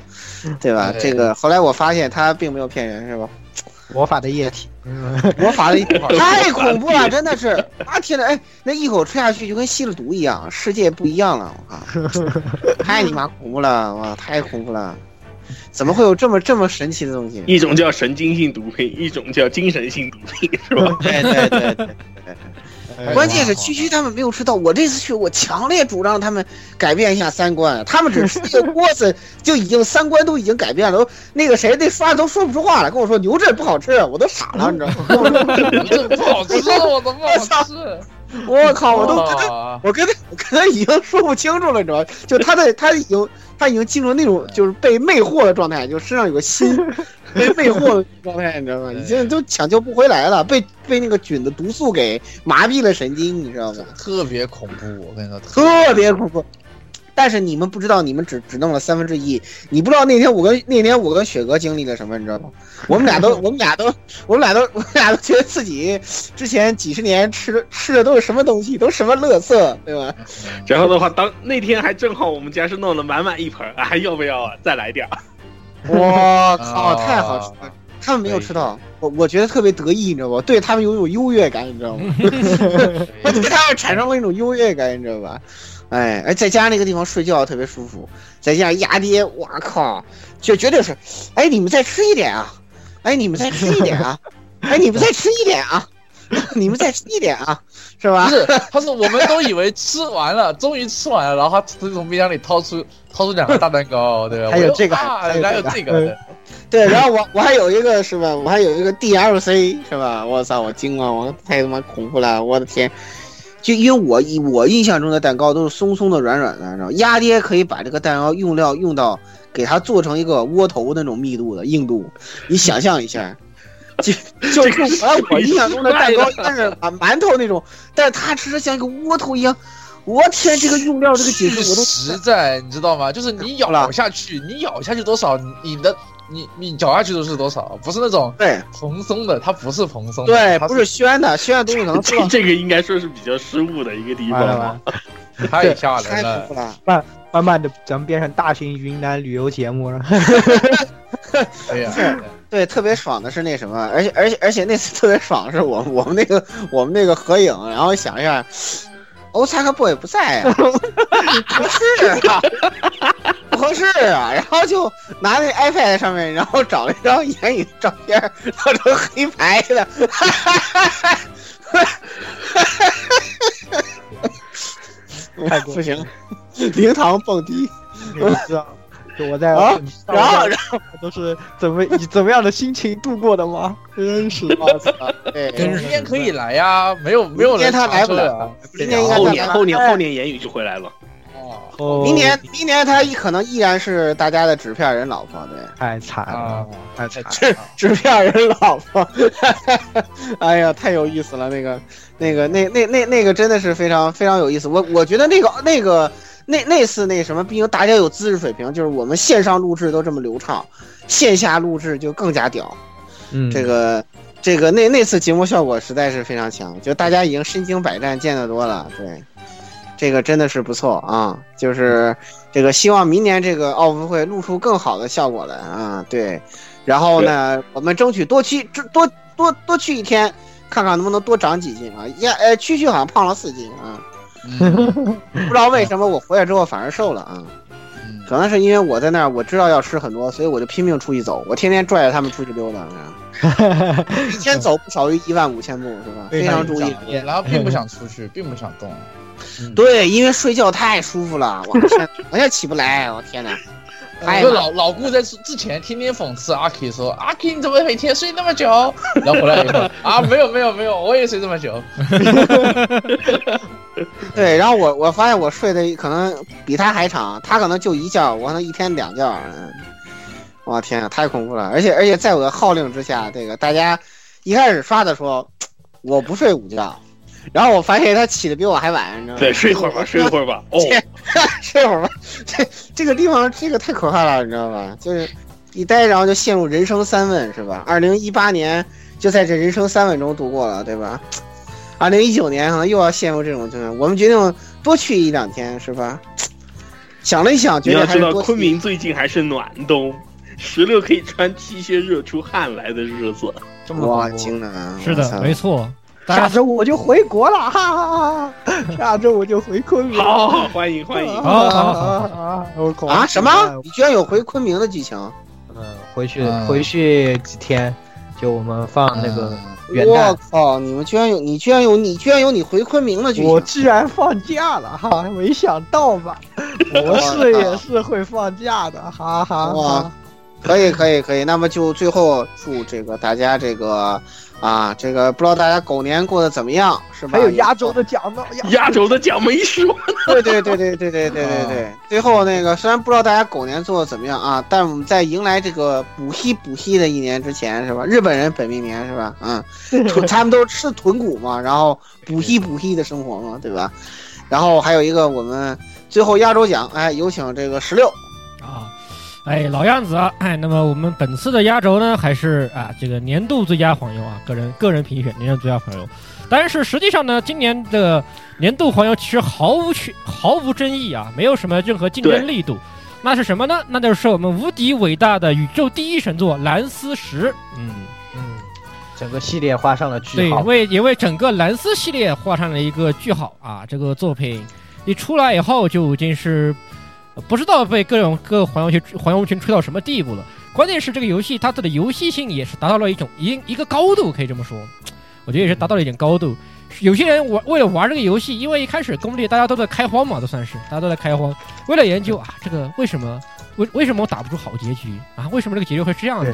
S9: 对吧？
S11: 对
S9: 这个后来我发现他并没有骗人是吧？
S10: 魔法的液体，
S9: 魔法的太恐怖 了，真的是啊！天呐，哎，那一口吹下去就跟吸了毒一样，世界不一样了，我靠！太你妈恐怖了，哇，太恐怖了！怎么会有这么这么神奇的东西？
S8: 一种叫神经性毒品，一种叫精神性毒品，是吧？
S9: 对对对对对， 关键是区区他们没有吃到。我这次去，我强烈主张他们改变一下三观。他们只吃一个锅子，就已经三观都已经改变了。都那个谁，那刷子都说不出话了，跟我说牛镇不好吃，我都傻了，你知道 吗？
S11: 这不好吃，我都不好吃，
S9: 我靠，我都跟他，
S11: 啊
S9: 我跟他，我跟他已经说不清楚了，你知道吗？就他在，他已经，他已经进入那种就是被魅惑的状态，就身上有个心。被魅惑的状态，你知道吗？已经都抢救不回来了，被被那个菌的毒素给麻痹了神经，你知道吗？
S11: 特别恐怖，我跟你说，特
S9: 特别恐怖。但是你们不知道，你们只只弄了三分之一。你不知道那天我跟那天我跟雪哥经历了什么，你知道吗？我们俩都我们俩都我们俩都我们俩都觉得自己之前几十年吃的吃的都是什么东西，都是什么乐色，对吧？
S8: 然后的话，当那天还正好我们家是弄了满满一盆，啊，要不要啊再来点儿？
S9: 我
S11: 啊
S9: 靠，太好吃了！他们没有吃到，我我觉得特别得意，你知道吗？ 对他们有一种优越感，你知道吗？我对他们产生了一种优越感，你知道吧？哎，哎，在家那个地方睡觉特别舒服，再加上压爹，我靠，就绝对是，哎，你们再吃一点啊，哎，你们再吃一点啊，哎，你们再吃一点啊， 你们再吃一点啊，是
S11: 不
S9: 吧？
S11: 是，他是我们都以为吃 完了，终于吃完了，然后他从冰箱里掏出掏出两个大蛋糕，对吧？
S10: 还有这个
S11: 啊，
S10: 还有
S11: 原来有这
S10: 这
S11: 个
S9: 嗯哦
S11: 的，
S9: 对，然后我我还有一个是吧，我还有一个 DLC 是吧？我操，我惊了，我太他妈恐怖了，我的天！就因为我以我印象中的蛋糕都是松松的、软软的，然后鸭爹可以把这个蛋糕用料用到给它做成一个窝头那种密度的硬度，你想象一下， 就就
S8: 这个
S9: 是我我印象中的蛋糕
S8: 是，
S9: 但是馒馒头那种，但是它吃着像一个窝头一样，我天，这个用料这个解释我 都
S11: 实在，你知道吗？就是你咬 下去，你咬下去多少，你的你你咬下去都是多少，不是那种
S9: 对
S11: 蓬松的，它不是蓬松的，
S9: 对，
S11: 它
S9: 不是宣的，宣的东西可能做
S8: 这这个应该说是比较失误的一个地方
S10: 完了完
S8: 了
S10: 了。
S11: 太吓
S9: 太
S11: 人
S9: 恐
S11: 了
S9: 怖。了。
S10: 慢慢的咱们变成大型云南旅游节目了。
S11: 对哎呀，
S9: 对，特别爽的是那什么，而且而且而且那次特别爽的是我我们那个我们那个合影，然后想一下，欧萨克 boy 不在啊，不是啊，不合适啊，然后就拿那 iPad 上面，然后找了一张眼影照片，做成黑白的，哈哈哈哈哈
S10: 太
S9: 哈，
S10: 过分了
S9: 不行，灵堂蹦迪，
S10: 我知道，就我在
S9: 啊，然后然
S10: 都是怎么以怎么样的心情度过的吗？真是
S9: 后我操，对，
S11: 明天可以来呀，没有没有
S9: 明天
S11: 人
S9: 他
S11: 查
S9: 来
S11: 出
S9: 不
S11: 来
S9: 了
S11: 啊。
S9: 今天应该
S8: 后
S9: 在哎
S8: 年后年后年言语就回来了，
S10: 哦
S9: 明年明年他可能依然是大家的纸片人老婆，对，
S10: 太惨
S11: 哦
S9: 啊
S10: 了，太惨
S9: 纸纸片人老婆， 哎呀，太有意思了，那个那个那那那那个真的是非常非常有意思，我我觉得那个那个。那那次那什么，毕竟大家有知识水平，就是我们线上录制都这么流畅，线下录制就更加屌。
S10: 嗯，
S9: 这个这个那那次节目效果实在是非常强，就大家已经身经百战，见得多了。对，这个真的是不错啊！就是这个希望明年这个奥运会录出更好的效果来啊！对，然后呢，我们争取多去多多多去一天，看看能不能多长几斤啊！呀，呃，区区好像胖了四斤啊。不知道为什么我回来之后反而瘦了啊，可能是因为我在那儿我知道要吃很多，所以我就拼命出去走，我天天拽着他们出去溜达， 一天走不少于一万五千步是吧？ 非常注意。
S11: 然后并不想出去，并不想动。
S9: 对，因为睡觉太舒服了，我天，我也起不来，啊我天 哪！哎呀
S11: 就老老顾在之前天天讽刺阿 K 说：“阿 K 你怎么每天睡那么久？”然后回来以后啊，没有没有没有，我也睡这么久。
S9: 对，然后我我发现我睡的可能比他还长，他可能就一觉，我可能一天两觉。嗯，我天啊，太恐怖了！而且而且在我的号令之下，这个大家一开始刷的说我不睡午觉，然后我发现他起的比我还晚，你知道吗？啊
S8: 对，睡一会儿 吧，睡一会儿吧。哦，
S9: 睡会儿吧，这这个地方这个太可怕了，你知道吧？就是一待，然后就陷入人生三问，是吧？二零一八年就在这人生三问中度过了，对吧？二零一九年可能又要陷入这种就是，我们决定多去一两天，是吧？想了一想，
S8: 你
S9: 决定
S8: 要
S9: 还
S8: 知
S9: 是
S8: 道，
S9: 多去
S8: 昆明最近还是暖冬，石榴可以穿 T 恤热出汗来的日子。
S10: 这
S9: 哇，惊了啊！
S6: 是
S9: 我操
S6: 的，没错。大
S10: 下
S6: 家
S10: 周我就回国了，哈哈哈哈！下周我就回昆明。
S8: 好，好， 欢迎
S9: 嗯
S8: 欢迎。
S6: 好好好好
S10: 啊！我恐
S9: 啊！什么？你居然有回昆明的剧情？
S10: 嗯，回去
S11: 嗯
S10: 回去几天，就我们放那个元
S9: 我
S10: 旦，
S9: 靠！你们居然有，你居然有，你居然有你回昆明的剧
S10: 我
S9: 情！
S10: 居然放假了哈，没想到 吧？博士也是会放假的，哈哈
S9: 哇
S10: 哈！
S9: 可以，可以，可以。那么就最后祝这个大家这个啊，这个不知道大家狗年过得怎么样，是吧？
S10: 还有压轴的奖呢，压
S8: 压轴的奖没说，
S9: 对对对对对对对对对。最后那个虽然不知道大家狗年做的怎么样啊，但我们在迎来这个补黑补黑的一年之前是吧？日本人本命年是吧？嗯，豚 他们都吃豚骨嘛，然后补黑补黑的生活嘛，对吧？然后还有一个我们最后压轴奖，哎，有请这个十六。
S6: 啊，哎，老样子啊，哎，那么我们本次的压轴呢，还是啊这个年度最佳黄油啊，个人个人评选年度最佳黄油。但是实际上呢，今年的年度黄油其实毫无去毫无争议啊，没有什么任何竞争力度。那是什么呢？那就是我们无敌伟大的宇宙第一神作《蓝丝石》。嗯，
S10: 嗯，整个系列画上了句
S6: 对，
S10: 号。
S6: 为也为整个蓝丝系列画上了一个句号啊！这个作品一出来以后，就已经是呃不知道被各种各黄油群黄油群吹到什么地步了。关键是这个游戏它的游戏性也是达到了一种一一个高度，可以这么说，我觉得也是达到了一点高度。有些人玩为了玩这个游戏，因为一开始攻略大家都在开荒嘛，都算是大家都在开荒，为了研究啊，这个为什么为为什么我打不出好结局啊？为什么这个结局会是这样的？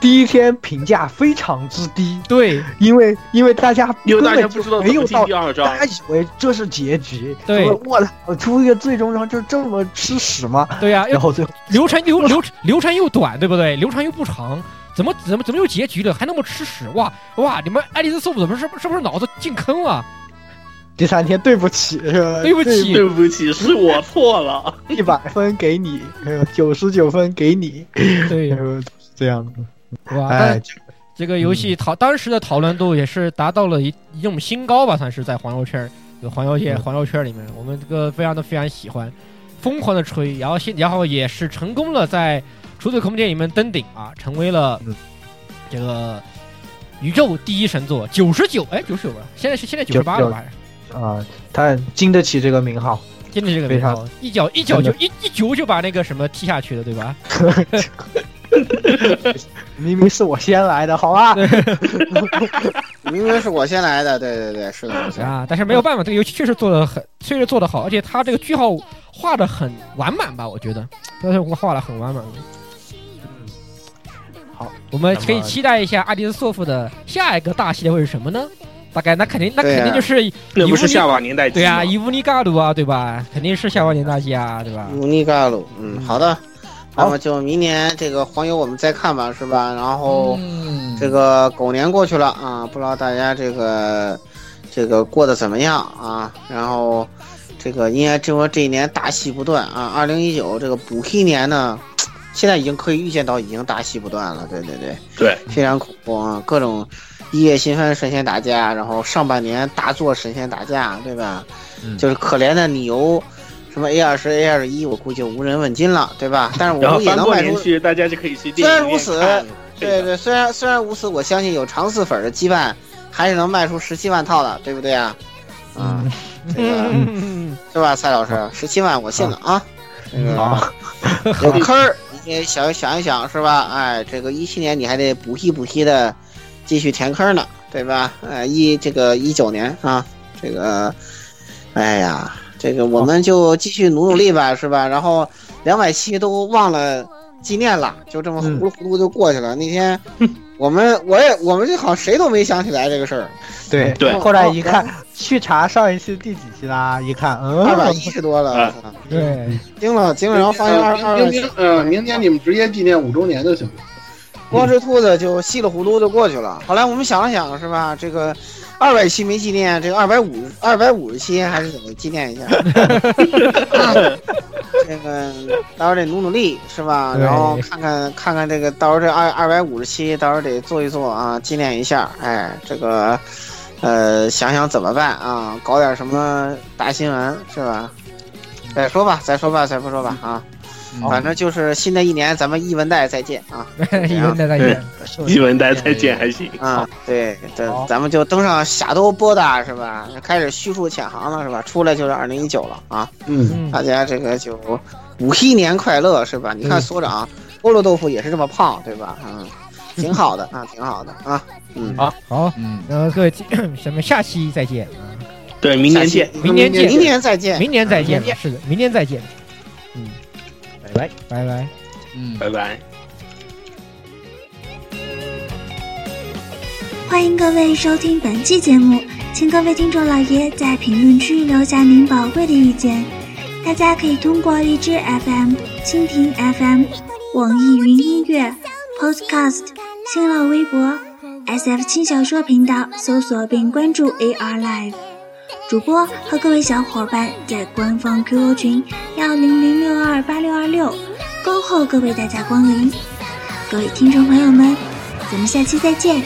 S10: 第一天评价非常之低，
S6: 对
S10: 因为因为大家
S8: 因为大家
S10: 根本
S8: 不
S10: 就
S8: 知道
S10: 没
S8: 怎
S10: 有
S8: 么
S10: 到
S8: 进第二章
S10: 大。家以为这是结局，
S6: 对
S10: 说我操，出一个最终章就这么吃屎吗？
S6: 对呀、要
S10: 然后最后
S6: 流程又流流程又短，对不对？流程又不长，怎么怎么怎么有结局了，还那么吃屎？哇哇！你们爱丽丝素怎么是是不是脑子进坑了？
S10: 第三天，对不起，是吧
S6: 对不起
S8: 呃对不起，是我错了。
S10: 一百分给你，呃九十九分给你，
S6: 对
S10: 然后这样子，
S6: 哇！
S10: 哎
S6: 但，这个游
S10: 嗯
S6: 戏讨当时的讨论度也是达到了一一种新高吧，算是在黄油圈儿、这个黄油界、
S10: 嗯
S6: 黄油圈里面，我们这个非常的非常喜欢，疯狂的吹，然后现然后也是成功了在除罪空间里面登顶啊，成为了
S10: 嗯
S6: 这个宇宙第一神作九十九，哎，九十九吧，现在是现在九十八了吧？
S10: 啊，他经得起这个名号，
S6: 真的是个
S10: 非
S6: 名
S10: 常
S6: 号，一脚一脚
S10: 真
S6: 就
S10: 的
S6: 一一球就把那个什么踢下去了，对吧？
S10: 明明是我先来的，好吧？
S9: 明明是我先来的，对对对，是的，是的。
S6: 啊，但是没有办法，这个游戏确实做的很，确实做的好，而且它这个句号画的很完满吧，我觉得，但是我画的很完满。
S10: 好，
S6: 我们可
S10: 那
S6: 以
S10: 么
S8: 嗯
S6: 期待一下阿迪斯索夫的下一个大系列会是什么呢？大概那肯定那
S8: 对啊
S6: 肯定就是
S8: 那不是
S6: 尤尼
S8: 夏娃年代基
S6: 对啊，
S8: 吗
S6: 伊乌尼嘎鲁啊，对吧？肯定是夏娃年大吉啊，对吧？
S9: 努尼嘎鲁，嗯，好的，那么就明年这个黄油我们再看吧，是吧？然
S11: 哦
S9: 后
S8: 嗯
S9: 这个狗年过去了啊，不知道大家这个这个过得怎么样啊？然后这个应该这说这一年大戏不断啊，二零一九这个补黑年呢，现在已经可以预见到已经大戏不断了，对对对。
S8: 对，
S9: 非常恐怖啊！各种一夜新番神仙打架，然后上半年大作神仙打架，对吧？
S8: 嗯
S9: 就是可怜的你由什么 A 二十、A 二十一，我估计无人问津了，对吧？但是
S8: 然后
S9: 我们也
S8: 翻
S9: 能
S8: 过
S9: 迈
S8: 年
S9: 出。
S8: 去，大家就可以去
S9: 虽
S8: 电
S9: 然
S8: 影
S9: 如
S8: 院
S9: 此
S8: 看，
S9: 对对，虽然虽然如此，我相信有长四粉的羁绊，还是能卖出十七万套的，对不对啊？啊，这个
S6: 嗯
S8: 嗯
S9: 是吧，蔡老师，十七万我信了啊。
S6: 嗯
S10: 好，
S9: 有坑儿，你得想想一想是吧？哎，这个一七年你还得补踢补踢的，继续填坑呢，对吧？哎，一这个一九年啊，这个，哎呀，这个我们就继续努努力吧，是吧？然后两百七都忘了纪念了，就这么糊里糊涂就过去了。那天我们我也我们这好像谁都没想起来这个事儿，
S10: 对
S8: 对
S10: 后来一看，去查上一期第几期啦，一看，嗯，
S9: 二百一十多了，
S6: 对，
S9: 惊了惊了，然后发现二二
S7: 明年
S9: 二，
S11: 嗯
S7: 呃，明年你们直接纪念五周年就行了。
S9: 光之兔子就稀里糊涂就过去了。后来我们想了想，是吧？这个二百期没纪念，这个二百五二百五十期还是得纪念一下。这个到时候得努努力，是吧？
S6: 对
S9: 然后看看看看这个，到时候这二二百五十期，到时候得做一做啊，纪念一下。哎，这个呃，想想怎么办啊？搞点什么大新闻是吧？再说吧，再说吧，再不说吧啊！
S11: 嗯
S9: 反正就是新的一年，咱们一文带再见啊！
S6: 伊文代再
S8: 啊
S6: 见，
S8: 一文呆再见还行。
S9: 啊，对对，咱们就登上下都波达是吧？开始叙述潜航了是吧？出来就是二零一九了啊！
S7: 嗯，
S9: 大家这个就五一年快乐是吧？你
S6: 嗯
S9: 看所长菠萝豆腐也是这么胖对吧？嗯，挺好的啊，挺好的啊，嗯，
S6: 好，
S11: 嗯，
S6: 然后各位， 咱们下期再见啊，
S8: 对，明年见。
S6: 明年见
S9: 明年再见，
S6: 明年再见
S9: 明，年
S6: 是的，明年再见，嗯，
S10: 拜拜。
S6: 拜拜。
S11: 嗯，
S8: 拜拜。
S1: 欢迎各位收听本期节目，请各位听众老爷在评论区留下您宝贵的意见。大家可以通过荔枝 FM、蜻蜓 FM、网易云音乐、Podcast、新浪微博、SF 轻小说频道搜索并关注 AR Live。主播和各位小伙伴在官方 QQ 群幺零零六二八六二六，恭候各位大驾光临。各位听众朋友们，咱们下期再见。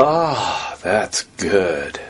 S4: Ah, that's good.